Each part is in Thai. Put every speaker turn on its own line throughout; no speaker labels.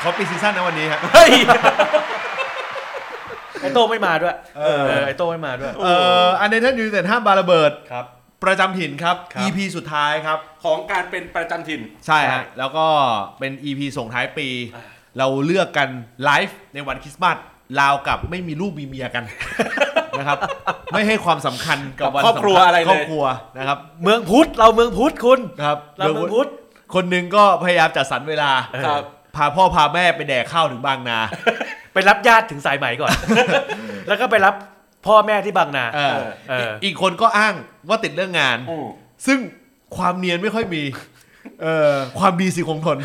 เขาปีซีซั่นนะวันนี้ครับ
เฮ้ยไอโต้ไม่มาด้วย
เออ
เออไอโต้ไม่มาด้วย
เอ่ออันเดนยูเต็ดห้ามบาระเบิด
ครับ
ประจำถิ่นครับ
ครับ
EP สุดท้ายครับ
ของการเป็นประจำถิ่น
ใช่
ใช่
ฮะแล้วก็เป็น EP ส่งท้ายปี เราเลือกกันไลฟ์ในวันคริสต์มาสลาวกับไม่มีลูกมีเมียกัน นะครับ ไม่ให้ความสำคัญกับวัน
กับครอบครัว
สำญ
อะไรเลย
ครอบครัวนะครับ
เมืองพุทธเราเมืองพุทธคุณ
ครับ
เราเมืองพุทธ
คนหนึงก็พยายามจัดสรรเวลา
เออ
ครับ
พาพ่อพาแม่ไปแดกข้าวถึงบางนา
ไปรับญาติถึงสายไหมก่อน แล้วก็ไปรับพ่อแม่ที่บางนา
เออ
เออ
อีกคนก็อ้างว่าติดเรื่องงาน
อืม
ซึ่งความเนียนไม่ค่อยมี เออความดีสิคงทน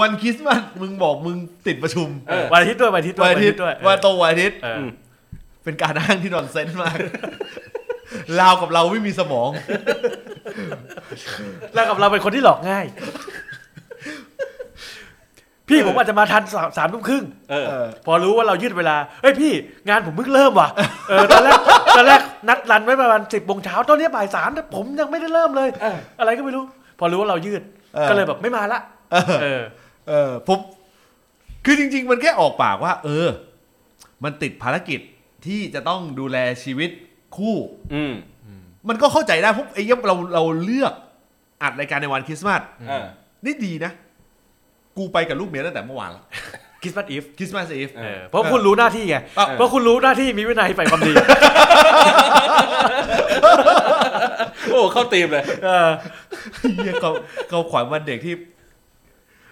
วันคริสต์มาสมึงบอกมึงติดประชุม
เออ
วันอาทิตย์ด้วยวันอาทิตย์ด้
วั
วย
นอาทิตย์
ด้วย
วันตรงวันอาทิตย์
เออ
ม
เป็นการอ้างที่นอนเซนส์มาก ลาวกับเราไม่มีสมอง
แล้วกับเราเป็นคนที่หลอกง่าย พี่ผมอาจจะมาทันสามสามทุ่มครึ่ง
เออ
เออ
พอรู้ว่าเรายืดเวลา เฮ้ยพี่งานผมเพิ่งเริ่มว่ะ เออตอนแรก ตอนแรกนัดรันไว้ประมาณสิบโมงเช้าตอนนี้บ่ายสามแต่ผมยังไม่ได้เริ่มเลย
เออ
อะไรก็ไม่รู้ พอรู้ว่าเรายืด
เออ
ก็เลยแบบไม่มาละ
เออ
เออ
เออผมคือจริง ๆ มันแค่ออกปากว่า เออ มันติดภารกิจที่จะต้องดูแลชีวิตคู่
อืม
มันก็เข้าใจได้เพบไอ้เหี้ยเราเราเลือกอัดรายการในวันคริสต์มาส
เออ
นี่ดีนะ กูไปกับลูกเมียตั้งแต่เมื่อวานแล้ว
คิสต์มาสอีฟ
คริสต์มาสอีฟ
เออ
เพราะคุณรู้หน้าที่ไง
เออ
เพราะคุณรู้หน้าที่มีวินัยฝ่ายความดี
โอ้เข้าตีมเลย
เออ
เฮียเขาเขาขวัญวันเด็กที่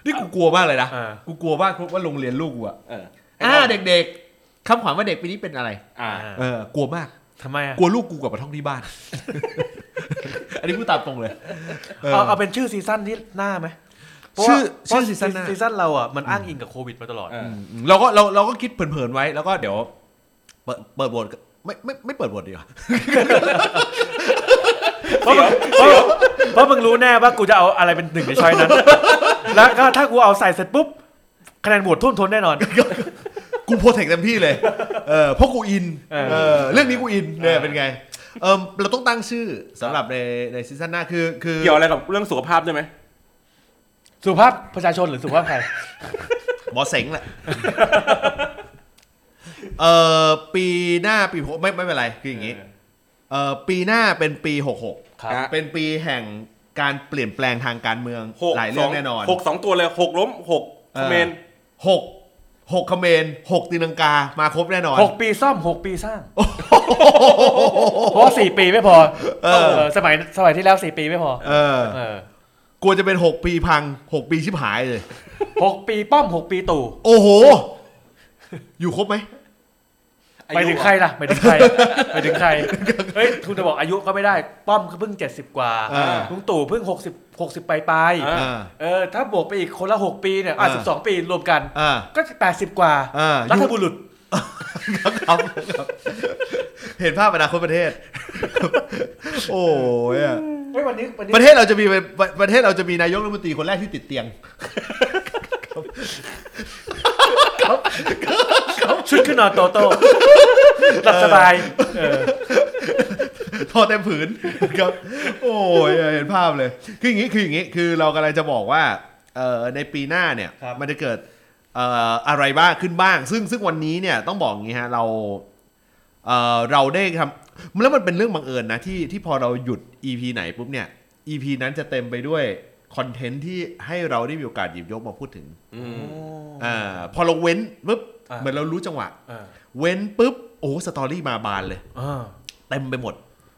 นี่กูกลัวมากเลยนะ
เออ
กูกลัวมากว่าโรงเรียนลูกกูอะ
เออ
อ่าเด็กๆคำขวัญวันเด็กปีนี้เป็นอะไร
อ่า
เออกลัวมาก
ทำไมอ่ะ
กลัวลูกกูกลับมาท่องที่บ้าน อันนี้พูดตามตรงเลยเออ
เอาเอาเป็นชื่อซีซั่นที่หน้าไหมเพราะ
ชื่
ว่า
อ
เพราะ
ชื่อซีซั่นหน้า
ซีซั่นเราอ่ะมันอ้างอิงกับโควิดมาตลอด
เออ
อืมเราก็เราเราก็คิดเผินๆไว้แล้วก็เดี๋ยว เปิดเปิดบทไม่ไม่ไม่เปิดบทดีกว่า
เพราะมึงเพราะเพราะมึงรู้แน่ว่ากูจะเอาอะไรเป็นหนึ่งในช้อยนั้น แล้วก็ถ้ากูเอาใส่เสร็จปุ๊บคะแนนโหวตท่วมท้นแน่นอน
กูโปรเทคเต็มที่เลย เออเพราะกูอิน
เออ
เออ เรื่องนี้กูอินเนี่ยเป็นไง เออเราต้องตั้งชื่อสำหรับในในซีซั่นหน้าคือคือ
เกี่ยวอะไรกับเรื่องสุขภาพด้วยไหม
สุภาพประชาชนหรือสุภาพใคร
หมอเสงแหละ เออปีหน้าปีหกไม่ไม่เป็นไรคืออย่างนี้เออปีหน้าเป็นปีหกหก
ครับ
เป็นปีแห่งการเปลี่ยนแปลงทางการเมือง
หก
หลาย
ส
เรื่องแน่นอน
หกสองตัวเลยหกล้มหกคอมเมน
หกหกเขมรหกตีลังกามาครบแน่นอน
หกปีซ่อมหกปีสร้างเพราะว่าสี่ปีไม่พอ
เออ
เออสมัยสมัยที่แล้วสี่ปีไม่พอ
เออ
เออก
ลัวจะเป็นหกปีพังหกปีชิบหายเลย
หกปีป้อมหกปีตู่
โอ้โห อยู่ครบไหม
ไปถึงใครล่ะไปถึงใครไปถึงใครเฮ้ยคุณจะบอกอายุก็ไม่ได้ ป้อมก็เพิ่งเจ็ดสิบกว่า
เออ
ลุงตู่เพิ่งหกสิบหกสิบปลายปลายๆ
เอ
อ่า
เออถ้าบวกไปอีกคนละหกปีเนี่ยอ่ะ
เอ
สิ
อ
บสองปีรวมกัน
อ่า
ก็แปดสิบกว่า
เออ
รัฐบุรุษ
ครับครับครับเห็นภาพอนาคตประเทศ โอ้ยอะ
เฮ้ยวันนี้วันนี้
ประเทศเราจะมีประประเทศเราจะมีนายกรัฐมนตรีคนแรกที่ติดเตียง
ชุดขึ้นนอนโตโต้หลับสบายเออ
พอเต็มผืน ครับ โอ้ยเห็นภาพเลย คืออย่างนี้คืออย่างนี้คือเรากำลังจะบอกว่าเอ่อในปีหน้าเนี่ยมันจะเกิดเอ่ออะไรบ้างขึ้นบ้าง ซึ่งซึ่งวันนี้เนี่ยต้องบอกอย่างนี้ฮะเราเอ่อเราได้ทำแล้วมันเป็นเรื่องบังเอิญนะที่ที่พอเราหยุด EP ไหนปุ๊บเนี่ย EP นั้นจะเต็มไปด้วยคอนเทนต์ที่ให้เราได้มีโอกาสหยิบยกมาพูดถึงอ่าพอเราเว้นปุ๊บเหมือนเรารู้จังหวะ
เออ
เว้นปุ๊บโอ้โหสตอรี่มาบานเลย
เออ
เต็มไปหมด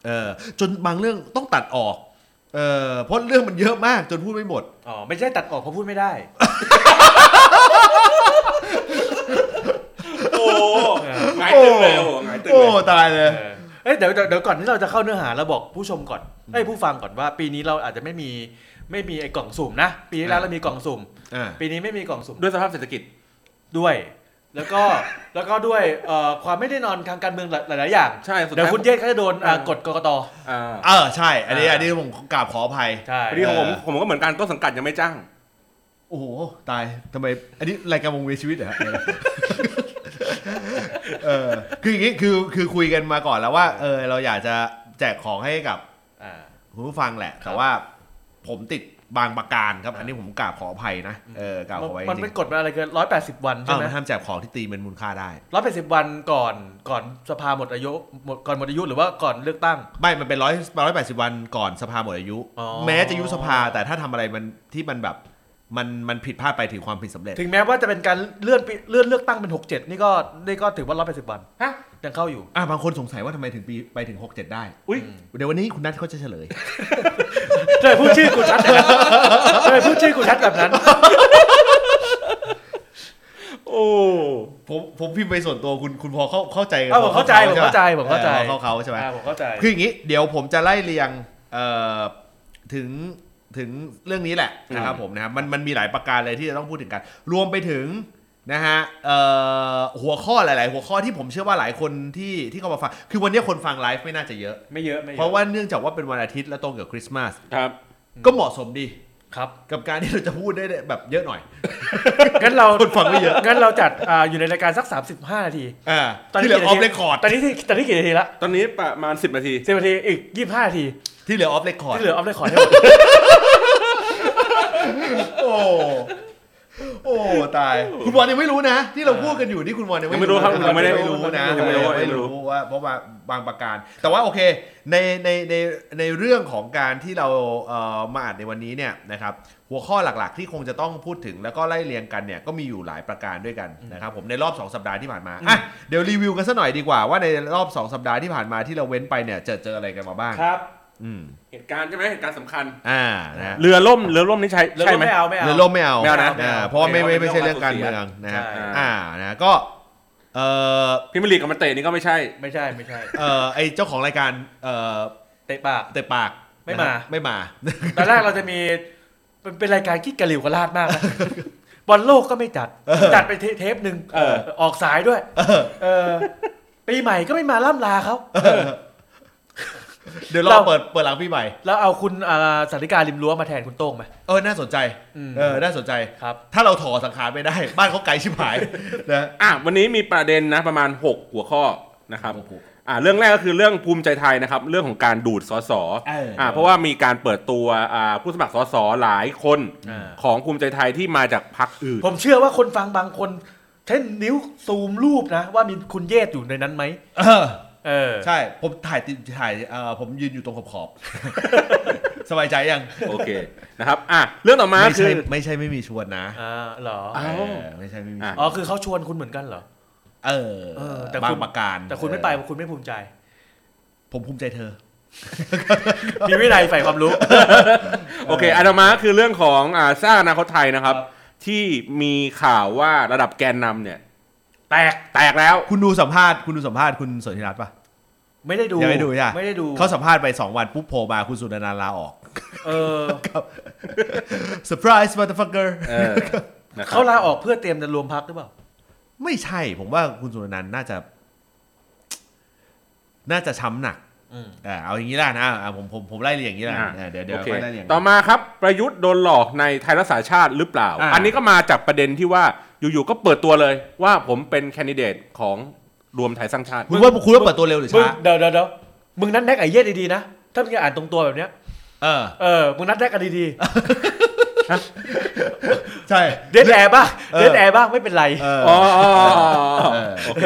เออ จนบางเรื่องต้องตัดออก เออเพราะเรื่องมันเยอะมากจนพูดไม่หมด
อ๋อไม่ใช่ตัดออกเพราะพูดไม่ได้
โอ้หงายตึงเลยโอ้หงายตึง
โอ้
เลย
ตายเลย
เออเอ้ยเดี๋ยวเดี๋ยวเดี๋ยวก่อนที่เราจะเข้าเนื้อหาเราบอกผู้ชมก่อนเอ้ยผู้ฟังก่อนว่า ปีนี้เราอาจจะไม่มีไม่มีไอ้กล่องสุ่มนะ ปีที่แล้
อ่ะ
วเรามีกล่องสุ่ม
อ่า
ปีนี้ไม่มีกล่องสุ่ม
ด้วยสภาพเศรษฐกิจ
ด้วย แล้วก็แล้วก็ด้วยเอ่อความไม่ได้นอนทางการเมืองหลายหลายๆอย่าง
ใช่สุดท้าย
เดี๋ยวคุณเยศเขาจะโดนอ่ากดกกต
อ่า
เออ ใช่ อันนี้อันนี้ผมกราบขออภัย
ใช่
พอดีของผมผมก็เหมือนกันต้นสังกัดยังไม่จ้าง
โอ้โห ตายทำไม อันนี้รายการวงเวียนชีวิตเหรอฮะเออ คืออย่างนี้ คือ คือคุยกันมาก่อนแล้วว่า เออ เราอยากจะแจกของให้กับ
อ่า
คุณผู้ฟังแหละ
ครั
แต่
บ
ว่า ผมติดบางประการครับ อันนี้ผมกราบขออภัยนะเออกราบขอไว้จ
มัน
ริ
เป็น
ง
กฎมาอะไรเกินร้อยแปดสิบวัน
ๆ
ใช่
อ้าว
ไหม
มันห้ามแจกของที่ตีเป็นมูลค่าได้
ร้อยแปดสิบวันก่อนก่อนสภาหมดอายุหมดก่อนหมดอายุหรือว่าก่อนเลือกตั้ง
ไม่ มันเป็นร้อยร้อยแปดสิบวันก่อนสภาหมดอายุ
อ๋อ
แม้จะยุบสภาแต่ถ้าทำอะไรมันที่มันแบบมันมันผิดพลาดไปถึงความผิดสำเร็จ
ถึงแม้ว่าจะเป็นการเลื่อนปีเลื่อนเลือกตั้งเป็นหกเจ็ดนี่ก็นี่ก็ถือว่าร้อยแปดสิบวัน
ฮะ
ยังเข้าอยู่
อ่ะบางคนสงสัยว่าทำไมถึงปีไปถึง 67 ได้
อุ้ย
เดี๋ยววันนี้คุณนัทเขาจะเฉลย
เธอพูดชื่อกูชัดแบบ นั้นเธอพูดชื่อกูชัดแบบนั้น
โอ้
ผมผมพิมพ์ไปส่วนตัวคุณคุณพอเข้าเข้าใจกัน
เออผมเข้าใจ
พอ
ผมเข้าใจ
ช่ปะ
ผมเข้าใจ
ออพอเข้าเขาใช่ไหม
อ่าผมเข้าใจ
คืออย่างนี้เดี๋ยวผมจะไล่เรียงเอ่อถึงถึงเรื่องนี้แหละนะครับผมนะครับมันมันมีหลายประการเลยที่จะต้องพูดถึงกัน รวมไปถึงนะฮะเอ่อหัวข้อหลาย ๆ หัวข้อที่ผมเชื่อว่าหลายคนที่ที่เขามาฟัง คือวันนี้คนฟังไลฟ์ไม่น่าจะเยอะ
ไม่เยอะไม่เย
เพ
อะ
ราะว่าเนื่องจากว่าเป็นวันอาทิตย์และตรงกับคริสต์มาส
ครับ
ก็เหมาะสมดี
ครับ
กับการที่เราจะพูดได้แบบเยอะหน่อย
งั้นเรา
คนฟังไม่เยอะ
งั้นเราจัดอ่าอยู่ในรายการสัก 35 นาที
อ่า
ตอนนี้
ที่เหลือออฟ
กี่
เร
นา
ค
ที
คอร์ด
ตอนนี้ที่ตอนนี้กี่นาทีละ
ตอนนี้ประมาณ 10นาที
สิบนาที อีก 25 นาที
ที่เหลือออฟเรคคอร์ด
ที่เหลือออฟได้ขอให้หมด
โอ้ โอ้ ตาย คุณบอลยังไม่รู้นะ ที่เราพูดกันอยู่นี่คุณบอลยัง
ยังไม่รู้ครับ
นะ
ยังไม่ได้
ยังไม่รู้นะ
ยังไม่รู้
ยังไม่รู้ว่าเพราะว่าบางประการ แต่ว่าโอเค ในในในในเรื่องของการที่เราเอ่อมาอัดในวันนี้เนี่ยนะครับ หัวข้อหลักๆ ที่คงจะต้องพูดถึงแล้วก็ไล่เรียงกันเนี่ยก็มีอยู่หลายประการด้วยกันนะครับผมในรอบ 2 สัปดาห์ที่ผ่านมาอ่ะเดี๋ยวรีวิวกันสักหน่อยดีกว่าว่าในรอบ 2 สัปดาห์ที่ผ่านมาที่เราเว้นไปเนี่ยเจอเจออะไรกันมาบ้าง
ครับ
อืม
เหตุการณ์ใช่ไหมเหตุการณ์สำคัญ
อ่านะฮะ
เรือล่มเรือล่มนี่ใช่ใช่ไหม
ไม่เอาไม่เอา
เรือล่มไม่เอา
ไม่เอานะ
อ่เพราะว่าไม่ไม่ไม่ใช่เรื่องการเมืองนะฮะ
ใช่
อ่านะก็เออ
พิมยร์ลีกกับมาเตะนี่ก็ไม่ใช่
ไม่ใช่ไม่ใช่
เออไอเจ้าของรายการเออ
เตะปาก
เตะปาก
ไม่มา
นะครับไม่มา
ตอนแรกเราจะมีเป็นเป็นรายการขี้กระหลิวกระลาดมาก นะบอลโลกก็ไม่จัด จัดไปเทเทปหนึ่ง
เออ
ออกสายด้วยเออปีใหม่ก็ไม่มาล่ำลาเขา
เดี๋ยว
เรา
เราเปิดเปิดหลังพี่ใหม่
แล้วเอาคุณอ่าสันติการริมรั้วมาแทนคุณโต้งไหม
เออน่าสนใจ
อืม
เออน่าสนใจ
ครับ
ถ้าเราถอสังขารไปได้ บ้านเขาไกลชิบหาย นะ
อ่ะวันนี้มีประเด็นนะประมาณ 6 หัวข้อนะครับ
โอ้โห
อ่ะเรื่องแรกก็คือเรื่องภูมิใจไทยนะครับ เรื่องของการดูดสส
เอออ่
อ่ะเพราะว่ามีการเปิดตัวอ่าผู้สมัครสสหลายคน
อ่า
ของภูมิใจไทยที่มาจากพรรคอื่น
ผมเชื่อว่าคนฟังบางคนเช่นนิ้วซูมรูปนะ ว่ามีคุณเยศอยู่ในนั้นไหม
เออ
เออ
ใช่ผมถ่ายติดถ่ายเออผมยืนอยู่ตรงขอบขอบๆ สบายใจยัง
โอเคนะครับอ่ะเรื่องต่อมา
ไม่
คื
ใช่
อ
ไม่ใช่ไม่มีชวนนะ
อ่าเหรอ
เอ
อ้าว
อไม่ใช่ไม่มีชวน
อ๋อ คือเขาชวนคุณเหมือนกันเหรอ
เออ
เออแต่
บา
คุ
ง
ณ
ประการ
แต่คุณไม่ไปเพราะคุณไม่ภูมิใจ
ผมภูมิใจเธอ
มีวินัยใฝ่ความรู้
โอเคอันต่อมาคือเรื่องของอ่าสร้างอนาคตไทยนะครับ
ครับ
ที่มีข่าวว่าระดับแกนนำเนี่ย
แตก
แตกแล้ว
คุณดูสัมภาษณ์คุณดูสัมภาษณ์คุณสนธิรัตน์ปะ
ไม่ได้ดู
ยังไม่ดูใช่ปะ
ไม่ได้ดู
เขาสัมภาษณ์ไป 2 วันปุ๊บโผล่มาคุณสุนันท์ลาออก
เออ
surprise motherfucker
เออนะครับ
เขาลาออกเพื่อเตรียมจะรวมพักหรือเปล่า
ไม่ใช่ผมว่าคุณสุนันท์น่าจะ น่าจะช้ำหนัก
อืม
อ่าเอาอย่างนี้ละนะอ่าผมผมผมไล่เรียงอย่างนี้ละ
อ่ะ
อ่าเดี๋ยวเดี๋ยว
โอค
ค่อยไล่เรียง
ต่อมาครับประยุทธ์โดนหลอกในไทยรักษาชาติหรือเปล่า
อ่า
อันนี้ก็มาจากประเด็นที่ว่าอยู่ๆก็เปิดตัวเลยว่าผมเป็นแคนดิเดตของรวมไทยสร้างชาติ
คุณว่าคุณว่าเปิดตัวเร็วหรือ
มึง
ช้า
เดี๋ยวเดี๋ยวเดี๋ยวมึงนัดแนกไอ้เยศดีๆนะ ถ้ามึงจะอ่านตรงตัวแบบเนี้ย
เออ
เออ มึงนัดแนกกันดี
ใช่
ๆ เดดแอร์บ้าง
เออ
เดดแอร์บ้างไม่เป็นไร
เออ
อ๋ออ๋อ
เออ
โอเค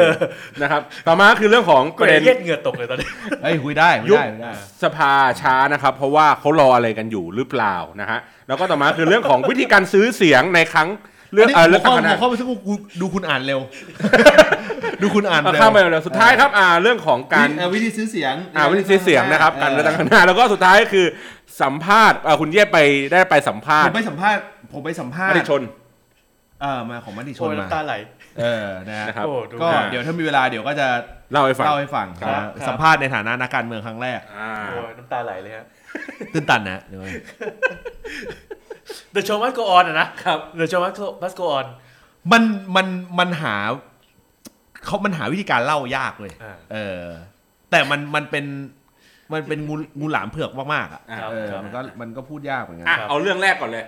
นะครับต่อมาคือเรื่องของป
กู
ระเด็น
เยศเหงื่อตกเลยตอนนี้
เฮ้ยคุยได้คุย
ยุบ
ได้คุยได้
สภาช้านะครับ เพราะว่าเขารออะไรกันอยู่หรือเปล่านะฮะแล้วก็ต่อมาคือเรื่องของวิธีการซื้อเสียงในครั้งเรื่อง
นี่
เออ
หั
เรื่อ
ว
ง
ข้อ
คณะ
หัวข้อไปสักกูดูคุณอ่าน เร็ว ดูคุณอ่าน
เอา
เร็ว
ข้ามไปเร็วสุดท้ายครับอ่าเรื่องของการ
วิธีเอ่อวิธีซื้อเสียง
อ่าวิธีซื้อเสียงนะครับการเลือกตั้งคณะแล้วก็สุดท้ายก็คือสัมภาษณ์อ่าคุณเย่ไปได้ไปสัมภา
ผ
ษณ์
มไปสัมภาษณ์ผมไปสัมภาษ
ม
ณ์
ติชน
เออมาของมติช
โอ้
น
ย
มา
น้ำตาไหล
เออนะฮะ
นะครับ
โอ้ดู
ก็
อ่า
เดี๋ยวถ้ามีเวลาเดี๋ยวก็จะ
เล่าให้ฟัง
เล่าให้ฟัง
ครับ
นะฮะ
ครับ
สัมภาษณ์ในฐานะนักการเมืองครั้งแรก
อ่า
โอ้ยน้ำตาไหลเลยฮะ
ตื่นตันนะเดี๋ยวไว้
The Show Must Go On อะนะ
ครับ
The Show Must Go- Must Go On
มันมันมันหาเขามันหาวิธีการเล่ายากเลย
อ่า
เออ แต่มันมันเป็นมันเป็นงูงูหลามเผือกมากๆอ่ะ
อ่า
เออ
ครับ
มันก็มันก็พูดยากเหมือนกัน
อ่ะเอาเรื่องแรกก่อนเลย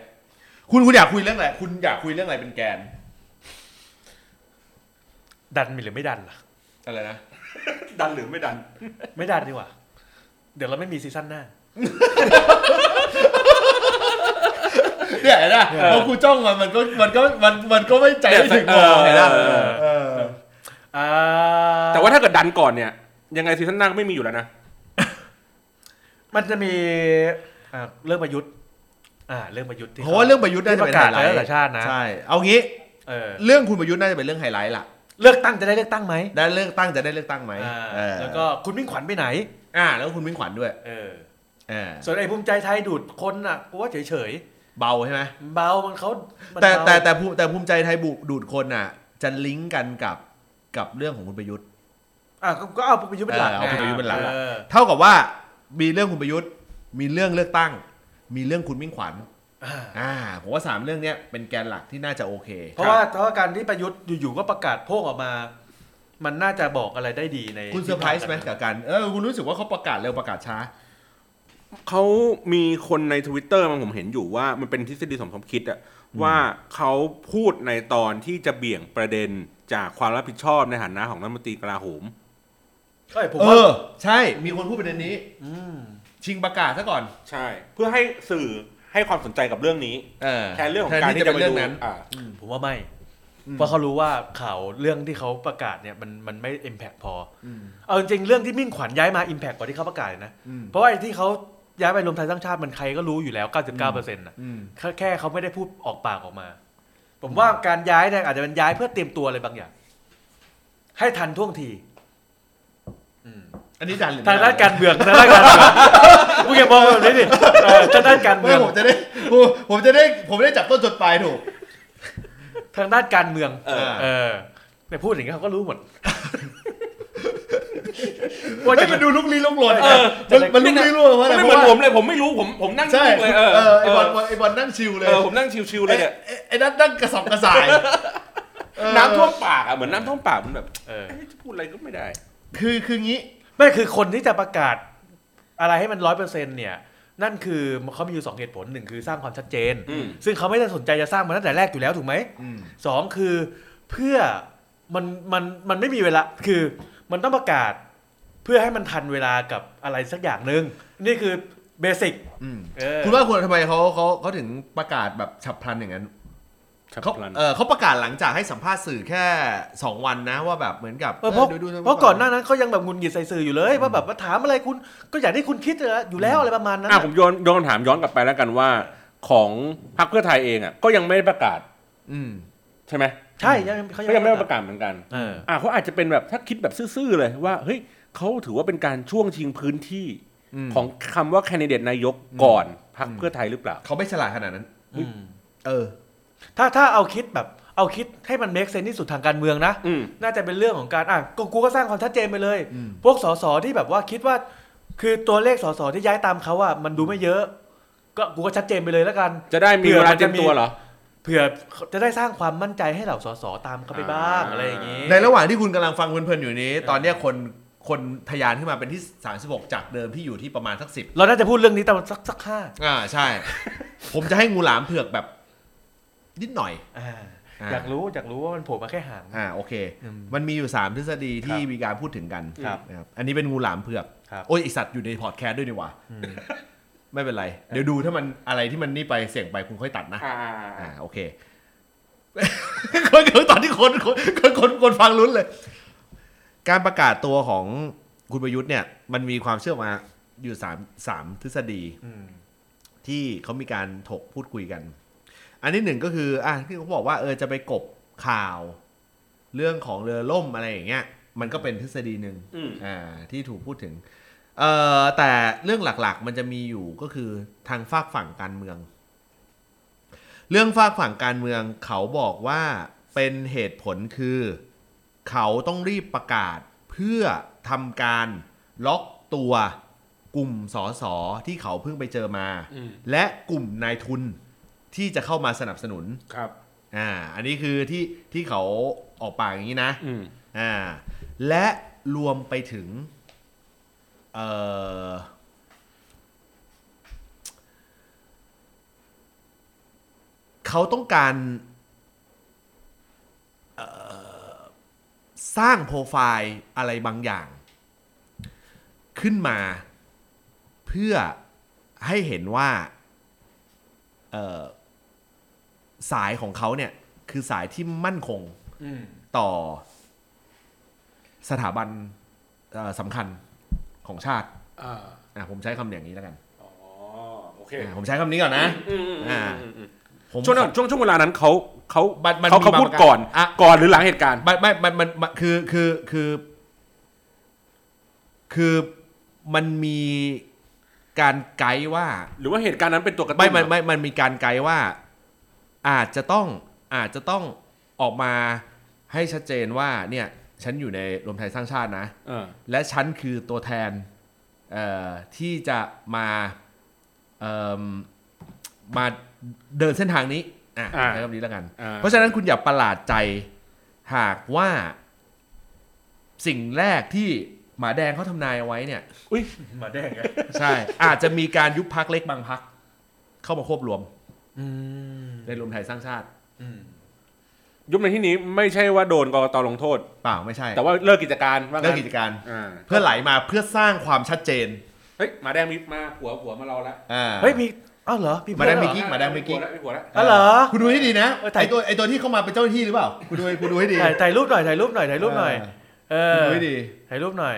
คุณคุณอยากคุยเรื่องอะไรคุณอยากคุยเรื่องอะไรเป็นแกน
ดันหรือไม่ดันล่ะ
อะไรนะ
ดันหรือไม่ดัน
ไม่ดันดีกว่า เดี๋ยวเราไม่มีซีซั่นหน้า
เนี่ยเห็นป่ะพอกูจ้องมันมันก็มันก็มันมันก็ไม่ใจไม่ถึงมองเห็นป่ะ
เออ
เออ
อ่า
แต่ว่าถ้าเกิดดันก่อนเนี่ย ยังไงซีซั่นหน้าก็ไม่มีอยู่แล้วนะ
มันจะมีอ่าเรื่องประยุทธ์อ่าเรื่องประยุทธ์ที่
เพราะว่าเรื่องประยุทธ์น่าจะ
ที่ป
เป็นไฮ
ระกาศ
ไล
ไว้
ท์
หลายชาตินะ
ใช่ เอางี้
เออ
เรื่องคุณประยุทธ์น่าจะเป็นเรื่องไฮไลท์ล่ะ
เลือกตั้งจะได้เลือกตั้งไหม
ได้เลือกตั้งจะได้เลือกตั้งไหม
อ่า
เออ
แล้วก็คุณมิ่งขวัญไปไหน
อ่า แล้วคุณมิ่งขวัญด้วย
เออ
เออ
ส่วนไอ้ภูมิใจไทยดูดคนอ่ะกูว่าเฉย
เบาใช่ไหม
ๆเบามันเขามัน
แต่
เบา
แต่แต่ภูแต่ภูมิใจไทยบุดูดคนอ่ะ จะลิงก์กันกับกับเรื่องของคุณประยุทธ์
อ่ะก็ก็เอาประยุทธ์เป็นหลัก
เออเอาประยุทธ์เป็นหลัก
ออ
เท่ากับว่ามีเรื่องคุณประยุทธ์ มีเรื่องเลือกตั้ง มีเรื่องคุณมิ่งขวัญ
อ่า
อ่าผมว่าสามเรื่องเนี้ยเป็นแกนหลักที่น่าจะโอเค
เพราะว่าเพราะว่าการที่ประยุทธ์อยู่ๆก็ประกาศโพกออกมา มันน่าจะบอกอะไรได้ดีใน
คุณเซอร์ไพรส์ไหมกับการเออคุณรู้สึกว่าเขาประกาศเร็วประกาศช้า
เขามีคนใน Twitter มันผมเห็นอยู่ว่ามันเป็นทฤษฎีสมคบคิดอะว่าเขาพูดในตอนที่จะเบี่ยงประเด็นจากความรับผิดชอบในฐานะของรัฐมนตรีกลาโหม
เอ้ยผม
เอ
ว่า
อ ใช่มีคนพูดประเด็นนี้
ม
ชิงประกาศซะก่อน
ใช่ เพื่อให้สื่อให้ความสนใจกับเรื่องนี้
เออ
แทนเรื่องของการที่จะไป
นเรื่
ดู
นั้น
อ่า
ผมว่าไม่
อืม
เพราะเขารู้ว่าข่าวเรื่องที่เขาประกาศเนี่ยมันมันไม่ impact พออ
อืม
เอาจริงๆเรื่องที่มิ่งขวัญย้ายมา impact กว่าที่เขาประกาศนะ
อืม
เพราะว่าไอ้ที่เขาย้ายไปรวมไทยสร้างชาติมันใครก็รู้อยู่แล้ว 99%นะ
อืม
แค่แค่เขาไม่ได้พูดออกปากออกมา ผมว่าการย้ายเนี่ยอาจจะเป็นย้ายเพื่อเตรียมตัวอะไรบางอย่าง ให้ทันท่วงที อืม
อันนี้ดันหรือ
ทา
ไม่
งด้านการเมืองทางด้านการเมืองมึงอย่ามองแบบนี้ดิเออทางด้านการเมื
ไม่
อง
ผมจะได้ ผมผมจะได้ผมได้จับต้นจนปลายถูก
ทางด้านการเมือง
เออ
เออเนี่ยพูดอย่างนี้เขาก็รู้หมดว่า
เฮ้
จะ
ยมั
เป็
น นดูลุกลี้ลุกลน
เออ
มันมันลุกลี้ลุกลนเพราะอะไร
ไม่
เพ
เหมือ
ราะ
น
ว่า
ผมเลยผมไม่รู้ผมผมนั่ง
ใช่
นิ่งเลยเออ
เออไอบอล
เออ
ไอบอลนั่งชิวเลย
เออผมนั่งชิวๆเลยเนี่ย
ไอ้ไอ้นั่นนั่งกระสอบกระส่าย เออ
น้ำท่วมปากอะเหมือนน้ำท่วมปากมันแบบ
เออ
เอ๊ะจะพูดอะไรก็ไม่ได้
คือคืองี้
ไม่คือคนที่จะประกาศ อะไรให้มันร้อยเปอร์เซ็นต์เนี่ย นั่นคือเขามีอยู่สองเหตุผลหนึ่งคือสร้างความชัดเจน
อืม
ซึ่งเขาไม่ได้สนใจจะสร้างมาตั้งแต่แรกอยู่แล้วถูกไหม
อืม
สองคือเพื่อมันมันมันไม่มีเวลาคือมันต้องประกาศ เพื่อให้มันทันเวลากับอะไรสักอย่างหนึ่งนี่คือเบสิก
อืม
เออ
คุณว่าคุณทำไมเขาเขาเขาถึงประกาศแบบฉับพลันอย่างนั้น
ครับ
เขา
พลัน
เออเขาประกาศหลังจากให้สัมภาษณ์สื่อแค่ 2 วันนะว่าแบบเหมือนกับ
เออเพราะ
ดูดูดู
เพราะก่อนหน้านั้นเขายังแบบหงุนหงิดใส่สื่ออยู่เลยว่าแบบว่าถามอะไรคุณก็อย่างที่คุณคิดเหรออยู่แล้วอะไรประมาณนั้น
อ่ะ
น่ะ
ผมโยนโยนคำถามย้อนกลับไปแล้วกันว่า ของพรรคเพื่อไทยเองอะก็ยังไม่ได้ประกาศ
อืม
ใช่ไหม
ใช่ยังเขา
ก็ยังไม่ได้
ป
ประ ระ
กาศ
กาศเหมือนกัน
เออ
อ่าเขาอาจจะเป็นแบบถ้าคิดแบบซื่อๆเลยว่าเฮ้ยเขาถือว่าเป็นการช่วงชิงพื้นที่
อืม
ของคำว่าแคนดิเดตนายกก่อนพรรคเพื่อไทยหรือเปล่า
เขาไม่ฉลาดขนาดนั้น
อืม
เออ
ถ้าถ้าเอาคิดแบบเอาคิดให้มันเมคเซนที่สุดทางการเมืองนะ
อืม
น่าจะเป็นเรื่องของการอ่ะกูกูก็สร้างความชัดเจนไปเลย
อืม
พวกสสที่แบบว่าคิดว่า คือตัวเลขสสที่ย้ายตามเขาอ่ะมันดูไม่เยอะ ก็กูก็ชัดเจนไปเลยแล้วกัน
จะได้มี
เผื่
เว
อ
ลา
มัน
เตรี
จะ
ยม
มี
ตัวเหรอ
เผื่อจะได้สร้างความมั่นใจให้เหล่าสสตามเขาไปบ้าง
อ่า
อะไรอย่างนี้
ในระหว่างที่คุณกำลังฟังเพลินๆอยู่นี้ ตอนเนี้ยคนคนทะยานขึ้นมาเป็นที่ 36 จากเดิมที่อยู่ที่ประมาณสักสิบ
เราน่าจะพูดเรื่องนี้ตอนสักสักห้า
อ่าใช่ ผมจะให้งูหลามเผือกแบบ นิดหน่อย
อ่า
อ่า
อยากรู้อยากรู้ว่ามันโผล่มาแค่หาง
อ่าโอเค
อืม
มันมีอยู่ 3 ทฤษฎีที่
ครับ
มีการพูดถึงกัน
ครับ
นะครับอันนี้เป็นงูหลามเผือก
ครับ
โอ้ยไอสัตว์อยู่ในพอดแคสต์ด้วยนี่หว่า
อืม
ไม่เป็นไร เดี๋ยวดูถ้ามันอะไรที่มันนี่ไปเสี่ยงไปคุณค่อยตัดนะ
อ่า
อ่าโอเค คนคนตอนที่คนคนคนคนคนฟังลุ้นเลย การประกาศตัวของคุณประยุทธ์เนี่ย มันมีความเชื่อมาอยู่สามสามทฤษฎี
อืม
ที่เขามีการถกพูดคุยกัน อันที่หนึ่งก็คือ อ่ะที่เขาบอกว่าเออจะไปกบข่าว เรื่องของเรือล่มอะไรอย่างเงี้ย มันก็เป็นทฤษฎีหนึ่ง
อืม
อ่าที่ถูกพูดถึงเอ่อแต่เรื่องหลักๆ มันจะมีอยู่ก็คือทางฝากฝั่งการเมือง เรื่องฝากฝั่งการเมืองเขาบอกว่าเป็นเหตุผลคือ เขาต้องรีบประกาศเพื่อทำการล็อกตัวกลุ่มสสที่เขาเพิ่งไปเจอมา
อืม
และกลุ่มนายทุนที่จะเข้ามาสนับสนุน
ครับ
อ่าอันนี้คือที่ที่เขาออกปากอย่างนี้นะ
อืม
อ่าและรวมไปถึงเอ่อเขาต้องการเอ่อสร้างโปรไฟล์อะไรบางอย่าง ขึ้นมาเพื่อให้เห็นว่าเอ่อ สายของเขาเนี่ยคือสายที่มั่นคง
อืม
ต่อสถาบันเอ่อสำคัญของชาติ
อ่า
อ่ะผมใช้คำอย่างนี้แล้วกัน
อ๋อโอเค
อ่ะผมใช้คำนี้ก่อนนะ
อ่า
อ่า ผม
ช่วงนั้นช่วงช่วงเวลานั้นเขาเขา
มันมัน
เขา
มี
เขาพูด
บางประการ
ก่อน
อ่ะ
ก่อนหรือหลังเหตุการณ์
ไม่ไม่มันมันมันคือคือคือ คือมันมีการไกด์ว่า
หรือว่าเหตุการณ์นั้นเป็นตัวกระตุ้น
ไม่ไม่ไม่มันมีการไกด์ว่า อาจจะต้องอาจจะต้องออกมาให้ชัดเจนว่า เนี่ย ฉันอยู่ในรวมไทยสร้างชาตินะ
เออ
และฉันคือตัวแทนเอ่อที่จะมาเอิ่มมาเดินเส้นทางนี้อ่ะ
อ่า
ใช้คำนี้แล้วกัน
อ่า
เพราะฉะนั้นคุณอย่าประหลาดใจหากว่าสิ่งแรกที่หมาแดงเขาทำนายเอาไว้เนี่ย
มาแดงไง
ใช่ อาจจะมีการยุบพักเล็กบางพัก เข้ามาควบรวม
อืม
ในรวมไทยสร้างชาติ
อืม
ยุบในที่นี้ไม่ใช่ว่าโดนกรกตลงโทษ
เปล่าไม่ใช่
แต่ว่าเลิกกิจการว่า
เรื่อง
งั้น
กิจการ
อ่า
เพื่อไหลมาเพื่อสร้างความชัดเจน
เฮ้ยหมาแดงมีมาหัวหัวมาเราละ
อ่า
เฮ้ยมีอ้าวเหรอพี่
มาได้มี
เพื่อนเหรอ
กิ๊กหแดงมีกิ๊ก
หัวละมีหัวละ
อ๋อเหรอ
คุณดูให้ดีนะ
เออแต่
ไอตัวไอตัวที่เข้ามาเป็นเจ้าหน้าที่หรือเปล่าคุณดูให้คุณดูให้ดี
ถ่ายถ่ายรูปหน่อยถ่ายรูปหน่อยถ่ายรูปหน่อย เอ
เออ
อ
คุณดูให้ดี
ถ่ายรูปหน่อย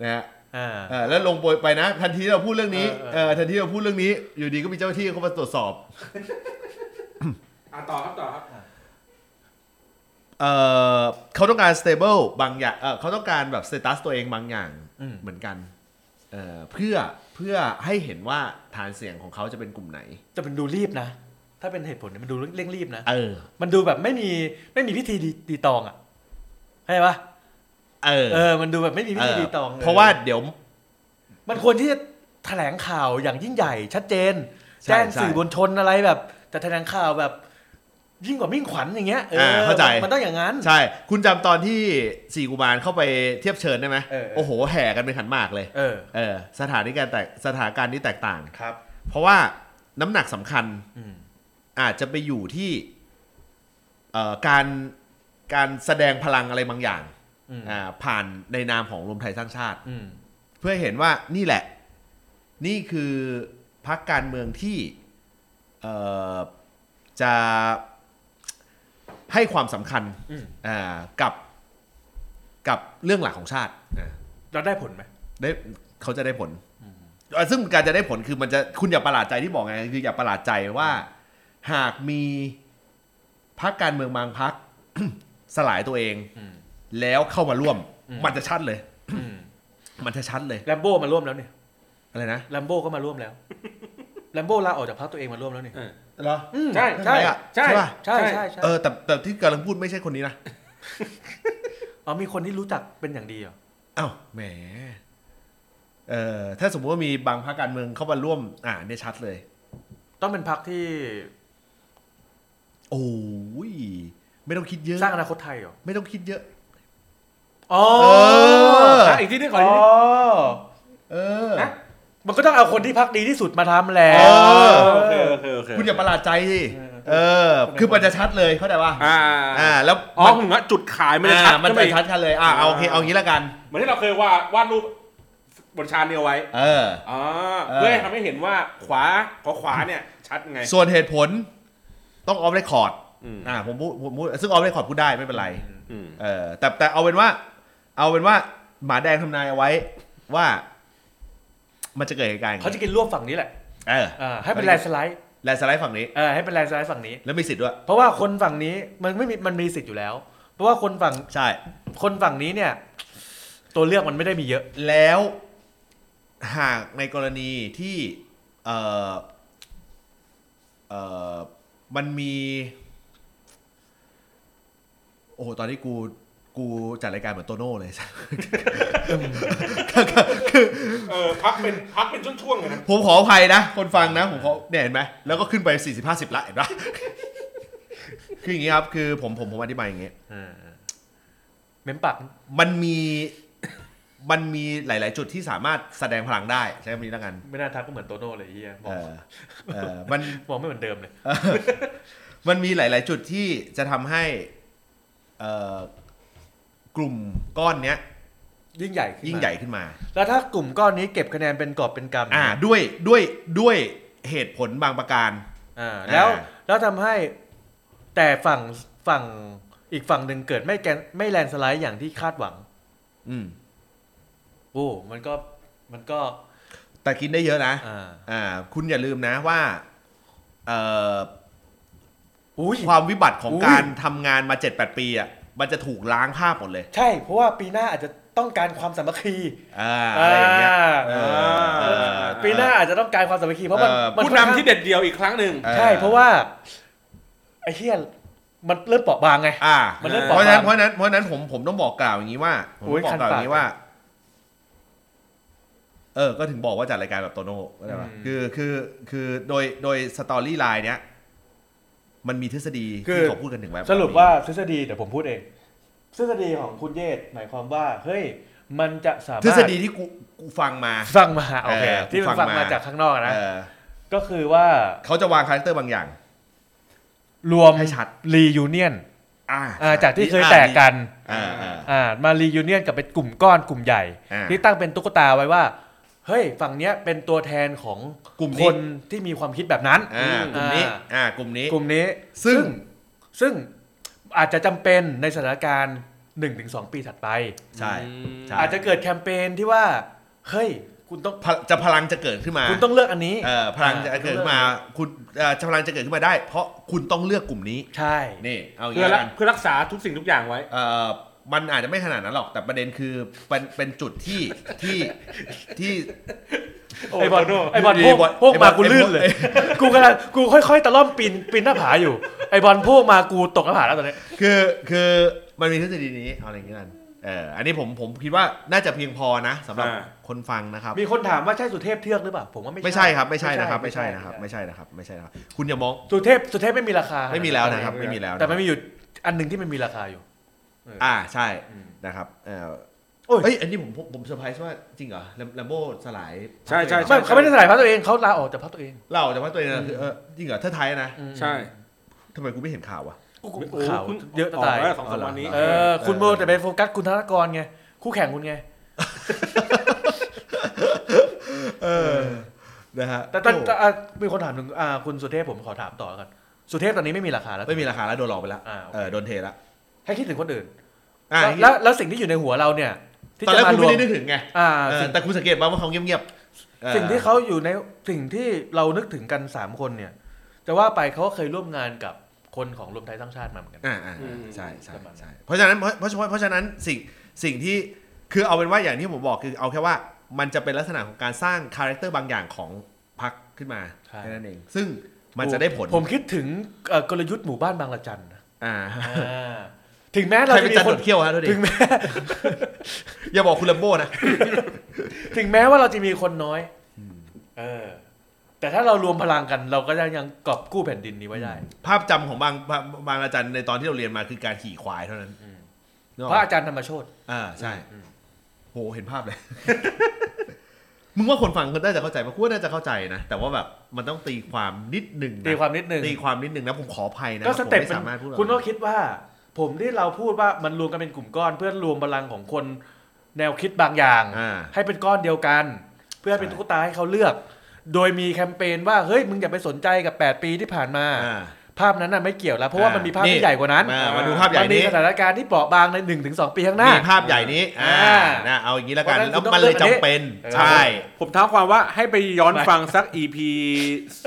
นะฮะ
อ่า
เออแล้วลงโปรยไปนะ ทันทีที่เราพูดเรื่องนี้
เออ
เอ
เออ
อทันทีที่เราพูดเรื่องนี้ อยู่ดีก็มีเจ้าหน้าที่เข้ามาตรวจสอบ
อ่ะต่อครับต่อครับ
เอ่อเขาต้องการ stable บางอย่างเอ่อเขาต้องการแบบ status ตัวเองบางอย่าง
อืม
เหมือนกันเอ่อเพื่อเพื่อให้เห็นว่าฐานเสียงของเขาจะเป็นกลุ่มไหน
แต่มันดูรีบนะ ถ้าเป็นเหตุผลเนี่ยมันดูเร่งรีบนะ
เออ
มันดูแบบไม่มีไม่มีพิธีดีดีตองอ่ะเข้าใจปะ
เออ
เออ มันดูแบบไม่มีพิ
เอ
ธี
อ
ดีตอง
เพราะว่าเดี๋ยว
มันควรที่จะแถลงข่าวอย่างยิ่งใหญ่ ชัดเจน
ใช่
แจ้ง
ใช่
สื่อมวลชนอะไรแบบแต่แถลงข่าวแบบ ยิ่งกว่ามิ่งขวัญอย่างเงี้ยเออ
อ่าเข้าใจ
มันต้องอย่างนั้น
ใช่ คุณจำตอนที่สี่กุมารเข้าไปเทียบเชิญได้ไหม
เออเออ
โอ้โห แห่กันเป็นขันหมากเลย
เออ
เออ สถานที่การณ์แตกสถานการณ์นี้แตกต่าง
ครับ
เพราะว่าน้ำหนักสำคัญ
อืม
อาจจะไปอยู่ที่เอ่อการการแสดงพลังอะไรบางอย่าง
อืม
อ่าผ่านในนามของรวมไทยสร้างชาติ
อืม
เพื่อให้เห็นว่านี่แหละ นี่คือพักการเมืองที่เอ่อจะให้ความสำคัญ
อืม
อ่ากับกับเรื่องหลักของชาติอ่า
เราได้ผลไหม
ได้เขาจะได้ผลอ่าซึ่งการจะได้ผลคือมันจะคุณอย่าประหลาดใจที่บอกไงคืออย่าประหลาดใจว่า หากมีพักการเมืองบางพัก สลายตัวเอง
อืม
แล้วเข้ามาร่วม
อืม
มันจะชัดเลย
อืม
มันจะชัดเลย
แลมโบ้มาร่วมแล้วเนี่ย
อะไรนะ
แลมโบ้ก็มาร่วม แล้วแลมโบ้ลาออกจากพรรคตัวเองมาร่วมแล้วเนี่ย
เหรอ
อืม
ใช่
ใช่
ใช่อะ
ใช่
ใช่ป่ะ
ใช่ใช่ใช่
เออแต่แต่ที่กำลังพูดไม่ใช่คนนี้นะ
อ๋อมีคนที่รู้จักเป็นอย่างดีเหรอ
อ้าวแหมเออถ้าสมมติว่ามีบางพรรคการเมืองเข้ามาร่วม อ่าเนี่ยชัดเลย
ต้องเป็นพักที่
โอ้ยไม่ต้องคิดเยอะ
สร้างอนาคตไทยเหรอ
ไม่ต้องคิดเยอะ
อ๋อ
เออ
อ่ะอีกทีนึงขออีกทีนึง
เออ
นะ
มันก็ต้องเอาคนที่พักดีที่สุดมาทำแหละ
เออ
โอเคโอเคโอเค
คุณอย่าประหลาดใจสิเออ คือมันจะชัดเลยเข้าใจป่ะ
อ่า
อ่า แล้ว
อ๋อ
มัน
ผมว่าจุดขายมันจะชัด
อ่ามัน
ขึ้นไป
จะ
อีก
ชัดกันเลยอ่าเอาโอเคเอางี้ละกัน
เหมือนที่เราเคยว่าวาดรูปบนชานเนี่ยไว้
เออ
อ๋อ
เออ
เพื่อให้ทำให้เห็นว่าขวาขอขวาเนี่ย ชัดไง
ส่วนเหตุผลต้องออฟเรคคอร์ด
อืม
อ่าผมพูดผมพูดซึ่งออฟเรคคอร์ดพูดได้ไม่เป็นไร
อืม
เออแต่แต่เอาเป็นว่า เอาเป็นว่าหมาแดงทำนายเอาไว้ว่า มันจะเกิดเหตุการณ์อย่าง
เขาจะ
นี้
กินร่วมฝั่งนี้แหละ
เออ
อ่าให้เป็นแลนด์สไลด์
แลนด์สไลด์ฝั่งนี้
เออให้เป็นแลนด์สไลด์ฝั่งนี้
แล้วมีสิทธิ์ด้วย
เพราะว่าคนฝั่งนี้มันไม่มีมันมีสิทธิ์อยู่แล้ว เพราะว่าคนฝั่ง
ใช่
คนฝั่งนี้เนี่ย ตัวเลือกมันไม่ได้มีเยอะ
แล้วหากในกรณีที่เออเออมันมี โอ้โหตอนนี้กูกูจัดรายการเหมือนโตโน่เลย
เออพักเป็นพักเป็นช่วงๆเลยนะ
ผมขออภัยนะ คนฟังนะ ผมขอเนี่ยเห็นไหมแล้วก็ขึ้นไป 4 0 50ละเห็นปะ คืออย่างนี้ครับ คือผมผมผมอธิบายอย่างนี้
เม้มปาก
มันมีมันมีหลาย ๆ จุดที่สามารถแสดงพลังได้ ใช้คำนี้แล้วกัน
ไม่น่าทักก็เหมือนโตโน่เลยไอ้เฮียมอ
เอง อเออมัน
มองไม่เหมือนเดิมเลย
มันมีหลาย ๆ จุดที่จะทำให้เอ่อกลุ่มก้อนเนี้ย
ยิ่งใหญ่ขึ้นมา
ยิ่งใหญ่ขึ้นมา
แล้วถ้ากลุ่มก้อนนี้เก็บคะแนนเป็นกอบเป็นกำ
อ่าด้วยด้วยด้วยเหตุผลบางประการ
อ่าแล้ว
อ่า
แล้วทำให้ แต่ฝั่งฝั่งอีกฝั่งหนึ่งเกิดไม่แกนไม่แลนด์สไลด์อย่างที่คาดหวัง
อืม
โอ้มันก็มันก็
แต่กินได้เยอะนะ
อ่า
อ่า คุณอย่าลืมนะว่าเอ่อ
อุ้ย
ความวิบัติของ
อุ๊ย
การทำงานมา 7-8 ปีอ่ะมันจะถูกล้างภาพหมดเลย
ใช่ เพราะว่าปีหน้าอาจจะต้องการความสามัคคี
อ่าอะไรอย่างเงี้ย
อ่า
เอ
เออ
อ
ปีหน้าอาจจะต้องการความสามัคคีเพราะมัน
เออ
มัน
ผู้
ค่อนข้าง
นำที่เด็ดเดียวอีกครั้งหนึ่ง
เออ
ใช่ เพราะว่าไอ้เฮียมันเริ่มเปราะบางไง
อ่า
มันเริ่ม
เออ
เปราะ
เพราะฉะ
บา
นั้
ง
นเพราะฉะนั้นเพราะฉะนั้นผมผมต้องบอกกล่าวอย่างนี้ว่าผม
โอ้ย
ต้องบอกกล่าวอย่างนี้
คันปาก
ว่า เออ ก็ถึงบอกว่าจัดรายการแบบโตโน่ก็ได้ปะ
อืม
คือคือคือโดยโดยสตอรี่ไลน์เนี้ยมันมีทฤษฎี
คือ
ที่เขาพูดกันถึงไว้
สรุปว่าทฤษฎีเดี๋ยวผมพูดเอง ทฤษฎีของคุณเยศหมายความว่า เฮ้ย มันจะสามารถ
ทฤษฎีที่กูกูฟังมา
ฟังมาโอเค
เออ
ที่มัน
ฟั
ฟั
ง
ง
มา
มาจากข้างนอกนะ
เออ
ก็คือว่า
เขาจะวางคาแรคเตอร์บางอย่าง
รวม
ให้ชัด
รียูเนียน
อ่า
จากที่เคยแตกกัน
อ่าอ่า
อ่ามารียูเนียนกับเป็นกลุ่มก้อนกลุ่มใหญ่
อ่า
ที่ตั้งเป็นตุ๊กตาไว้ว่า เฮ้ย ฝั่งเนี้ยเป็นตัวแทนของ
กลุ่มนี้
คนที่มีความคิดแบบนั้น
อ่ากลุ่มนี้
อ่า
อ่ากลุ่มนี้
กลุ่มนี้
ซึ่ง
ซึ่งอาจจะจำเป็นในสถานการณ์ 1-2 ปีถัดไป
ใช่ ใช่
อาจจะเกิดแคมเปญที่ว่า เฮ้ย คุณต้อง
พะจะพลังจะเกิดขึ้นมา
คุณต้องเลือกอันนี้
เออพลังจะเกิดขึ้นมา คุณเอ่อพลังจะเกิดขึ้นมาได้ เพราะคุณต้องเลือกกลุ่มนี้
ใช่
นี่เอาอย่าง
เพื่อ
นี้
รั
ละ
ก
กัน
เพื่อรักษาทุกสิ่งทุกอย่างไว้
เอ่อมันอาจจะไม่ขนาดนั้นหรอกแต่ประเด็นคือเป็นเป็นจุดที่ที่ที่
ไอ้บอล
โอ้โห
ไอ้บอล
ดี
พวก
บอล
พวก
ไอ้บอ
มา
ล
กูลื่นเลย กูกำลังกูค่อยๆ ตะล่อมปีนปีนหน้าผาอยู่ ไอ้บอลพวกมากูตกหน้าผาแล้วตอนนี้
คือคือมันมีทฤษฎีนี้เอาอะไรอย่างนี้กันเอออันนี้ผมผมคิดว่าน่าจะเพียงพอนะสำหรับ
อ่า
คนฟังนะครับ
มีคนถามว่าใช่สุเทพเทือกหรือเปล่า ผมว่าไม่
ไม่ใช่ครับไม่ใช่นะครับไม่ใช่นะครับไม่ใช่นะครับไม่ใช่นะครับคุณอย่ามอง
สุเทพสุเทพไม่มีราคา
ไม่มีแล้วนะครับไม่มีแล้ว
แต่มันมีอยู่อันหนึ่งที่มันมีราคาอยู่
อ่าใช่
อืม
นะครับเออ
โอ้ย
เอ้ยอันนี้ผมผมผมเซอร์ไพรส์ว่าจริงเหรอแลมแลมโบ้สลาย
ใช่ใช่
ไม่เขาไม่ได้สลายพรรคตัวเองเขาลาออกจากพรรคตัวเอง
เล่าแต่ว่าตัวเองนะคือเออจริงเหรอเธอไทยนะ
อืม
ใช่
ทำไมกูไม่เห็นข่าววะ
กู
โอ้โห
ข่าว
พิ่ง
เยอะจะ
ก
ตาย
แล้วสองสามวันนี้
เออคุณโมแต่ไปโฟกัสคุณธนกรไงคู่แข่งคุณไง
เออนะฮะ
แต่ตอน
โอ้
แต่อ่ะมีคนถามหนึ่งอ่าคุณสุเทพผมขอถามต่อแล้วกันสุเทพตอนนี้ไม่มีราคาแล้ว
ไม่มีราคาแล้วโดนหลอกไปแล้ว
อ่าโอเค
เออโดนเทแล้ว
ให้คิดถึงคนอื่น
อ่า
แล้วแล้วแล้วสิ่งที่อยู่ในหัวเราเนี่ย ที่
ตอน
จะ
แรก
มา
คุณ
รว
ไม่
ม
ได้นึกถึงไง
อ่า
เออ
สิ่ง
แต่คุณสังเกตป่ะว่าเขาเงียบๆออ
สิ่งที่เขาอยู่ในสิ่งที่เรานึกถึงกันสามคนเนี่ยจะว่าไปเขาก็เคยร่วมงานกับคนของรวมไทยสร้างชาติมาเหมือนกัน
อ่าอ่า
อืม
ใช่ใช่
ประมาณนั้น
ใช่เพราะฉะนั้นเพราะเพราะเพราะฉะนั้นสิ่งสิ่งที่คือเอาเป็นว่าอย่างที่ผมบอกคือเอาแค่ว่ามันจะเป็นลักษณะของการสร้างคาแรคเตอร์บางอย่างของพักขึ้นมา
ใช่
แค่นั้นเองซึ่งมันจะได้ผล
ผมคิดถึงเอ่อกลยุทธ์หมู่บ้านบางละจันนะ
อ่า
ถึงแม้เรา
ใครเป็
จะ
น
มี
จัน
คน
โดดเขี้ยวฮะทุกที
ถึงแม้
อย่าบอกคุณลัมโบ้นะ
ถึงแม้ว่าเราจะมีคนน้อยเออ แต่ถ้าเรารวมพลังกัน เราก็จะยังกอบกู้แผ่นดินนี้ไว้ได้
ภาพจำของบางบางบางอาจารย์ในตอนที่เราเรียนมาคือการขี่ควายเท่านั้น
อืม
นึกออก
พ
ปะ
ระอาจารย์ธรรมโชต
อ่าใช่
อืม
โหเห็นภาพเลย มึงว่าคนฟังคนน่าจะเข้าใจปะกูว่าน่าจะเข้าใจนะ แต่ว่าแบบมันต้องตีความนิดหนึ่งนะ
ตีความนิดนึง
ตีความนิดหนึ่งนะผมขออภัยนะ
ก็สเต็ป
ผมไม่
เป็น
สามารถพูด
คุณก็คิดว่า ผมที่เราพูดว่ามันรวมกันเป็นกลุ่มก้อน เพื่อรวมพลังของคนแนวคิดบางอย่าง
อ่า
ให้เป็นก้อนเดียวกัน เพื่อให้เป็น
ใช่
ตุ๊กตาให้เขาเลือก โดยมีแคมเปญว่าเฮ้ยมึงอย่าไปสนใจกับ 8 ปีที่ผ่านมา
อ่า
ภาพนั้นน่ะไม่เกี่ยวแล้ว เพราะว่า
อ่ามั
มันมีภาพ
นี่
ที่ใหญ่กว่านั้น
อ่า
อ่าม
มาดูภาพใหญ่
มันมี
นี้
สถานการณ์ที่เปราะบางใน1นถึงสปีข้างหน้า
มีภาพใหญ่นี้ อ่า
อ่า
นะเอาอย่างนี้แล้วกัน
เพราะฉะนั้น
แล้ว
คุณต้อง
มันเลยจำเป็น
เลือกอันนี้
ใช่
ผมเท้าความว่าให้ไปย้อนฟังสัก EP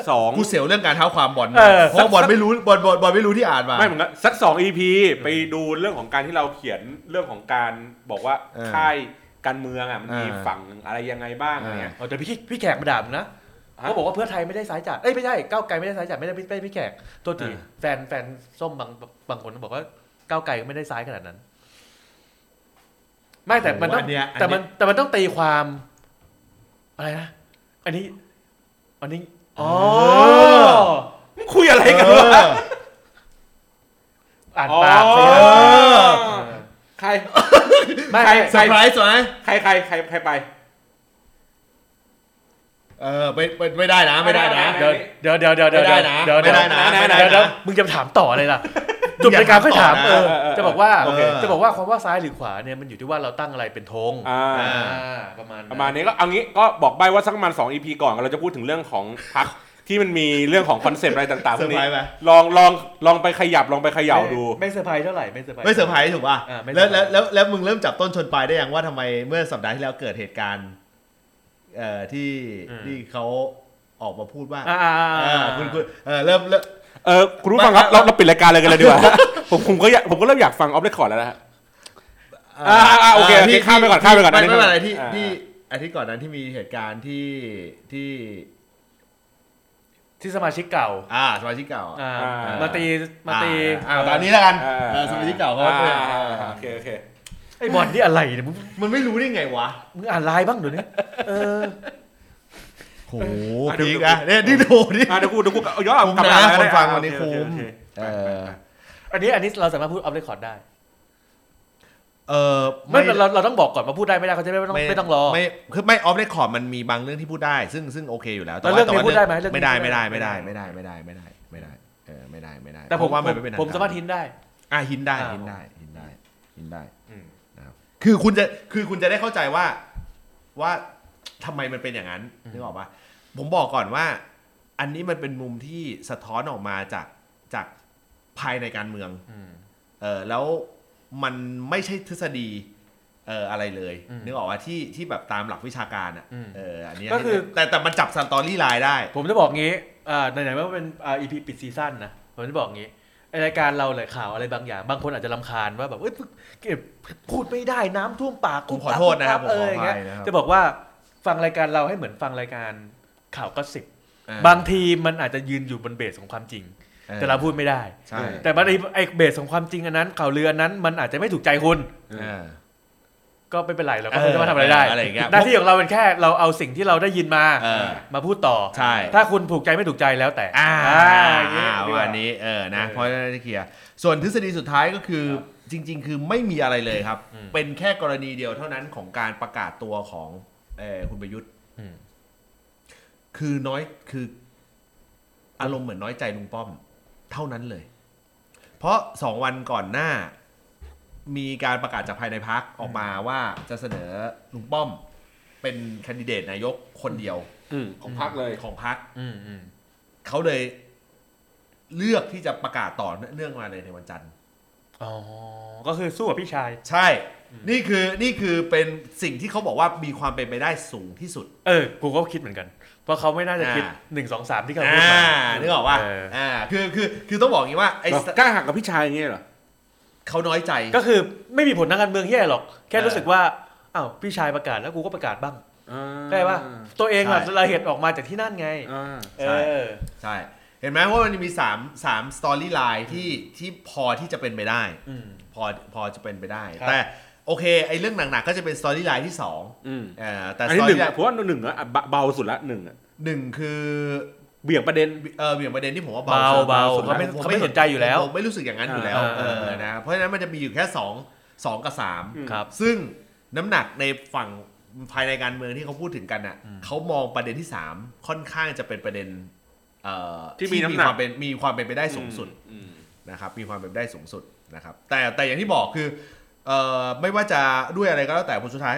สอง
กูเสียวเรื่องการเท้าความบอล
เออ
เพราะว่าบอลไม่รู้บอลบอลบอลไม่รู้ที่อ่านมา
ไม่เหมือนกันสักสอง EP ไปดูเรื่องของการที่เราเขียนเรื่องของการบอกว่า
เออ
ค่ายการเมืองอ่ะมันมี
เออ
ฝั่งอะไรยังไงบ้างอะไรเงี้ย
เอาแต่พี่พี่แขกมาด่าผมนะ
ฮะ
เขาบอกว่าเพื่อไทยไม่ได้สายจัดเอ้ยไม่ใช่ก้าวไกลไม่ได้สายจัดไม่ได้ไม่ได้พี่แขกตัวที
อ่า
แฟนแฟนส้มบางบางคนบอกว่าก้าวไกลก็ไม่ได้ซ้ายขนาดนั้น ไม่แต่มันต้อง
โโหเย
แต่มัน
อัเย
แต่มันต้องตีความ อะไรนะอันนี้ อันนี้อ๋อ
อ
มึงคุยอะไรกันวะ
เออ
อ่านปากสิ
อ๋อ
เออ
ใคร
ไม่
ใคร
เซอร์ไพรส์ไหม
ใครใครใครใครไป
เออไม่ไม่ไม่ได้นะ ไม่ได้นะ
ไม่ได้
เดี๋ยวเดี๋ยวเดี๋ยวเดี๋ยว
ไม่
เดี๋ยว
ได้นะ
เดี๋ยว
ไม่ได้นะไม่ได้นะ
เดี๋ยวเดี๋ยวเดี๋ยวมึงจะถามต่ออะไรล่ะจบรายการค่อยถาม
อย่าถามต่อนะ
เออจะบอกว่า
โอเค
จะบอกว่าความว่าซ้ายหรือขวาเนี่ยมันอยู่ที่ว่าเราตั้งอะไรเป็นธง
อ่า
อ่าประมาณ
ประมาณนี้ก็เอางี้ก็บอกใบว่าสักประมาณ2 EP ก่อนเราจะพูดถึงเรื่องของพัก ที่มันมีเรื่องของคอนเซปต์อะไรต่างๆพวก
เซอร์ไพ
นี้
รส์ไหม
ลองลองลองไปขยับลองไปเขย่าดู
ไม่ไม่เซอร์ไพรส์เท่าไหร่ไม่เซอร์ไพรส์
ไม่เซอร์ไพรส์ถูกป่ะ
อ่าไม่เซอ
แล้
ร์
ว
ไพรส์
แล้วแล้วแล้วมึงเริ่มจับต้นชนปลายได้ยังว่าทำไมเมื่อสัปดาห์ที่แล้วเกิดเหตุการณ์เอ่อที่ที่เขาออกมาพูดว่า
อ่าอ่าอ่า
อ่าคุณคุณเออเริ่มเริ่ม
เออคุณผู้ฟังครับเราเราปิดรายการเลยกันเลยดีกว่า ผมผมก็อยากผมก็เริ่มอยากฟังออฟเรคคอร์ดแล้วนะฮะ อ่าอ่าโอเคโอเค
ที่
ข้ามไปก่อน
ที่
ข้ามไปก่อน
ไม่
อันนี้
ไม่เป็นไรที่
อ่า
ที่อาทิตย์ก่อนนั้นที่มีเหตุการณ์ที่ที่
ที่สมาชิกเก่า
อ่าสมาชิกเก่าอ่ะ
อ่า
อ่าม
มาตีมาตี
อ่าตอนนี้แล้วกัน
อ่า
เออสมาชิกเก่าเขา
อ่
เออ
อ่า
เออ
โอเคโอเค
ไอ้บอลนี่อะไรเนี่ยมึง
มันไม่รู้ได้ไงวะ
มึงอ่านไลน์บ้างเดี๋ยวนี้เออ
โหพีกอ่ะเนี่ยนี่โดนี่
อ่ะเดี๋ยวกูเดี๋ยวกูเอาย้อนเอา
คุ้ม
กลับมา
นะค
แล้ว
น
ได้
ฟัง
อ่ะ
วันนี้
โอเโอ
คุ้ม
เโอเ
เออ
อันนี้อันนี้เราสามารถพูดออฟเรคคอร์ดได้
เออ
ไม่เราเราต้องบอกก่อนว่าพูดได้ไม่ได้เขาจะไม่ต้องไม่ต้องรอ
ไม่คือไม่ออฟเรคคอร์ดมันมีบางเรื่องที่พูดได้ ซึ่งซึ่งโอเคอยู่แล้ว
แล้วเรื่องนี้
แต่ว่า
พูดได้ไหมเรื่องนี้
ไม่ได้
พู
ไม่
ดได้
ได้
ไหม
ไม่ได้ไม่ได้ไม่ได้ไม่ได้ไม่ได้เออไม่ได้ไม่ได้
แต่ผม
เพระว่ามันไม่เป็น
ผมสามารถ
หิน
ทิ้นได้
อ่ะหินได้
อ่า
หินได้หินได้หินได้
อืม
นะครับคือคุณจะคือคุณจะได้เข้าใจว่าว่าทำไมมันเป็นอย่างนั้น
อืม
นึกออกปะผมบอกก่อนว่า อันนี้มันเป็นมุมที่สะท้อนออกมาจากจากภายในการเมือง
อืม
เออแล้วมันไม่ใช่ทฤษฎีเอออะไรเลย
อืม
นึกออกว่าที่ที่แบบตามหลักวิชาการอ่ะ
อืม
เอออันเนี้ย
ก็คือ
แต่แต่มันจับสตอรี่ไลน์ได้
ผมจะบอกงี้อ่าไหนๆว่าเป็นอ่า EP ปิดซีซั่นนะ ผมจะบอกงี้ไอ้รายการเราเลยข่าวอะไรบางอย่าง บางคนอาจจะรำคาญว่าแบบเอ้ยเก็บพูดไม่ได้น้ำท่วมปาก
ผมขอโทษนะครับ
เอออย่างเงี้ย
ผมขออภัยนะครับ
จะบอกว่าฟังรายการเราให้เหมือนฟังรายการข่าวก็สิบ
เออบ
างทีมันอาจจะยืนอยู่บนเบสของความจริง
ออ
แต่เราพูดไม่ได้
ใช่
แต่บางทีไอ้เบสของความจริงอันนั้น ข่าวลืออันนั้นมันอาจจะไม่ถูกใจคุณ
เออ
ก็ไม่เป็นไรเรา
เออ
ก็ไม่สามารถทำอะไรได้
อะไรอย่างเงี้ย
หน้าที่ของเราเป็นแค่เราเอาสิ่งที่เราได้ยินมา
เออ
มาพูดต่อ
ใช่
ถ้าคุณถูกใจไม่ถูกใจแล้วแต่
อ่า
อย่างเงี้ยดีก
วั
ว่า
นนี้เออนะ
เออ
เพราะฉะนั้นจะเคลียร์ส่วนทฤษฎีสุดท้ายก็คือจริง ๆ คือไม่มีอะไรเลยครับ
อืม
เป็นแค่กรณีเดียวเท่านั้นของการประกาศตัวของเออคุณประยุทธ์
อืม
คือน้อยคือ อารมณ์เหมือนน้อยใจลุงป้อม เท่านั้นเลย เพราะสองวันก่อนหน้า มีการประกาศจากภายในพักออกมาว่าจะเสนอลุงป้อม เป็นแคนดิเดตนายกคนเดียว
อืมของพักเลย
ของพัก
อืมอืม
เขาเลยเลือกที่จะประกาศต่อเนื่องมาเลยในวันจันทร์
อ๋อก็คือสู้กับพี่ชาย
ใช่ นี่คือนี่คือเป็นสิ่งที่เขาบอกว่ามีความเป็นไปได้สูงที่สุด
เออ กูก็คิดเหมือนกัน เพราะเขาไม่น่าจะคิด
อ่า
หนึ่งสองสามที่เขาพูด
อ่า
มา
นึกออกว่า
เ
อ่าคือคือคือต้องบอกอย่างนี้ว่าไอ้
แบบกล้าหักกับพี่ชายอย่างเงี้ยเหรอ
เขาน้อยใจ
ก็คือไม่มีผลทางการเมืองแย่หรอก แค่
เออ
รู้สึกว่าอ้าวพี่ชายประกาศแล้วกูก็ประกาศบ้าง
อ่า
ใช่ป่ะตัวเองอะ
ใช่
รายเหตุออกมาจากที่นั่นไง
อ่า
เออ
ใช่เห็นไหมว่ามันมีสามสามสตอรี่ไลน์ที่ที่พอที่จะเป็นไปได้
อืม
พอพอจะเป็นไปได้
ครับ
แต่โอเคไอ้เรื่องหนักๆก็จะเป็นสตอรี่ไลน์ที่สอง
อืม
เอ่อแต่
อั
ส
นนี้
ตอ
หนึ่ง
รี่ไล
อะ
น์
ผมว่าหนึ่งอะเบาเบาสุดละหนึ่งอะ
หนึ่งคือ
เบี่ยงประเด็น
เออเบี่ยงประเด็นที่ผมว่า
เบา
เบา
เบา
ผ
เขาไม่
ผ
เขาไม่สนใจอยู่แล้ว
ผมไม่รู้สึกอย่างนั้นอยู่แล้ว
อ่า
เออนะเพราะฉะนั้นมันจะมีอยู่แค่สองสองกับสาม
อืม
ครับ
ซึ่งน้ำหนักในฝั่งภายในการเมืองที่เขาพูดถึงกันอ่ะเขามองประเด็นที่สามค่อนข้างจะเป็นประเด็นเอ่อ
ที่มีน้ำหนัก
ความเป็นมีความเป็นไปได้สูงสุด
อืม
นะครับมีความเป็นไปได้สูงสุดนะครับแต่แต่อย่างที่บอกคือเอ่อไม่ว่าจะด้วยอะไรก็แล้วแต่ผลสุดท้าย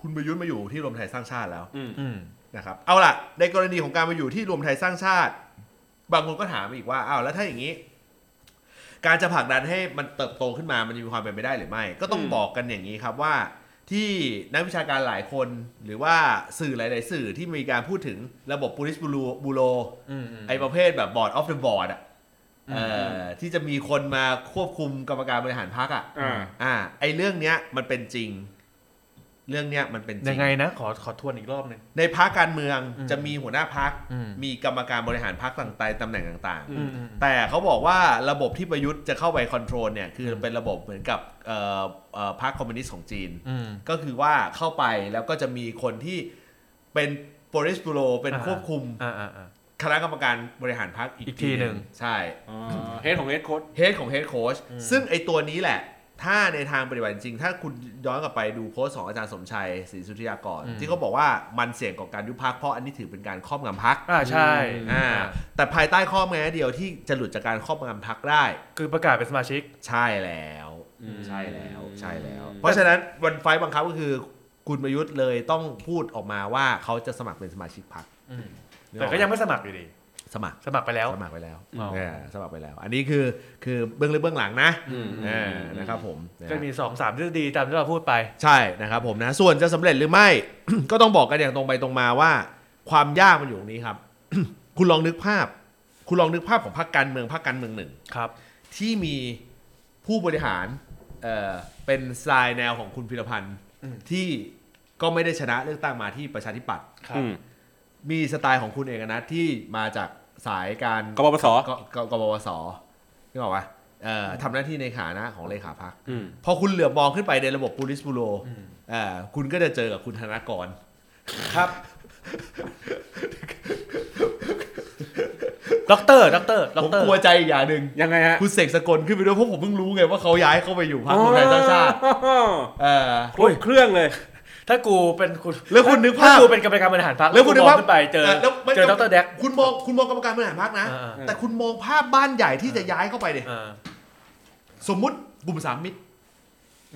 คุณประยุทธ์มาอยู่ที่รวมไทยสร้างชาติแล้ว
อืม
อืม
นะครับเอาล่ะ ในกรณีของการมาอยู่ที่รวมไทยสร้างชาติ บางคนก็ถามอีกว่าอ้าวแล้วถ้าอย่างนี้ การจะผลักดันให้มันเติบโตขึ้นมามันจะมีความเป็นไปได้หรือไม่ ก็ต้องบอกกันอย่างนี้ครับว่าที่นักวิชาการหลายคนหรือว่าสื่อหลาย ๆ สื่อที่มีการพูดถึงระบบ police bureau bureau
อืมอืม
ไอ้ประเภทแบบ board of the board อ่ะเอ่อที่จะมีคนมาควบคุมกรรมการบริหารพรรคอ่ะ
อ่า
อ่าไอ้เรื่องเนี้ยมันเป็นจริง เรื่องเนี้ยมันเป็นจ
ยั
ริ
ง
ง
ไงนะ ขอขอทวนอีกรอบหนึ่ง
ในพักการเมือง
อืม
จะมีหัวหน้าพัก
อืม
มีกรรมการบริหารพักต่างๆตำแหน่งต่าง
อื
อืมอืม
ๆ แต่เขาบอกว่าระบบที่ประยุทธ์จะเข้าไปคอนโทรลเนี่ย คืออ
ม
เป็นระบบเหมือนกับเอ่อเอ่อพรรคคอมมิวนิสต์ของจีน
อืม
ก็คือว่าเข้าไปแล้วก็จะมีคนที่เป็นโปลิสบูโรเป็น
อ่า
ควบคุม
อ่าอ่าอ่า
คณะกรรมการบริหารพักอี
อี
ก
กทีหนึ่ง
ใช่
เฮดของเฮดโค้ด
เฮดของเฮดโค้ชซึ่งไอตัวนี้แหละ ถ้าในทางปฏิบัติจริง ถ้าคุณย้อนกลับไปดูโพสต์ของอาจารย์สมชัยศรีสุธิยากร
อืม
ที่เขาบอกว่ามันเสี่ยงกับการยุบพักเพราะอันนี้ถือเป็นการครอบงำพัก
อ่าใช่
อืม
อ่าแต่ภายใต้ข้อแม้เดียวที่จะหลุดจากการครอบงำพักได้
คือประกาศเป็นสมาชิก
ใช่แล้ว
อืม
ใช่แล้วใช่แล้ว
อืม
เพราะฉะนั้นวันไฟล์บังคับก็คือ คุณประยุทธ์เลยต้องพูดออกมาว่าเขาจะสมัครเป็นสมาชิกพรรค
อืม แต่ก็ยังไม่สมัครอยู่ดี
สมัคร
สมัครไปแล้ว
สมัครไปแล้ว
อ๋อ
เออสมัครไปแล้ว อันนี้คือคือเบื้องลึกเบื้องหลังนะ
อืม
เออนะครับผมนะฮะ
ก็มีสองสามทฤษฎีตามที่เราพูดไป
ใช่นะครับผมนะส่วนจะสำเร็จหรือไม่ ก็ต้องบอกกันอย่างตรงไปตรงมาว่า ความยากมันอยู่ตรงนี้ครับ คุณลองนึกภาพ คุณลองนึกภาพของพรรคการเมืองพรรคการเมืองหนึ่ง
ครับ
ที่มีผู้บริหารเอ่อเป็นสไตล์แนวของคุณพิรพันธ์
อืม
ที่ก็ไม่ได้ชนะเลือกตั้งมาที่ประชาธิปัตย์
ครับ
อืม
มีสไตล์ของคุณเอกนัทที่มาจากสายการ
กบปศ
กกกบวสนี่บอกว่าเอ่อทำหน้าที่ในฐานะของเลขาพรรค
อืม
พอคุณเหลือบมองขึ้นไปในระบบ Police Bureau
อืม
อ่าคุณก็จะเจอกับคุณธนากร
ครับ ด็อกเตอร์ด็อกเตอร์ด็อ
ผ
ก
ม
เตอร์
กลัวใจอีกอย่างหนึ่ง
ยังไงฮะ
คุณเสกสกลขึ้นไปด้วยเพราะผมเพิ่งรู้ไงว่าเขาย้ายเข้าไปอยู่พรรครวมไทยสร้างชาติ
อ๋อ
เออ
ครบเครื่องเลย
ถ้ากูเป็นคุณ
แล้วคุณนึกภาพ
ถ้ากูเป็นกรรมการบริหารพรรค
แล้วคุณนึกว่า
ขึ้นไปเจอ
แล้วไม่
เจอด็อกเตอร์แดก
คุณมองคุณมองกรรมการบริหารพรรคนะ
อ่า
แต่คุณมองภาพบ้านใหญ่ที่จะย้ายเข้าไปเนี่ย
อ่า
สมมติกลุ่มสามมิตร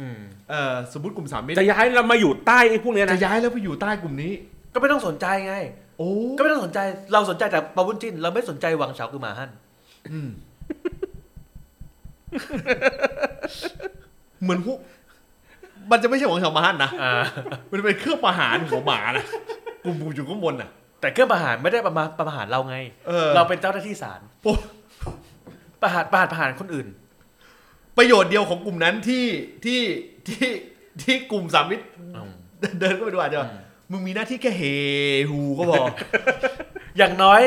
อืม
เออสมมติกลุ่มสามมิตร
จะย้ายเรามาอยู่ใต้ไอ้พวกเนี้ย
จะ
นะ
ย้ายแล้วไปอยู่ใต้กลุ่มนี้
ก็ไม่ต้องสนใจไง
โอ้
ก็ไม่ต้องสนใจ เราสนใจแต่ปาวุ้นจิน เราไม่สนใจหวังเฉาคือหมาหั่น
อืมเหมือนพวกมันจะไม่ใช่ของชาวบ้านนะ
อ่า
มันเป็นเครื่องประหารของหมานะกลุ่มอยู่ข้างบนน่ะ
แต่เครื่องประหารไม่ได้ประมาประหารเราไง
เออ
เราเป็นเจ้าหน้าที่ศาล
โอ้
ประหารประหารประหารคนอื่น
ประโยชน์เดียวของกลุ่มนั้นที่ที่ที่ที่กลุ่มสามมิตร
อืม
เดินเข้าไปดูอาจจะว่ามึงมีหน้าที่แค่เฮฮูก็พอ
อย่างน้อย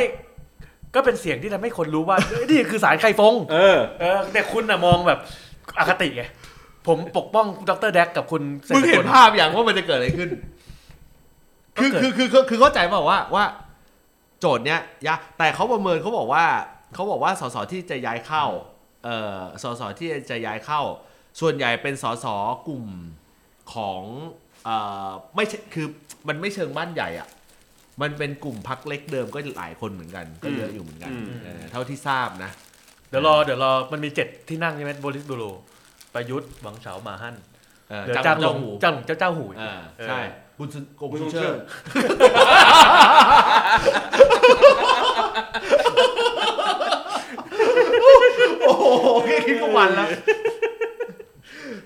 ก็เป็นเสียงที่ทำให้คนรู้ว่า เอ้ยนี่คือสารไข่ฟง
เออ
เออแต่คุณน่ะมองแบบอคติไง ผมปกป้องดรแดกกับคุณสก
มึงเห็น
ล
ภาพอย่างว่ามันจะเกิดอะไรขึ้น คือ
ก็เกิ
คือ
ด
คือคือคือเข้าใจเปล่าว่าว่า โจทย์เนี้ยยากแต่เขาประเมินเขาบอกว่าเขาบอกว่าสสที่จะย้ายเข้า เอ่อสสที่จะย้ายเข้า ส่วนใหญ่เป็นสสกลุ่มของเอ่อไม่ใช่คือมันไม่เชิงบ้านใหญ่อ่ะ มันเป็นกลุ่มพักเล็กเดิมก็หลายคนเหมือนกัน ก็เยอะอยู่เหมือนกัน
อืม
เออเท่าที่ทราบนะ
เดี๋ยวรอเดี๋ยวรอมันมีเจ็ดที่นั่งใช่ไหมโบริสบูโรประยุทธ์หวังเฉาหมาหั่น
เออ
เดี๋ยว
จ้า
เจ้าง หล
เจ้าง หู
เจ้าหลงเจ้าเจ้าหูอีก
เออใช่
เออ
บุญสุนกง
บุญ
บุ
ท
ญ
รง
เชิ
เชิ
ด
ด
โอ้โหแค่คิดก็มันแล้ว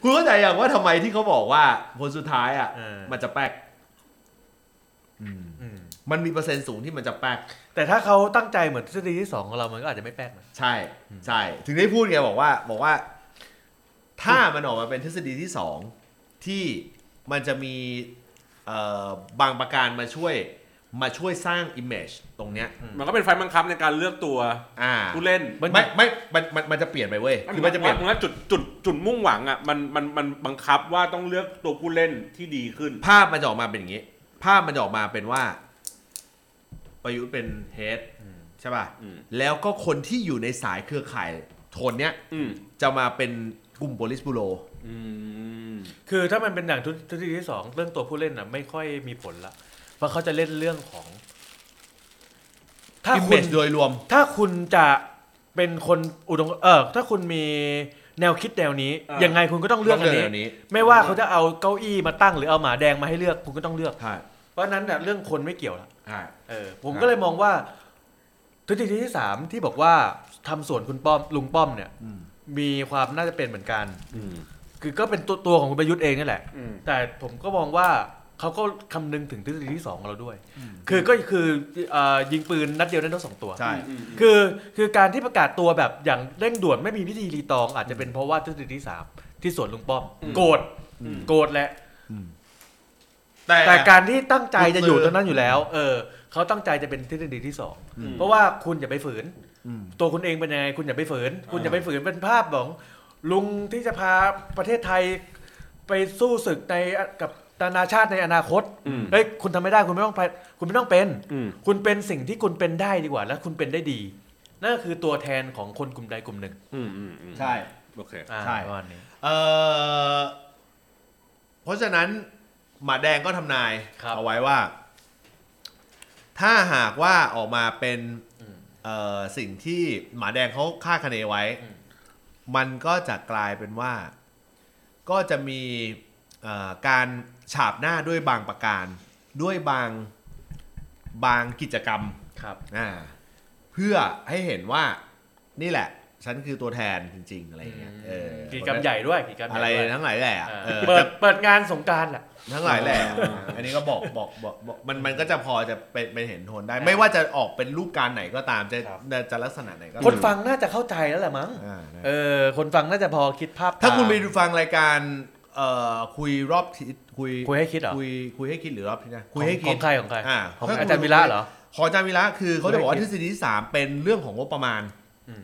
คุณเข้าใจอย่างว่าทำไมที่เขาบอกว่าคนสุดท้ายอ่ะ
เออ
มันจะแป๊ก
อืม
มันมีเปอร์เซ็นต์สูงที่มันจะแป๊ก
แต่ถ้าเขาตั้งใจเหมือนทฤษฎีที่สองของเรามันก็อาจจะไม่แปลกนะ
ใช่ ใช่ ถึงได้พูดไงบอกว่า บอกว่า ถ้ามันออกมาเป็นทฤษฎีที่สองที่มันจะมีเอ่อบางประการมาช่วยมาช่วยสร้าง Image ตรงเนี้ย
มันก็เป็นไฟล์บังคับในการเลือกตัว
อ่า
ผู้เล่น
มัน
ไม่ไม่มันมันมันจะเปลี่ยนไปเว้ยคือมันจะเปลี่ยน
มันก็จุดจุดจุดมุ่งหวังอ่ะมันมันมันบังคับว่าต้องเลือกตัวผู้เล่นที่ดีขึ้น
ภาพมันจะออกมาเป็นอย่างนี้ ภาพมันจะออกมาเป็นว่า ประยุทธ์เป็นเฮดใช่ป่ะ
อืม
แล้วก็คนที่อยู่ในสายเครือข่ายโทนเนี้ย
อืม
จะมาเป็นกลุ่มโ i ลิสบูโร
อืม
คือถ้ามันเป็นอย่างทฤทฤษฎีที่สองเรื่องตัวผู้เล่นน่ะไม่ค่อยมีผลละเพราะเขาจะเล่นเรื่องของ ถ้า
อิมเม
คุณ
จโดยรวม
ถ้าคุณจะเป็นคนอุดมเออถ้าคุณมีแนวคิดแนวนี้
อ่ายั
ยังไงคุณก็ต้องเลือกอัน
รื่
นี้
งนี้
ไม่ว่าเขาจะเอาเก้าอี้มาตั้งหรือเอาหมาแดงมาให้เลือกคุณก็ต้องเลือก
ใช่
เพราะฉะนั้นน่ะเรื่องคนไม่เกี่ยวละ
ใช่
เออผมก็เลยมองว่าทฤษฎีที่สามที่บอกว่าทำสวนคุณป้อมลุงป้อมเนี่ย
อืม
มีความน่าจะเป็นเหมือนกัน
อืม
คือก็เป็นตัวตัวของคุณประยุทธ์เองนี่แหละ
อืม
แต่ผมก็มองว่าเขาก็คำนึงถึงทฤษฎีที่สองของเราด้วย คือก็คือเอ่อยิงปืนนัดเดียวได้ทั้งสองตัว
ใช่
อืม
คือคือการที่ประกาศตัวแบบอย่างเร่งด่วนไม่มีพิธีรีตองอาจจะเป็นเพราะว่าทฤษฎีที่สามที่สวนลุงป้อม โกรธโกรธแหละ
แต่
แต่การที่ตั้งใจจะอยู่ตรงนั้นอยู่แล้ว เออเขาตั้งใจจะเป็นทฤษฎีที่สอง
อืม
เพราะว่าคุณอย่าไปฝืน
อืม
ตัวคุณเองเป็นยังไงคุณอย่าไปฝืน คุณอย่าไปฝืนเป็นภาพของลุงที่จะพาประเทศไทยไปสู้ศึกในกับนานาชาติในอนาคต
อืม
เฮ้ยคุณทำไม่ได้คุณไม่ต้องไปคุณไม่ต้องเป็น
อืม
คุณเป็นสิ่งที่คุณเป็นได้ดีกว่า และคุณเป็นได้ดี นั่นก็คือตัวแทนของคนกลุ่มใดกลุ่มหนึ่ง
อืมอืมอืม
ใช่
โอเค
อ่า
ใช่
ประมาณนี้
เอ่อเพราะฉะนั้นหมาแดงก็ทำนายเอาไว้ว่า ถ้าหากว่าออกมาเป็นเอ่อสิ่งที่หมาแดงเขาคาดคะเนไว้ มันก็จะกลายเป็นว่า ก็จะมีเอ่อการฉาบหน้าด้วยบางประการ ด้วยบางบางกิจกรรม
ครับ
อ่าเพื่อให้เห็นว่านี่แหละ ฉันคือตัวแทนจริง ๆ อะไรอย่างเงี้ยเออ
กิจกรรมใหญ่ด้วยกิจกรรมให
อะ
ญ่
ไร
ด้วย
ทั้งหลายแหละ
อ่า
เออ
เปิ
แต่
ดเปิดงานสงกรารแหละ
ทั้งหลายแหละอันนี้ก็บอกบอกบอกบอกมันมันก็จะพอจะเป็นเป็นเห็นโทนได้ ไม่ว่าจะออกเป็นรูปการไหนก็ตามจะ
ครับ
จะจะลักษณะไหนก็
คนฟังน่าจะเข้าใจแล้วแหละมั้ง
อ่านะ
เออคนฟังน่าจะพอคิดภาพต
ถ้าคุณไปฟังรายการเอ่อคุยรอบทิศคุย
คุยให้คิดเหรอ
คุยคุยให้คิดหรือรอบทิศนะคุย
ของ
ให้
ข
คิ
อ
ด
งใครของใคร
อ่า
ของ
ถ้าคุณ
อาจารย์วิระเหรอ
ของอาจารย์วิระคือเขาจะบอกว่า
คุย
ท
ให้
ฤ
คิด
ษฎีที่สามเป็นเรื่องของงบประมาณ
อืม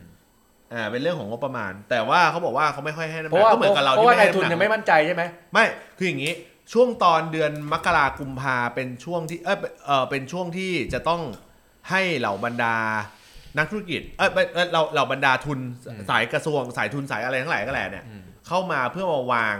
อ่าเป็นเรื่องของงบประมาณ แต่ว่าเขาบอกว่าเขาไม่ค่อยให้น้ำหนั
เพ
ก
ราะว่า
ก็เหมือนกับเรา
เพราะว่า
ให้
นายทุนยังไม่มั่นใจใช่ไหม
ไม่คืออย่างนี้ ช่วงตอนเดือนมกรากุมภาเป็นช่วงที่เออเออเป็นช่วงที่จะต้องให้เหล่าบรรดานักธุรกิจเออไม่เอ่อเราเหล่าบรรดาทุน
อืม
สายกระทรวงสายทุนสายอะไรทั้งหลายก็แหละเนี่ย
อืม
เข้ามาเพื่อมาวาง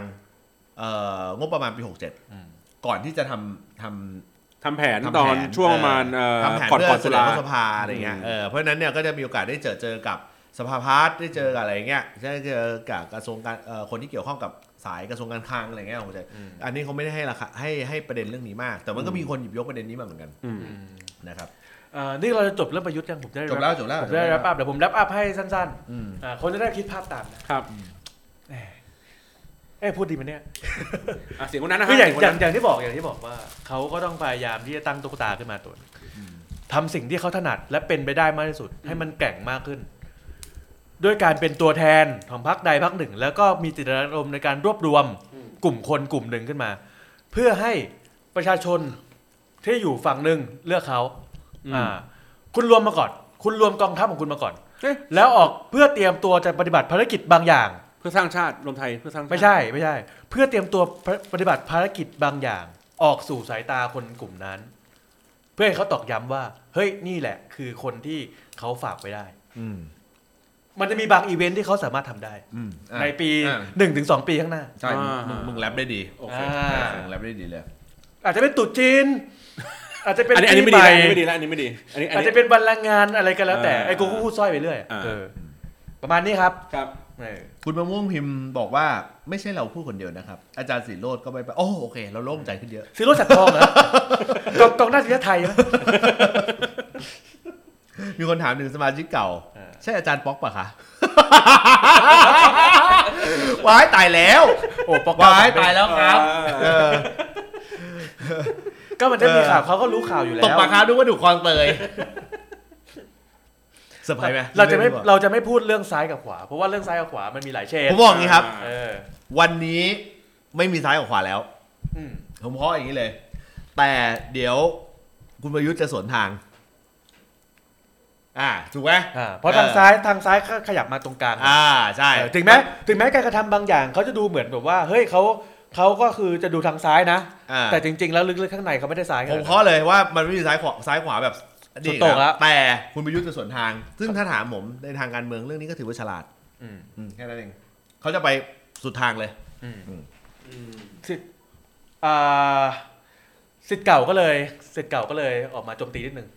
เอ่องบประมาณปี
อืม
67 ก่อนที่จะทำทำ
ทำแผน
ทำแผน
ตอนช่วงประมาณ
เอ
เอ่
อ
อ
ทำแผน
ก่อน
เพื่
ก่อ
อน เส
สุ
นอ
รา
เข้าสภาอะไรเงี้ย
อืม
เออเพราะฉะนั้นเนี่ยก็จะมีโอกาสได้เจอเจอกับสภาพัฒน์ได้เจอกับอะไรเงี้ยได้เจอกับกระทรวงการเอ่อคนที่เกี่ยวข้องกับสายกระทรวงการคลังอะไรเงี้ยผมจะ
อืม
อันนี้เขาไม่ได้ให้ราคาให้ให้ประเด็นเรื่องนี้มาก แต่มันก็มีคนหยิบยกประเด็นนี้มาเหมือนกัน
อืม
อืม
นะครับ
เอ่อนี่เราจะจบเรื่องประยุทธ์ยังผมจะได้
จบแล้วจบแล้ว
ผมจะได้รับอัพเดี๋ยวผมรับอัพให้สั้น
อืม
ๆอ่าคนจะได้คิดภาพตามนะครับแหมเอ้ยพูดดีไหมเนี่ย
อ่ะเสียงคนนั้นนะ
คืออย่าง
เสี
อ
ยงคน
ย่าน ง
นั้
อย่างที่บอกอย่างที่บอกว่าเขาก็ต้องพยายามที่จะตั้งตุ๊กตาขึ้นมาตัวหนึ่งทำสิ่งที่เขาถนัดและเป็นไปได้มากที่สุด ให้มันแกร่งมากขึ้น ด้วยการเป็นตัวแทนของพรรคใดพรรคหนึ่ง แล้วก็มีจิตอารมณ์ในการรวบรวม
อืม
กลุ่มคนกลุ่มหนึ่งขึ้นมา เพื่อให้ประชาชนที่อยู่ฝั่งหนึ่งเลือกเขาอ่า คุณรวมมาก่อน คุณรวมกองทัพของคุณมาก่อน
เอ๊ะ
แล้วออกเพื่อเตรียมตัวจะปฏิบัติภารกิจบางอย่าง
เพื่อสร้างชาติรวมไทยเพื่อสร้างชาติ
ไม่ใช่ไม่ใช่ เพื่อเตรียมตัวปปฏิบัติภารกิจบางอย่าง ออกสู่สายตาคนกลุ่มนั้น เพื่อให้เขาตอกย้ำว่า เฮ้ยนี่แหละ คือคนที่เขาฝากไว้ได้
อืม
มันจะมีบางอีเวนท์ที่เขาสามารถทำได้
อืมอ่ะ
ในปี
อ่ะ
1นถึงสปีข้างหน้า
ใช่มึงมึงมึงแรปได้ดี
โอเค
อ่า
มึงแรปได้ดีเลย
อาจจะเป็นตรุ๊จีน อาจจะเป็น
อันนี้อันนี้ไม่
ปี
ดี
ให
ละ
ม่
อันนี้ไม่ดีละอันนี้ไม่ดีอันนี้อัน
อาจ
นี้
จะเป็นวันแรงงานอะไรก็แล้วแต่
อ่า
ไอ้กูก็พูดสร้อยไปเรื่อยอะ
อ่า
เออประมาณนี้ครับ
ครับ
เออ
คุณมะม่วงพิมพ์บอกว่าไม่ใช่เราพูดคนเดียวนะครับอาจารย์สีโรดก็ไปไปโอ้โอเค เราโล่งใจขึ้นเยอะ
ซื้อรถสัตว์ทอง เหรอกองกองหน้าทีมชาติไทยไหม
มีคนถามถึงสมาชิกเก่า
เออ
ใช่อาจารย์ป๊อกปะคะ ว้ายตายแล้ว
โอ้ปอกเก้
ว้ายตายแล้วครับ
เอ
ก็มันจะมีข่าวเขาก็รู้ข่าวอยู่แล้ว
ตกปากครับนึกว่าดูคลองเตยเซอร์ไพรส์ไหม
เราจะไม่
ดีกว่
เราจะไม่พูดเรื่องซ้ายกับขวา เพราะว่าเรื่องซ้ายกับขวามันมีหลายเชน
ผมบอกอย่างนี้ครับ
เออ
วันนี้ไม่มีซ้ายกับขวาแล้ว
อืม
ผมเพาะอย่างนี้เลย แต่เดี๋ยวคุณประยุทธ์จะสวนทาง อ่าถูกไหม
อ่าเพราะ
เออ
ทางซ้ายทางซ้ายก็ขยับมาตรงกลาง
อ่าใช่
เออถึงแม้ถึงแม้การกระทำบางอย่างเขาจะดูเหมือนแบบว่าเฮ้ยเขาเขาก็คือจะดูทางซ้ายนะ
อ่า
แต่จริง ๆ แล้วลึกๆข้างในเขาไม่ได้ซ้ายกั
ผ
น
มเคาะเลยว่ามันไม่มีซ้ายขวาซ้ายขวาแบบ
สุดโต่ง
ครับ
ละ
แต่คุณประยุทธ์จะสวนทาง ซึ่งถ้าถามผมในทางการเมืองเรื่องนี้ก็ถือว่าฉลาด
อืม
อืมแค่นั้นเองเขาจะไปสุดทางเลย
อืม
อืม
อ่าสิทธิ์เก่าก็เลยสิทธิ์เก่าก็เลยออกมาโจมตีนิดนึง